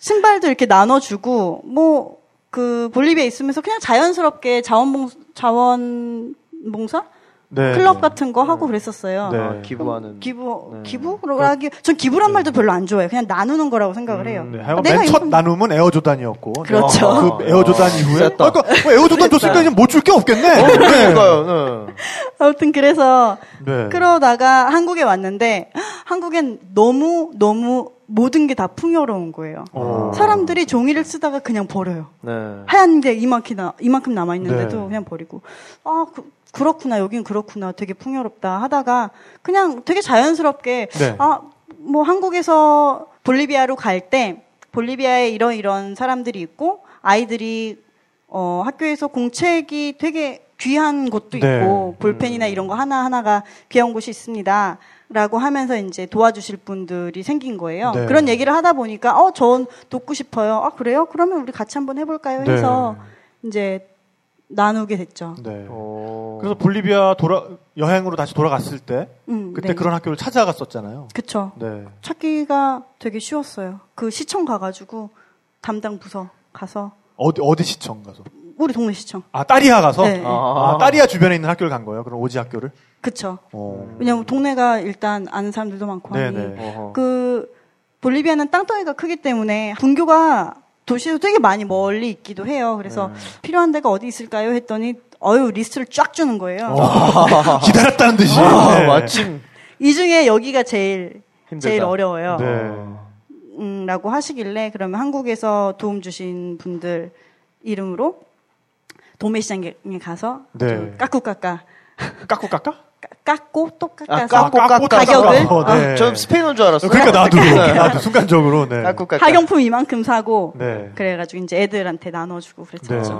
Speaker 3: 신발도 이렇게 나눠주고 뭐 그 볼리비아 있으면서 그냥 자연스럽게 자원봉 자원봉사
Speaker 1: 네.
Speaker 3: 클럽 같은 거 하고 그랬었어요.
Speaker 1: 네.
Speaker 2: 아, 기부하는.
Speaker 3: 기부
Speaker 2: 네.
Speaker 3: 기부? 라기 전 기부란 말도 별로 안 좋아해요. 그냥 나누는 거라고 생각을 해요.
Speaker 1: 네, 하여간
Speaker 3: 내가
Speaker 1: 맨첫
Speaker 3: 이건-
Speaker 1: 나눔은 에어조단이었고. 네.
Speaker 3: 그렇죠.
Speaker 1: 어, 그 에어조단 이후에.
Speaker 2: 셌다.
Speaker 1: 아, 그러니까 뭐 에어조단 줬으니까 이제 못 줄 게 없겠네.
Speaker 2: 어,
Speaker 1: 네.
Speaker 2: 그러니까요. 네.
Speaker 3: [LAUGHS] 아무튼 [LAUGHS] 그래서
Speaker 1: 네.
Speaker 3: 그러다가 한국에 왔는데 한국엔 너무 너무 모든 게 다 풍요로운 거예요.
Speaker 1: 어.
Speaker 3: 사람들이 종이를 쓰다가 그냥 버려요.
Speaker 2: 네.
Speaker 3: 하얀 게 이만큼이나 이만큼 남아 있는데도
Speaker 1: 네.
Speaker 3: 그냥 버리고 아 그, 그렇구나 여긴 그렇구나 되게 풍요롭다 하다가 그냥 되게 자연스럽게
Speaker 1: 네.
Speaker 3: 아 뭐 한국에서 볼리비아로 갈 때 볼리비아에 이런 이런 사람들이 있고 아이들이 어 학교에서 공책이 되게 귀한 곳도
Speaker 1: 네.
Speaker 3: 있고 볼펜이나 이런 거 하나 하나가 귀한 곳이 있습니다. 라고 하면서 이제 도와주실 분들이 생긴 거예요.
Speaker 1: 네.
Speaker 3: 그런 얘기를 하다 보니까 어, 전 돕고 싶어요. 아, 그래요? 그러면 우리 같이 한번 해 볼까요?
Speaker 1: 네.
Speaker 3: 해서 이제 나누게 됐죠.
Speaker 1: 네.
Speaker 2: 어.
Speaker 1: 그래서 볼리비아 돌아, 여행으로 다시 돌아갔을 때,
Speaker 3: 음,
Speaker 1: 그때
Speaker 3: 네.
Speaker 1: 그런 학교를 찾아갔었잖아요.
Speaker 3: 그쵸.
Speaker 1: 네.
Speaker 3: 찾기가 되게 쉬웠어요. 그 시청 가가지고 담당 부서 가서
Speaker 1: 어디 어디 시청 가서?
Speaker 3: 우리 동네 시청.
Speaker 1: 아 딸이야 가서.
Speaker 3: 네.
Speaker 1: 아, 딸이야 주변에 있는 학교를 간 거예요. 그럼 오지 학교를.
Speaker 3: 그쵸.
Speaker 1: 어.
Speaker 3: 왜냐면 동네가 일단 아는 사람들도 많고 하니.
Speaker 1: 네네.
Speaker 2: 어허.
Speaker 3: 그 볼리비아는 땅덩이가 크기 때문에 분교가 도시에서 되게 많이 멀리 있기도 해요.
Speaker 1: 네.
Speaker 3: 그래서 필요한 데가 어디 있을까요? 했더니 어유 리스트를 쫙 주는 거예요.
Speaker 1: [LAUGHS] 어. 기다렸다는 듯이.
Speaker 2: 아,
Speaker 1: 네.
Speaker 2: 마침
Speaker 3: 이 중에 여기가 제일
Speaker 2: 힘들다.
Speaker 3: 제일 어려워요.
Speaker 1: 네.
Speaker 3: 음, 라고 하시길래 그러면 한국에서 도움 주신 분들 이름으로 도매시장에 가서
Speaker 1: 네.
Speaker 3: 좀 깎고 깎아
Speaker 1: 깎고 깎아?
Speaker 3: 깎- 깎고 또 깎아서
Speaker 2: 아, 깎고 깎아.
Speaker 3: 가격을?
Speaker 1: 깎아. 어, 네.
Speaker 2: 아, 저는 스페인어인 줄 알았어요.
Speaker 1: 그러니까 [LAUGHS] 나도
Speaker 2: 네.
Speaker 1: 나도 순간적으로 네.
Speaker 2: 깎고 깎아.
Speaker 3: 학용품 이만큼 사고
Speaker 1: 네.
Speaker 3: 그래가지고 이제 애들한테 나눠주고 그랬었죠.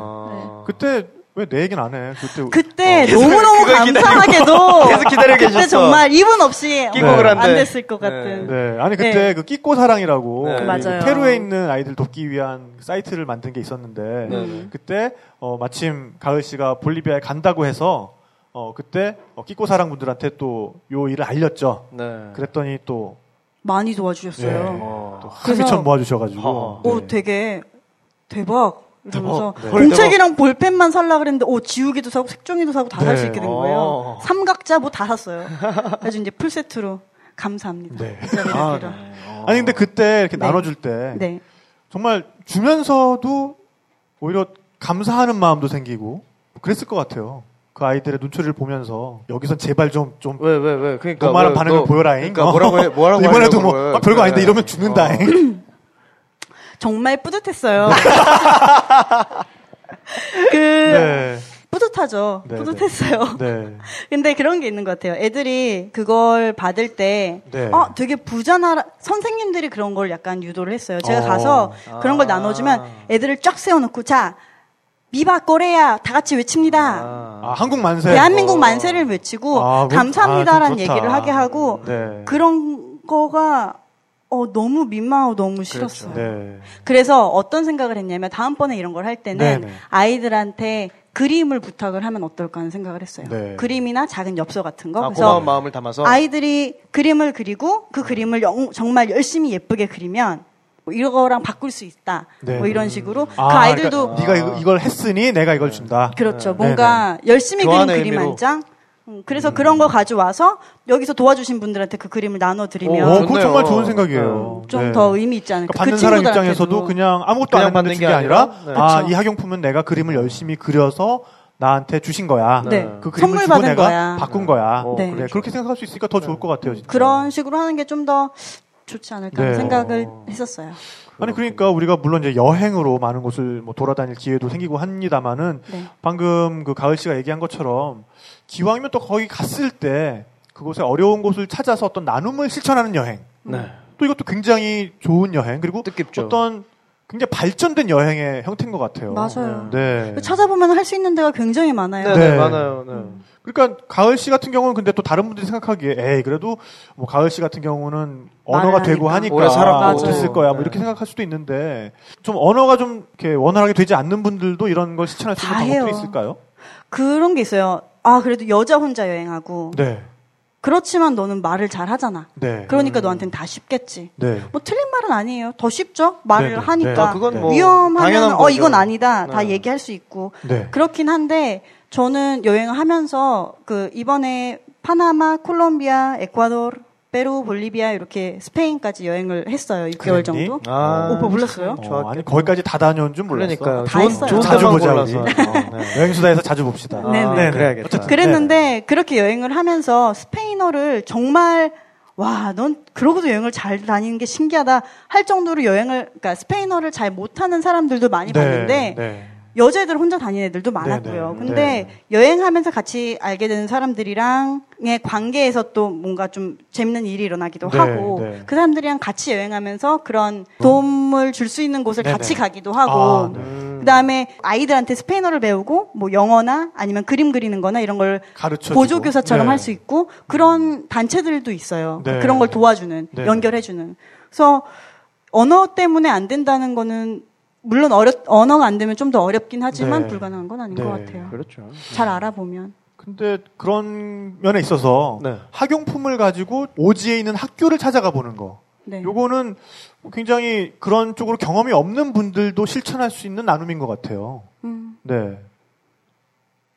Speaker 2: 아.
Speaker 1: 그때 왜 내 얘기는 안 해? 그때
Speaker 3: 그때
Speaker 2: 네. 어, 계속
Speaker 3: 너무너무
Speaker 2: 그걸 기다리고-
Speaker 3: 감사하게도
Speaker 2: 계속 기다리고
Speaker 3: 그때
Speaker 2: 계셨어.
Speaker 3: 정말 이분 없이
Speaker 2: 끼고
Speaker 3: 어,
Speaker 2: 그란데.
Speaker 3: 안 됐을 것
Speaker 2: 네.
Speaker 3: 같은
Speaker 1: 네. 아니 그때 그 끼꼬 사랑이라고
Speaker 2: 네.
Speaker 1: 그
Speaker 3: 맞아요.
Speaker 1: 페루에 있는 아이들 돕기 위한 사이트를 만든 게 있었는데
Speaker 2: 네.
Speaker 1: 그때 어, 마침 가을 씨가 볼리비아에 간다고 해서 어, 그때 어, 끼꼬 사랑 분들한테 또 요 일을 알렸죠.
Speaker 2: 네.
Speaker 1: 그랬더니 또,
Speaker 3: 많이
Speaker 1: 네,
Speaker 3: 도와주셨어요.
Speaker 1: 또
Speaker 2: 어.
Speaker 1: 한미천
Speaker 3: 그래서-
Speaker 1: 모아주셔가지고
Speaker 2: 허허.
Speaker 1: 네.
Speaker 3: 오, 되게 대박. 이러면서
Speaker 1: 대박. 네.
Speaker 3: 공책이랑 볼펜만 살라 그랬는데 오 지우개도 사고 색종이도 사고 다 살 수
Speaker 1: 네.
Speaker 3: 있게 된
Speaker 2: 어.
Speaker 3: 거예요. 삼각자 뭐 다 샀어요. 그래서 이제 풀 세트로 감사합니다.
Speaker 1: 네.
Speaker 3: 이자리를
Speaker 1: 아,
Speaker 3: 빌어.
Speaker 1: 아니 근데 그때 이렇게
Speaker 3: 네.
Speaker 1: 나눠줄 때
Speaker 3: 네.
Speaker 1: 정말 주면서도 오히려 감사하는 마음도 생기고 그랬을 것 같아요. 그 아이들의 눈초리를 보면서 여기선 제발 좀 좀
Speaker 2: 왜, 왜, 왜. 그러니까.
Speaker 1: 노만한
Speaker 2: 왜,
Speaker 1: 반응을
Speaker 2: 너-
Speaker 1: 보여라잉.
Speaker 2: 그러니까 뭐라고 해, 뭐라고
Speaker 1: [LAUGHS] 이번에도
Speaker 2: 하려고
Speaker 1: 뭐
Speaker 2: 그래.
Speaker 1: 아, 별거 아닌데
Speaker 2: 네.
Speaker 1: 이러면
Speaker 2: 어.
Speaker 1: 죽는다잉.
Speaker 3: 정말 뿌듯했어요. [LAUGHS] 그
Speaker 1: 네.
Speaker 3: 뿌듯하죠.
Speaker 1: 네,
Speaker 3: 뿌듯했어요.
Speaker 1: 네.
Speaker 3: 근데 그런 게 있는 것 같아요. 애들이 그걸 받을 때,
Speaker 1: 네.
Speaker 3: 어, 되게 부자나, 선생님들이 그런 걸 약간 유도를 했어요. 제가
Speaker 1: 어.
Speaker 3: 가서 그런 걸
Speaker 2: 아.
Speaker 3: 나눠주면 애들을 쫙 세워놓고, 자, 미바 꼬레야 다 같이 외칩니다.
Speaker 1: 아, 한국 만세.
Speaker 3: 대한민국 만세를 외치고,
Speaker 1: 아, 그건- 아,
Speaker 3: 감사합니다라는
Speaker 1: 그건 좋다.
Speaker 3: 얘기를 하게 하고,
Speaker 1: 네.
Speaker 3: 그런 거가, 어, 너무 민망하고 너무 싫었어요.
Speaker 1: 네.
Speaker 3: 그래서 어떤 생각을 했냐면, 다음번에 이런 걸 할 때는
Speaker 1: 네네.
Speaker 3: 아이들한테 그림을 부탁을 하면 어떨까 하는 생각을 했어요.
Speaker 1: 네.
Speaker 3: 그림이나 작은 엽서 같은 거.
Speaker 2: 아,
Speaker 3: 그래서
Speaker 2: 고마운 마음을 담아서.
Speaker 3: 아이들이 그림을 그리고 그 그림을 영- 정말 열심히 예쁘게 그리면 뭐 이거랑 바꿀 수 있다.
Speaker 1: 네.
Speaker 3: 뭐 이런 식으로 그
Speaker 1: 아,
Speaker 3: 아이들도
Speaker 1: 그러니까 네가 이거- 이걸 했으니 내가 이걸 준다.
Speaker 3: 그렇죠
Speaker 1: 네.
Speaker 3: 뭔가 열심히 그린
Speaker 2: 교환의
Speaker 3: 그림
Speaker 2: 의미로.
Speaker 3: 한 장. 음, 그래서 그런 거 가져와서 여기서 도와주신 분들한테 그 그림을 나눠드리면
Speaker 1: 어, 그거
Speaker 2: 좋네요. 어.
Speaker 1: 정말 좋은 생각이에요.
Speaker 3: 좀
Speaker 1: 네.
Speaker 3: 더 의미 있지 않을까.
Speaker 1: 그러니까 받는 사람
Speaker 3: 친구들한테도.
Speaker 1: 입장에서도 그냥 아무것도
Speaker 2: 그냥
Speaker 1: 안 했는데
Speaker 2: 받는
Speaker 1: 준게
Speaker 2: 게 아니라?
Speaker 1: 아니라,
Speaker 2: 네.
Speaker 1: 아,
Speaker 3: 그쵸.
Speaker 1: 이 학용품은 내가 그림을 열심히 그려서 나한테 주신 거야.
Speaker 3: 네.
Speaker 1: 그 그림을
Speaker 3: 선물
Speaker 1: 주고
Speaker 3: 받은
Speaker 1: 내가
Speaker 3: 거야.
Speaker 1: 바꾼 거야.
Speaker 2: 어, 네.
Speaker 3: 네.
Speaker 1: 그래. 그렇게 생각할 수 있으니까 더 좋을 것 같아요. 진짜.
Speaker 3: 그런 식으로 하는 게 좀 더 좋지 않을까 하는
Speaker 1: 네.
Speaker 3: 생각을 했었어요.
Speaker 1: 아니 그러니까 우리가 물론 이제 여행으로 많은 곳을 뭐 돌아다닐 기회도 생기고 합니다만은
Speaker 3: 네.
Speaker 1: 방금 그 가을 씨가 얘기한 것처럼 기왕이면 또 거기 갔을 때 그곳의 어려운 곳을 찾아서 어떤 나눔을 실천하는 여행
Speaker 2: 네.
Speaker 3: 음,
Speaker 1: 또 이것도 굉장히 좋은 여행 그리고
Speaker 2: 뜻깊죠.
Speaker 1: 어떤 굉장히 발전된 여행의 형태인 것 같아요.
Speaker 3: 맞아요. 그렇죠. 그
Speaker 1: 네.
Speaker 3: 찾아보면 할 수 있는 데가 굉장히 많아요.
Speaker 2: 네,
Speaker 1: 네.
Speaker 2: 네, 많아요. 네.
Speaker 3: 음.
Speaker 1: 그러니까 가을 씨 같은 경우는 근데 또 다른 분들이 생각하기에 에이 그래도 뭐 가을 씨 같은 경우는 언어가
Speaker 3: 말을
Speaker 1: 되고 하니까
Speaker 3: 하니까.
Speaker 2: 오래 살았고.
Speaker 1: 못했을 거야 뭐
Speaker 2: 네.
Speaker 1: 이렇게 생각할 수도 있는데 좀 언어가 좀 이렇게 원활하게 되지 않는 분들도 이런 걸 실천할 수 있는
Speaker 3: 다
Speaker 1: 방법도
Speaker 3: 해요.
Speaker 1: 있을까요?
Speaker 3: 그런 게 있어요. 아, 그래도 여자 혼자 여행하고.
Speaker 1: 네,
Speaker 3: 그렇지만 너는 말을 잘 하잖아.
Speaker 1: 네,
Speaker 3: 그러니까 너한테는 다 쉽겠지.
Speaker 1: 네.
Speaker 3: 뭐 틀린 말은 아니에요. 더 쉽죠? 말을
Speaker 1: 네, 네.
Speaker 3: 하니까.
Speaker 1: 아,
Speaker 2: 그건 뭐 당연한
Speaker 3: 위험하면, 어,
Speaker 2: 거죠.
Speaker 3: 이건 아니다. 다
Speaker 2: 네.
Speaker 3: 얘기할 수 있고.
Speaker 1: 네.
Speaker 3: 그렇긴 한데, 저는 여행을 하면서, 그, 이번에 파나마, 콜롬비아, 에콰도르, 페루, 볼리비아, 이렇게 스페인까지 여행을 했어요. 6개월
Speaker 1: 그랬니?
Speaker 3: 정도. 네.
Speaker 2: 아,
Speaker 3: 오빠 몰랐어요?
Speaker 1: 어,
Speaker 2: 좋았겠다.
Speaker 1: 아니 거기까지 다 다녀온 줄 몰랐어.
Speaker 2: 그러니까요.
Speaker 3: 다
Speaker 2: 좋은,
Speaker 3: 했어요.
Speaker 2: 좋은
Speaker 1: 자주
Speaker 2: 데만
Speaker 1: 보자
Speaker 2: 골라서.
Speaker 1: 우리.
Speaker 2: 어, 네.
Speaker 1: [LAUGHS] 여행 수다에서 자주 봅시다.
Speaker 3: 네,
Speaker 2: 아,
Speaker 3: 네.
Speaker 2: 그래야겠다.
Speaker 1: 어쨌든.
Speaker 3: 그랬는데 그렇게 여행을 하면서 스페인어를 정말 와, 넌 그러고도 여행을 잘 다니는 게 신기하다 할 정도로 여행을 그러니까 스페인어를 잘 못하는 사람들도 많이 봤는데
Speaker 1: 네.
Speaker 3: 여자애들 혼자 다니는 애들도 많았고요.
Speaker 1: 네, 네.
Speaker 3: 근데 여행하면서 같이 알게 되는 사람들이랑의 관계에서 또 뭔가 좀 재밌는 일이 일어나기도
Speaker 1: 네,
Speaker 3: 하고
Speaker 1: 네.
Speaker 3: 그 사람들이랑 같이 여행하면서 그런 도움을 줄 수 있는 곳을
Speaker 1: 네,
Speaker 3: 같이
Speaker 1: 네.
Speaker 3: 가기도 하고
Speaker 1: 아, 네.
Speaker 3: 그다음에 아이들한테 스페인어를 배우고 뭐 영어나 아니면 그림 그리는 거나 이런 걸
Speaker 1: 가르쳐
Speaker 3: 보조 교사처럼 할 수 있고 그런 단체들도 있어요.
Speaker 1: 네.
Speaker 3: 그런 걸 도와주는
Speaker 1: 네.
Speaker 3: 연결해 주는. 그래서 언어 때문에 안 된다는 거는 물론 어렵 언어가 안 되면 좀 더 어렵긴 하지만
Speaker 1: 네.
Speaker 3: 불가능한 건 아닌
Speaker 1: 네.
Speaker 3: 것 같아요.
Speaker 1: [LAUGHS]
Speaker 2: 그렇죠.
Speaker 3: 잘 알아보면
Speaker 1: 근데 그런 면에 있어서
Speaker 2: 네.
Speaker 1: 학용품을 가지고 오지에 있는 학교를 찾아가 보는 거.
Speaker 3: 네.
Speaker 1: 요거는 뭐 굉장히 그런 쪽으로 경험이 없는 분들도 실천할 수 있는 나눔인 것 같아요.
Speaker 3: 음.
Speaker 1: 네.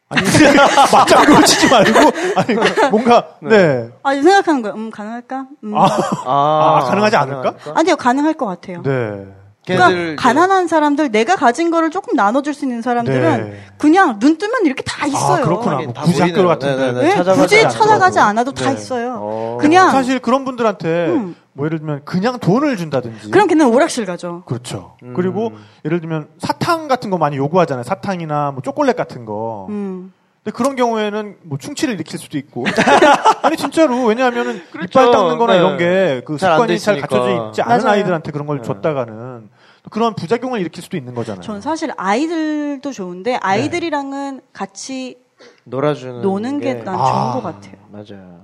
Speaker 1: 아니, [LAUGHS] 맞장구 치지 말고, 아니, 그 뭔가, 네.
Speaker 3: 아, 이제 생각하는 거예요. 음, 가능할까? 음.
Speaker 1: 아,
Speaker 2: 아,
Speaker 1: 아, 가능하지 않을까?
Speaker 3: 아니요, 가능할 것 같아요.
Speaker 1: 네.
Speaker 2: 걔들
Speaker 3: 그러니까 가난한 사람들, 내가 가진 거를 조금 나눠줄 수 있는 사람들은
Speaker 1: 네.
Speaker 3: 그냥 눈 뜨면 이렇게 다 있어요.
Speaker 1: 아, 그렇구나. 뭐
Speaker 2: 다
Speaker 1: 구지 학교
Speaker 2: 보이네요.
Speaker 1: 같은 데.
Speaker 2: 네네네.
Speaker 3: 예,
Speaker 2: 찾아가지
Speaker 3: 굳이
Speaker 2: 않더라도.
Speaker 3: 찾아가지 않아도 다
Speaker 2: 네.
Speaker 3: 있어요.
Speaker 2: 어.
Speaker 3: 그냥
Speaker 1: 사실 그런 분들한테
Speaker 3: 음.
Speaker 1: 뭐 예를 들면 그냥 돈을 준다든지.
Speaker 3: 그럼 걔는 오락실 가죠.
Speaker 1: 그렇죠.
Speaker 2: 음.
Speaker 1: 그리고 예를 들면 사탕 같은 거 많이 요구하잖아요. 사탕이나 뭐 초콜릿 같은 거.
Speaker 3: 음.
Speaker 1: 근데 그런 경우에는 뭐 충치를 일으킬
Speaker 2: [LAUGHS]
Speaker 1: 수도 있고. 아니 진짜로 왜냐하면은
Speaker 2: 그렇죠.
Speaker 1: 이빨 닦는 거나
Speaker 2: 네.
Speaker 1: 이런 게 그
Speaker 2: 잘안
Speaker 1: 습관이
Speaker 2: 돼
Speaker 1: 잘
Speaker 2: 있으니까.
Speaker 1: 갖춰져 있지 않은
Speaker 3: 맞아요.
Speaker 1: 아이들한테 그런 걸
Speaker 2: 네.
Speaker 1: 줬다가는 또 그런 부작용을 일으킬 수도 있는 거잖아요.
Speaker 3: 전 사실 아이들도 좋은데 아이들이랑은 같이
Speaker 2: 놀아주는
Speaker 3: 노는 게
Speaker 2: 네.
Speaker 3: 난
Speaker 1: 아.
Speaker 3: 좋은 것 같아요.
Speaker 2: 맞아요.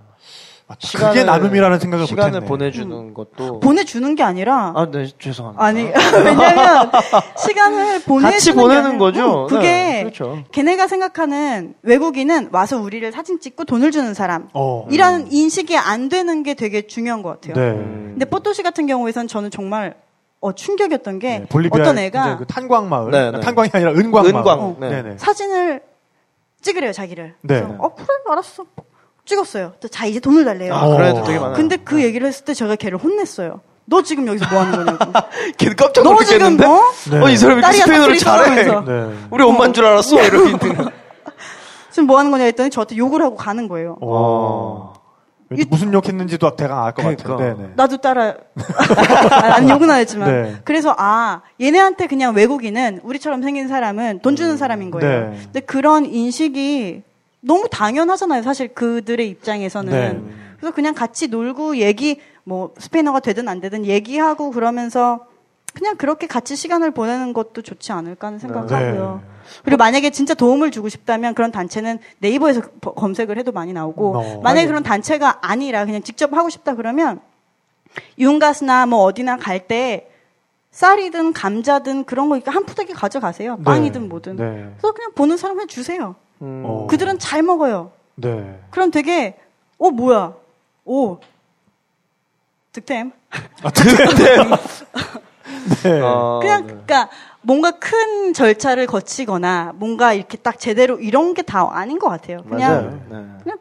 Speaker 1: 맞다. 그게 나눔이라는 생각을
Speaker 2: 시간을
Speaker 1: 못했네. 음.
Speaker 2: 보내주는 것도
Speaker 3: 보내주는 게 아니라
Speaker 2: 아, 네, 죄송합니다.
Speaker 3: 음. 아니 [LAUGHS] 왜냐면 시간을 보내는 어,
Speaker 2: 같이 보내는 거죠. 네,
Speaker 3: 그게
Speaker 2: 그렇죠.
Speaker 3: 걔네가 생각하는 외국인은 와서 우리를 사진 찍고 돈을 주는 사람
Speaker 1: 어.
Speaker 3: 이라는 인식이 안 되는 게 되게 중요한 것 같아요.
Speaker 1: 네.
Speaker 2: 음.
Speaker 3: 근데 뽀또시 같은 경우에선 저는 정말 어, 충격이었던 게
Speaker 1: 네, 볼리비아
Speaker 3: 어떤
Speaker 1: 이제
Speaker 3: 애가
Speaker 1: 그 탄광 마을,
Speaker 2: 예. 네, 네.
Speaker 1: 탄광이 아니라 은광 마을.
Speaker 2: 은광,
Speaker 3: 어.
Speaker 2: 네.
Speaker 1: 네네.
Speaker 3: 사진을 찍으래요 자기를.
Speaker 1: 네.
Speaker 3: 그래서 어 그래 알았어 찍었어요. 그래서 자 이제 돈을 달래요.
Speaker 2: 아, 그래도
Speaker 1: 어.
Speaker 2: 되게 많아요.
Speaker 3: 근데 그 얘기를 했을 때 제가 걔를 혼냈어요. 너 지금 여기서 뭐 하는 거냐고.
Speaker 2: [LAUGHS] 걔 깜짝
Speaker 3: 너 지금
Speaker 2: 놀랐겠는데?
Speaker 3: 뭐?
Speaker 1: 네.
Speaker 2: 어, 이 사람이 이렇게
Speaker 3: 딸이야,
Speaker 2: 스페인어를
Speaker 3: 사투리
Speaker 2: 잘해.
Speaker 3: 잘하면서.
Speaker 1: 네.
Speaker 2: 우리 엄마인 줄 알았어. 이렇게
Speaker 3: [LAUGHS]
Speaker 2: 있는.
Speaker 3: 지금 뭐 하는 거냐 했더니 저한테 욕을 하고 가는 거예요.
Speaker 1: 어. 왠지 무슨 욕했는지도 대강 알 것 같아요.
Speaker 2: 그러니까.
Speaker 1: 네네.
Speaker 3: 나도 따라 [LAUGHS] 아니, 아니 욕은 안 했지만
Speaker 1: 네.
Speaker 3: 그래서 아 얘네한테 그냥 외국인은 우리처럼 생긴 사람은 돈 주는 사람인 거예요.
Speaker 1: 네.
Speaker 3: 근데 그런 인식이 너무 당연하잖아요. 사실 그들의 입장에서는
Speaker 1: 네.
Speaker 3: 그래서 그냥 같이 놀고 얘기 뭐 스페인어가 되든 안 되든 얘기하고 그러면서 그냥 그렇게 같이 시간을 보내는 것도 좋지 않을까 하는 생각하고요.
Speaker 1: 네.
Speaker 3: 그리고 만약에 진짜 도움을 주고 싶다면 그런 단체는 네이버에서 버- 검색을 해도 많이 나오고
Speaker 1: 어.
Speaker 3: 만약에 그런 단체가 아니라 그냥 직접 하고 싶다 그러면 윤가스나 뭐 어디나 갈 때 쌀이든 감자든 그런 거 이렇게 한 푸대기 가져가세요.
Speaker 1: 네.
Speaker 3: 빵이든 뭐든.
Speaker 1: 네.
Speaker 3: 그래서 그냥 보는 사람한테 주세요.
Speaker 2: 음.
Speaker 1: 어.
Speaker 3: 그들은 잘 먹어요.
Speaker 1: 네.
Speaker 3: 그럼 되게 어 뭐야? 오 득템.
Speaker 1: 아, 득템. 네.
Speaker 2: 아,
Speaker 3: 그냥
Speaker 2: 네.
Speaker 3: 그러니까 뭔가 큰 절차를 거치거나 뭔가 이렇게 딱 제대로 이런 게 다 아닌 것 같아요. 그냥
Speaker 1: 맞아요.
Speaker 2: 맞아요. 네.
Speaker 3: 그냥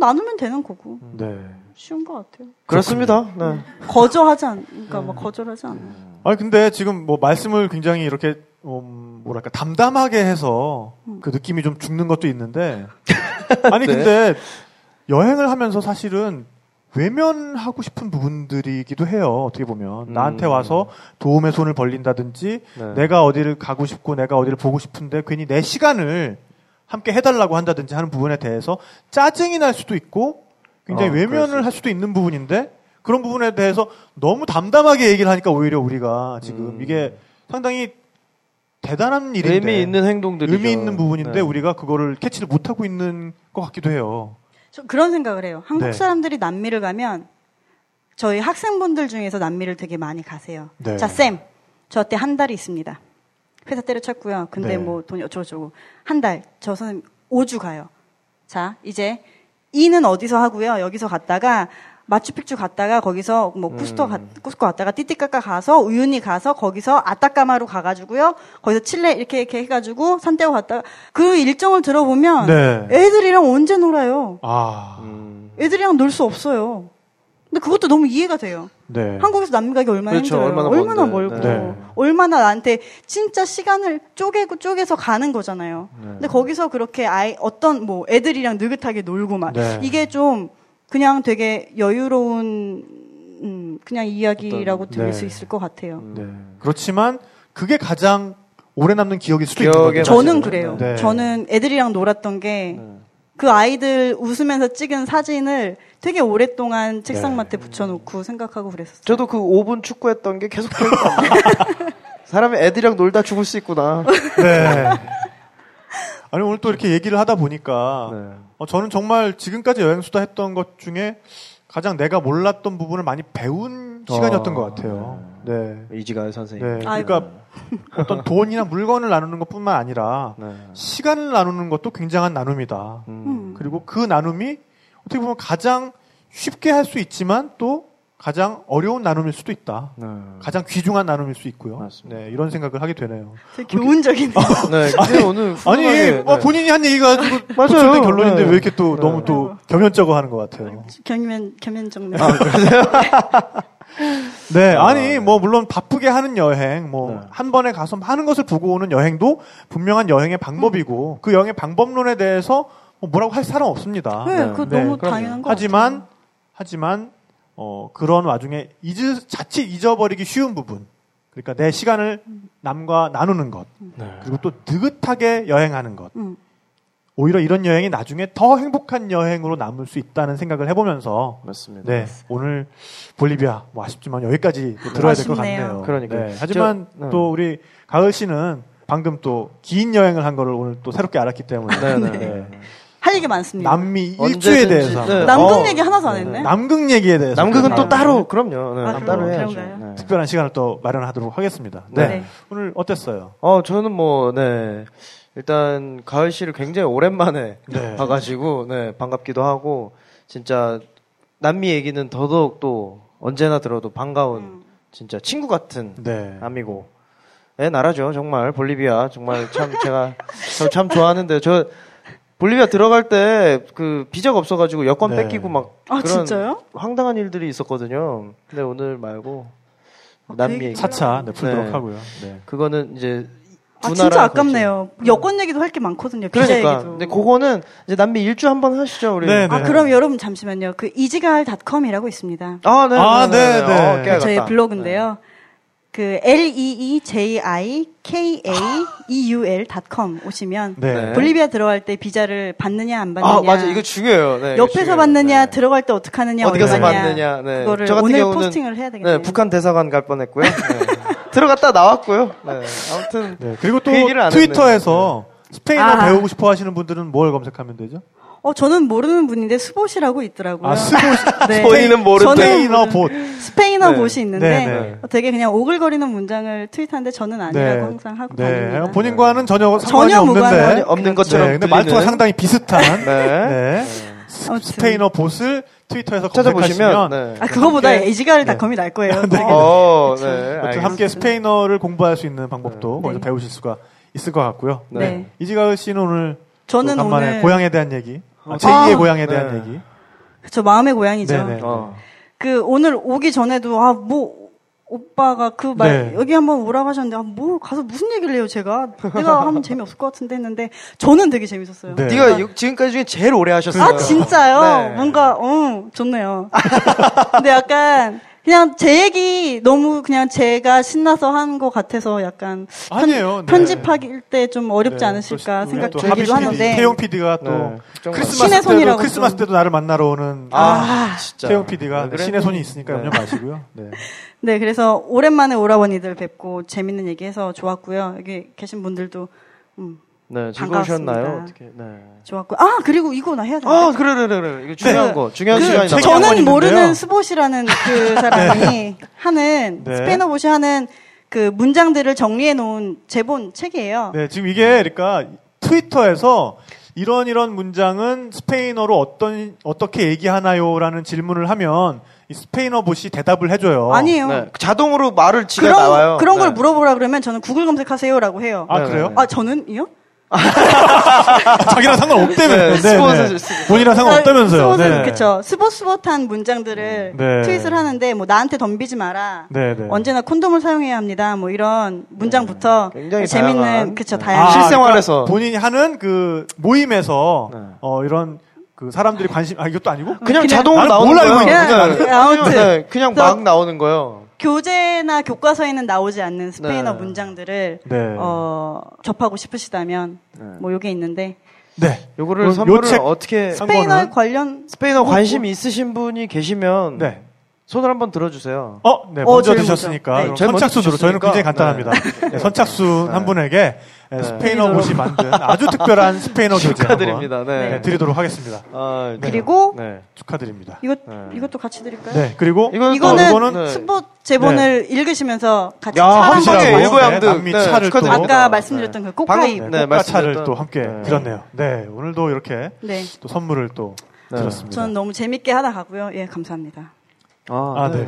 Speaker 3: 나누면 되는 거고
Speaker 1: [LAUGHS] 네.
Speaker 3: 쉬운 것 같아요.
Speaker 2: 그렇습니다. 네.
Speaker 3: 거절하지 않, 그러니까
Speaker 1: 음.
Speaker 3: 막 거절하지 않아요.
Speaker 1: 아니 근데 지금 뭐 말씀을 굉장히 이렇게 음, 뭐랄까 담담하게 해서 그 느낌이 좀 죽는
Speaker 2: [LAUGHS]
Speaker 1: 것도 있는데 아니
Speaker 2: 음. 네.
Speaker 1: 근데 여행을 하면서 사실은 외면하고 싶은 부분들이기도 해요. 어떻게 보면
Speaker 2: 음.
Speaker 1: 나한테 와서 도움의 손을 벌린다든지
Speaker 2: 네.
Speaker 1: 내가 어디를 가고 싶고 내가 어디를 보고 싶은데 괜히 내 시간을 함께 해달라고 한다든지 하는 부분에 대해서 짜증이 날 수도 있고 굉장히
Speaker 2: 어,
Speaker 1: 외면을
Speaker 2: 그렇죠.
Speaker 1: 할 수도 있는 부분인데 그런 부분에 대해서 너무 담담하게 얘기를 하니까 오히려 우리가 지금
Speaker 2: 음.
Speaker 1: 이게 상당히 대단한 일인데
Speaker 2: 의미 있는 네. 행동들이
Speaker 1: 의미 있는 부분인데 우리가 그거를 캐치를 못하고 있는 것 같기도 해요.
Speaker 3: 저 그런 생각을 해요. 한국
Speaker 1: 네.
Speaker 3: 사람들이 남미를 가면 저희 학생분들 중에서 남미를 되게 많이 가세요.
Speaker 1: 네.
Speaker 3: 자, 쌤. 저때 한 달이 있습니다. 회사 때려쳤고요. 근데
Speaker 1: 네.
Speaker 3: 뭐 돈이 어쩌고저쩌고. 한 달. 저 선생님 5주 가요. 자, 이제 이는 어디서 하고요. 여기서 갔다가 마추픽추 갔다가 거기서 뭐
Speaker 1: 음.
Speaker 3: 쿠스코 갔, 쿠스코 갔다가 띠띠까까 가서 우유니 가서 거기서 아따까마로 가가지고요. 거기서 칠레 이렇게 이렇게 해가지고 산떼고 갔다가 그 일정을 들어보면
Speaker 1: 네.
Speaker 3: 애들이랑 언제 놀아요?
Speaker 1: 아,
Speaker 2: 음.
Speaker 3: 애들이랑 놀 수 없어요. 근데 그것도 너무 이해가 돼요.
Speaker 1: 네.
Speaker 3: 한국에서 남미 가기 얼마나
Speaker 2: 그렇죠.
Speaker 3: 힘들어요.
Speaker 2: 얼마나
Speaker 3: 얼마나
Speaker 2: 먼데.
Speaker 3: 멀고
Speaker 1: 네.
Speaker 3: 얼마나 나한테 진짜 시간을 쪼개고 쪼개서 가는 거잖아요.
Speaker 2: 네.
Speaker 3: 근데 거기서 그렇게 아이 어떤 뭐 애들이랑 느긋하게 놀고 막
Speaker 1: 네.
Speaker 3: 이게 좀 그냥 되게 여유로운 음, 그냥 이야기라고
Speaker 1: 어떤-
Speaker 3: 들을
Speaker 1: 네.
Speaker 3: 수 있을 것 같아요.
Speaker 1: 네. 그렇지만 그게 가장 오래 남는 기억일 수도 있는
Speaker 2: 기억에
Speaker 1: 거죠.
Speaker 2: 맞아요.
Speaker 3: 저는 그래요.
Speaker 1: 네.
Speaker 3: 저는 애들이랑 놀았던 게 그
Speaker 2: 네.
Speaker 3: 아이들 웃으면서 찍은 사진을 되게 오랫동안 책상맡에 붙여놓고 생각하고 그랬었어요.
Speaker 2: 저도 그 5분 축구했던 게 계속 기억이 나요. 사람이 애들이랑 놀다 죽을 수 있구나. [LAUGHS]
Speaker 1: 네. 아니 오늘 또 이렇게 얘기를 하다 보니까
Speaker 2: 네.
Speaker 1: 어, 저는 정말 지금까지 여행 수다 했던 것 중에 가장 내가 몰랐던 부분을 많이 배운
Speaker 2: 아,
Speaker 1: 시간이었던 것 같아요. 네.
Speaker 2: 이지가요
Speaker 1: 네.
Speaker 2: 선생님.
Speaker 1: 그러니까 어떤 돈이나 물건을 나누는 것뿐만 아니라
Speaker 2: 네.
Speaker 1: 시간을 나누는 것도 굉장한 나눔이다.
Speaker 2: 음.
Speaker 3: 음.
Speaker 1: 그리고 그 나눔이 어떻게 보면 가장 쉽게 할 수 있지만 또 가장 어려운 나눔일 수도 있다.
Speaker 4: 네.
Speaker 2: 음.
Speaker 1: 가장 귀중한 나눔일 수 있고요.
Speaker 4: 맞습니다.
Speaker 1: 네, 이런 생각을 하게 되네요.
Speaker 3: 되게 교훈적이네요. [LAUGHS]
Speaker 2: 네, 근데 오늘
Speaker 1: 아니,
Speaker 2: 훈훈하게,
Speaker 1: 어,
Speaker 2: 네.
Speaker 1: 본인이 한 얘기가 가지고
Speaker 2: [LAUGHS] 맞아요.
Speaker 1: 도출된 결론인데
Speaker 2: 네.
Speaker 1: 왜 이렇게 또
Speaker 2: 네.
Speaker 1: 너무 또 겸연쩍어 하는 것 같아요.
Speaker 3: 겸연 겸연정네.
Speaker 2: 아, 그렇죠.
Speaker 1: 네, 아니 뭐 물론 바쁘게 하는 여행, 뭐
Speaker 4: 네.
Speaker 1: 한 번에 가서 많은 것을 보고 오는 여행도 분명한 여행의 방법이고 그 여행의 방법론에 대해서 뭐라고할 사람 없습니다.
Speaker 3: 네,
Speaker 4: 네.
Speaker 3: 그거
Speaker 1: 네,
Speaker 3: 너무
Speaker 2: 그럼요.
Speaker 3: 당연한 거
Speaker 1: 하지만 하지만 어, 그런 와중에 잊을 자칫 잊어버리기 쉬운 부분, 그러니까 내 시간을 남과 나누는 것,
Speaker 4: 네.
Speaker 1: 그리고 또 느긋하게 여행하는 것.
Speaker 3: 음.
Speaker 1: 오히려 이런 여행이 나중에 더 행복한 여행으로 남을 수 있다는 생각을 해보면서
Speaker 4: 맞습니다.
Speaker 1: 네, 오늘 볼리비아 뭐 아쉽지만 여기까지 또 들어야 될 것
Speaker 3: 아쉽네요.
Speaker 1: 같네요.
Speaker 4: 그러니까요.
Speaker 1: 네, 하지만
Speaker 4: 저, 네.
Speaker 1: 또 우리 가을 씨는 방금 또 긴 여행을 한 거를 오늘 또 새롭게 알았기 때문에
Speaker 4: 네, 네,
Speaker 1: 네.
Speaker 4: 네.
Speaker 3: 할 얘기 많습니다.
Speaker 1: 남미 일주에
Speaker 2: 언제든지,
Speaker 1: 대해서
Speaker 2: 네.
Speaker 1: 한번.
Speaker 3: 남극
Speaker 2: 어.
Speaker 3: 얘기 하나도 안 했네.
Speaker 1: 남극 얘기에 대해서
Speaker 2: 남극은
Speaker 1: 또
Speaker 2: 또
Speaker 3: 네.
Speaker 2: 따로 그럼요. 네,
Speaker 3: 아,
Speaker 2: 따로
Speaker 3: 그럼-
Speaker 2: 해야죠.
Speaker 3: 그런가요?
Speaker 4: 네.
Speaker 1: 특별한 시간을 또 마련하도록 하겠습니다. 네.
Speaker 4: 네.
Speaker 1: 오늘 어땠어요?
Speaker 2: 어, 저는 뭐, 네. 일단, 가을 씨를 굉장히 오랜만에 [LAUGHS]
Speaker 1: 네.
Speaker 2: 봐가지고, 네, 반갑기도 하고, 진짜, 남미 얘기는 더더욱 또, 언제나 들어도 반가운,
Speaker 3: 음.
Speaker 2: 진짜 친구 같은
Speaker 1: 네.
Speaker 2: 남이고, 예, 나라죠. 정말, 볼리비아. 정말 참, 제가, 저 참 좋아하는데, 저, 볼리비아 들어갈 때, 그, 비자가 없어가지고 여권
Speaker 1: 네.
Speaker 2: 뺏기고 막,
Speaker 3: 아,
Speaker 2: 그런
Speaker 3: 진짜요?
Speaker 2: 황당한 일들이 있었거든요. 근데 오늘 말고,
Speaker 3: 아, 그
Speaker 2: 남미
Speaker 3: 얘기
Speaker 2: 얘기.
Speaker 1: 차차 네, 풀도록
Speaker 2: 네.
Speaker 1: 하고요. 네.
Speaker 2: 그거는 이제,
Speaker 3: 아
Speaker 2: 두
Speaker 3: 진짜
Speaker 2: 나라
Speaker 3: 아깝네요. 여권 얘기도 할 게 많거든요. 비자
Speaker 2: 그러니까.
Speaker 3: 얘기도.
Speaker 2: 근데 그거는 이제 남미 일주 한 번 하시죠, 우리.
Speaker 1: 네, 네.
Speaker 3: 아 그럼 여러분 잠시만요. 그 이지갈닷컴이라고 있습니다.
Speaker 2: 아, 네.
Speaker 1: 아, 네, 네.
Speaker 2: 어, 깨알같다.
Speaker 3: 저희 블로그인데요. 그 L E E J I K A E U L.com 오시면
Speaker 1: 네.
Speaker 3: 볼리비아 들어갈 때 비자를 받느냐 안
Speaker 2: 네.
Speaker 3: 받느냐.
Speaker 2: 아, 맞아. 이거 중요해요. 네, 이거
Speaker 3: 옆에서
Speaker 2: 중요해요.
Speaker 3: 받느냐
Speaker 2: 네.
Speaker 3: 들어갈 때 어떻게 하느냐
Speaker 2: 어디서
Speaker 3: 얼마냐.
Speaker 2: 받느냐. 네.
Speaker 3: 그거를
Speaker 2: 저 같은
Speaker 3: 오늘
Speaker 2: 경우는
Speaker 3: 포스팅을 해야 되겠네요.
Speaker 2: 네, 북한 대사관 갈 뻔했고요. 네. [LAUGHS] 들어갔다 나왔고요. 네. 아무튼
Speaker 1: 네. 그리고 또
Speaker 2: 그 얘기를 안
Speaker 1: 트위터에서 스페인어
Speaker 3: 아.
Speaker 1: 배우고 싶어 하시는 분들은 뭘 검색하면 되죠?
Speaker 3: 어 저는 모르는 분인데 스봇이라고 있더라고요.
Speaker 1: 아, 스포
Speaker 3: 네.
Speaker 2: 저희는 모르는데.
Speaker 3: 저는
Speaker 1: 스페인어
Speaker 3: 모르는-
Speaker 1: 봇.
Speaker 3: 스페인어
Speaker 2: 네.
Speaker 3: 봇이 있는데
Speaker 1: 네, 네.
Speaker 3: 어, 되게 그냥 오글거리는 문장을 트윗하는데 저는 아니라고 항상 하고 다닙니다.
Speaker 1: 네.
Speaker 3: 네.
Speaker 1: 본인과는 전혀 상관이
Speaker 3: 전혀
Speaker 1: 없는데
Speaker 3: 무관한
Speaker 2: 전혀 없는 것처럼
Speaker 1: 네, 근데
Speaker 2: 들리는.
Speaker 1: 말투가 상당히 비슷한
Speaker 2: [LAUGHS] 네.
Speaker 1: 네. 스-
Speaker 3: 아무튼.
Speaker 1: 스페인어 봇을 트위터에서
Speaker 2: 찾아보시면
Speaker 1: 검색하시면
Speaker 2: 네.
Speaker 3: 아 그거보다
Speaker 1: 함께-
Speaker 3: 이지갈닷컴이 날 거예요.
Speaker 2: 어,
Speaker 3: 어.
Speaker 2: 네.
Speaker 1: 아무튼
Speaker 2: 알겠습니다.
Speaker 1: 함께 스페인어를 공부할 수 있는 방법도 먼저
Speaker 3: 네.
Speaker 1: 배우실 수가 있을 것 같고요.
Speaker 3: 네.
Speaker 2: 네.
Speaker 1: 이지가을 씨는 오늘
Speaker 3: 저는
Speaker 1: 또 간만에
Speaker 3: 오늘
Speaker 1: 고향에 대한 얘기, 아, 제2의
Speaker 3: 아.
Speaker 1: 고향에
Speaker 2: 네.
Speaker 1: 대한 얘기.
Speaker 3: 저 마음의 고향이죠.
Speaker 1: 네네.
Speaker 2: 어.
Speaker 3: 그 오늘 오기 전에도 아 뭐 오빠가 그 말
Speaker 1: 네.
Speaker 3: 여기 한번 오라고 하셨는데 아, 뭐 가서 무슨 얘기를 해요 제가 내가 하면 재미없을 것 같은데 했는데 저는 되게 재밌었어요.
Speaker 1: 네.
Speaker 2: 네가 요- 지금까지 중에 제일 오래 하셨어요.
Speaker 3: 아 진짜요?
Speaker 2: 네.
Speaker 3: 뭔가 어 좋네요. 근데 약간 그냥 제 얘기 너무 그냥 제가 신나서 한 것 같아서 약간 편-
Speaker 1: 아니에요. 네.
Speaker 3: 편집할 때 좀 어렵지
Speaker 1: 네.
Speaker 3: 않으실까
Speaker 1: 또
Speaker 3: 생각
Speaker 1: 또 하빈 PD,
Speaker 3: 들기도 하는데
Speaker 1: 태용 PD가 또
Speaker 2: 네.
Speaker 1: 크리스마스
Speaker 3: 신의
Speaker 1: 때도
Speaker 3: 손이라고
Speaker 1: 크리스마스
Speaker 3: 좀.
Speaker 1: 때도 나를 만나러 오는
Speaker 2: 아, 진짜.
Speaker 1: 태용 PD가
Speaker 2: 왜
Speaker 1: 신의
Speaker 2: 그랬니?
Speaker 1: 손이 있으니까 염려
Speaker 2: 네.
Speaker 1: 마시고요. 네.
Speaker 3: 네 그래서 오랜만에 오라버니들 뵙고 재밌는 얘기해서 좋았고요 여기 계신 분들도 음,
Speaker 2: 네,
Speaker 3: 반갑습니다.
Speaker 2: 즐거우셨나요? 어떻게? 네.
Speaker 3: 좋았고 아 그리고 이거 나 해야 돼.
Speaker 2: 아, 그래, 그래, 그래, 그래. 이거 중요한
Speaker 3: 그-
Speaker 2: 거. 중요한
Speaker 1: 그
Speaker 2: 시간이
Speaker 1: 책-
Speaker 2: 남
Speaker 1: 책이 한
Speaker 3: 저는
Speaker 1: 권인데요.
Speaker 3: 모르는 스봇이라는 그 사람이 하는
Speaker 1: 네.
Speaker 3: 스페너 보시 하는 그 문장들을 정리해 놓은 제본 책이에요.
Speaker 1: 네, 지금 이게 그러니까 트위터에서 이런 이런 문장은 스페인어로 어떤 어떻게 얘기하나요라는 질문을 하면 이 스페인어 봇이 대답을 해줘요.
Speaker 3: 아니에요.
Speaker 2: 네. 자동으로 말을 지가
Speaker 3: 그런
Speaker 2: 나와요.
Speaker 3: 그런 걸
Speaker 2: 네.
Speaker 3: 물어보라 그러면 저는 구글 검색하세요라고 해요.
Speaker 1: 아
Speaker 2: 네,
Speaker 1: 그래요? 아,
Speaker 2: 네, 네.
Speaker 3: 아 저는요?
Speaker 1: 자기랑 상관없다면서요.
Speaker 2: 네, 스폰서-
Speaker 1: 본이랑 상관없다면서요.
Speaker 3: 아, 스봇은 그렇죠. 스봇스봇한 문장들을
Speaker 1: 네.
Speaker 3: 트윗을 하는데 뭐 나한테 덤비지 마라.
Speaker 1: 네, 네.
Speaker 3: 언제나 콘돔을 사용해야 합니다. 뭐 이런
Speaker 1: 음,
Speaker 3: 문장부터
Speaker 2: 네. 굉장히 다양한.
Speaker 3: 재밌는 그쵸
Speaker 2: 네.
Speaker 3: 다양한
Speaker 2: 실생활에서.
Speaker 1: 아, 그러니까 본인이 하는 그 모임에서
Speaker 2: 네.
Speaker 1: 어 이런 그 사람들이 관심 아 이것도 아니고
Speaker 2: 그냥,
Speaker 3: 그냥-
Speaker 2: 자동으로
Speaker 1: 나는
Speaker 2: 나오는
Speaker 1: 뭘 알고
Speaker 2: 거예요.
Speaker 1: 있는
Speaker 3: 거야. 그냥 아무튼.
Speaker 2: 네, 그냥
Speaker 3: 그래서-
Speaker 2: 막 나오는 거예요.
Speaker 3: 교재나 교과서에는 나오지 않는 스페인어
Speaker 2: 네.
Speaker 3: 문장들을
Speaker 1: 네.
Speaker 3: 어, 접하고 싶으시다면 뭐 요게 있는데
Speaker 1: 네.
Speaker 2: 요거를
Speaker 1: 요
Speaker 2: 선물을
Speaker 1: 책-
Speaker 2: 어떻게
Speaker 1: 상-
Speaker 3: 스페인어
Speaker 1: 거는?
Speaker 3: 관련
Speaker 2: 스페인어
Speaker 3: 뭐,
Speaker 2: 관심
Speaker 3: 뭐,
Speaker 2: 있으신 분이 계시면
Speaker 1: 네.
Speaker 2: 손을 한번 들어주세요.
Speaker 1: 어, 네,
Speaker 3: 어,
Speaker 1: 먼저
Speaker 3: 제일
Speaker 1: 드셨으니까
Speaker 3: 먼저. 네.
Speaker 1: 그럼
Speaker 2: 제일 먼저
Speaker 1: 선착순으로 저희는 굉장히
Speaker 2: 드셨으니까.
Speaker 1: 간단합니다. 네, 선착순
Speaker 2: 네.
Speaker 1: 한 분에게 네, 스페인어 곳이 만든 아주 특별한 스페인어 교재
Speaker 2: 축하드립니다.
Speaker 1: 한번,
Speaker 2: 네.
Speaker 1: 네, 드리도록 하겠습니다.
Speaker 2: 아, 네.
Speaker 3: 그리고
Speaker 2: 네.
Speaker 1: 축하드립니다.
Speaker 3: 이거
Speaker 2: 네.
Speaker 3: 이것도 같이 드릴까요?
Speaker 1: 네, 그리고
Speaker 2: 이거는 또-
Speaker 3: 이거는
Speaker 1: 이거는
Speaker 2: 네.
Speaker 3: 스포 제본을 읽으시면서 같이
Speaker 2: 야,
Speaker 3: 차랑
Speaker 2: 한
Speaker 1: 드시라고.
Speaker 2: 번에
Speaker 3: 먹어요.
Speaker 1: 읽어야-
Speaker 2: 일과양득.
Speaker 1: 네, 남미 차를 또-
Speaker 2: 축하드립니다.
Speaker 3: 아까 말씀드렸던 그 코카이.
Speaker 1: 네,
Speaker 2: 네,
Speaker 1: 꽃과 차를
Speaker 2: 말씀드렸던-
Speaker 1: 또 함께
Speaker 2: 네.
Speaker 1: 드렸네요. 네, 오늘도 이렇게
Speaker 3: 네.
Speaker 1: 또 선물을 또
Speaker 2: 네.
Speaker 1: 드렸습니다.
Speaker 3: 저는 너무 재밌게 하다 가고요. 예, 감사합니다.
Speaker 1: 아, 네.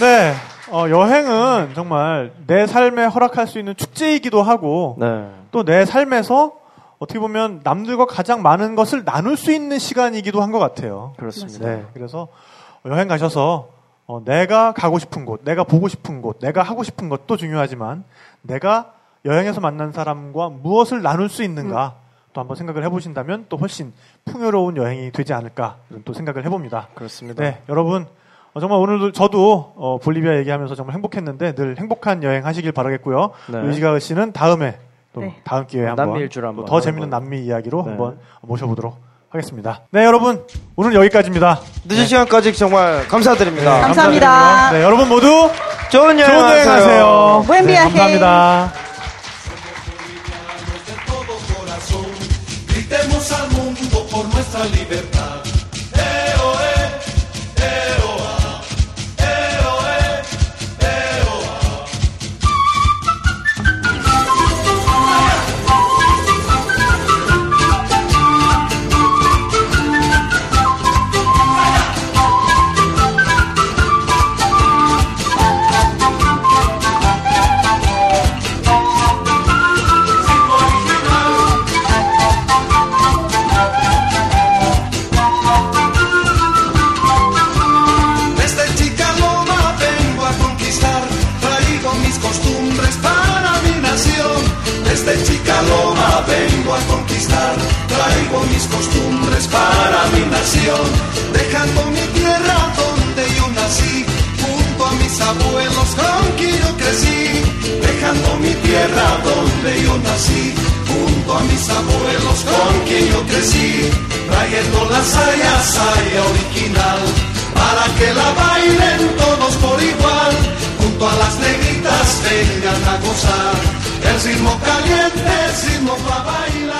Speaker 1: 네. 어, 여행은 정말 내 삶에 허락할 수 있는 축제이기도 하고
Speaker 2: 네.
Speaker 1: 또 내 삶에서 어떻게 보면 남들과 가장 많은 것을 나눌 수 있는 시간이기도 한 것 같아요.
Speaker 2: 그렇습니다.
Speaker 1: 네. 그래서 여행 가셔서 어, 내가 가고 싶은 곳, 내가 보고 싶은 곳, 내가 하고 싶은 것도 중요하지만 내가 여행에서 만난 사람과 무엇을 나눌 수 있는가 또 한번 생각을 해보신다면 또 훨씬 풍요로운 여행이 되지 않을까 이런 또 생각을 해봅니다.
Speaker 2: 그렇습니다.
Speaker 1: 네, 여러분 어, 정말 오늘도 저도 어, 볼리비아 얘기하면서 정말 행복했는데 늘 행복한 여행 하시길 바라겠고요.
Speaker 2: 네.
Speaker 1: 유지가 씨는 다음에 또
Speaker 3: 네.
Speaker 1: 다음 기회에 한번
Speaker 2: 남미 일주를 한번
Speaker 1: 더 재밌는
Speaker 2: 한번.
Speaker 1: 남미 이야기로
Speaker 2: 네.
Speaker 1: 한번 모셔보도록 하겠습니다. 네, 여러분 오늘 여기까지입니다.
Speaker 2: 늦은 시간까지 정말 감사드립니다.
Speaker 3: 감사- 감사합니다.
Speaker 1: 감사드리고요. 네, 여러분 모두
Speaker 2: 좋은 여행,
Speaker 1: 좋은 여행 하세요.
Speaker 3: Buen
Speaker 1: 네,
Speaker 3: viaje.
Speaker 1: 감사합니다.
Speaker 4: de todo corazón, gritemos al mundo por nuestra libertad. Eh, oh, EOE, EOA, EOE, EOA. Desde chica loma vengo a conquistar, traigo mis costumbres para mi nación. Desde chica loma vengo a conquistar, traigo mis costumbres para mi nación. Dejando mi tierra donde yo nací, junto a mis abuelos con quien yo crecí. Dejando mi tierra donde yo nací, junto a mis abuelos con quien yo crecí. Trayendo la saya, saya original para que la bailen todos por igual, junto a las negritas vengan a gozar, el ritmo caliente, el ritmo para bailar.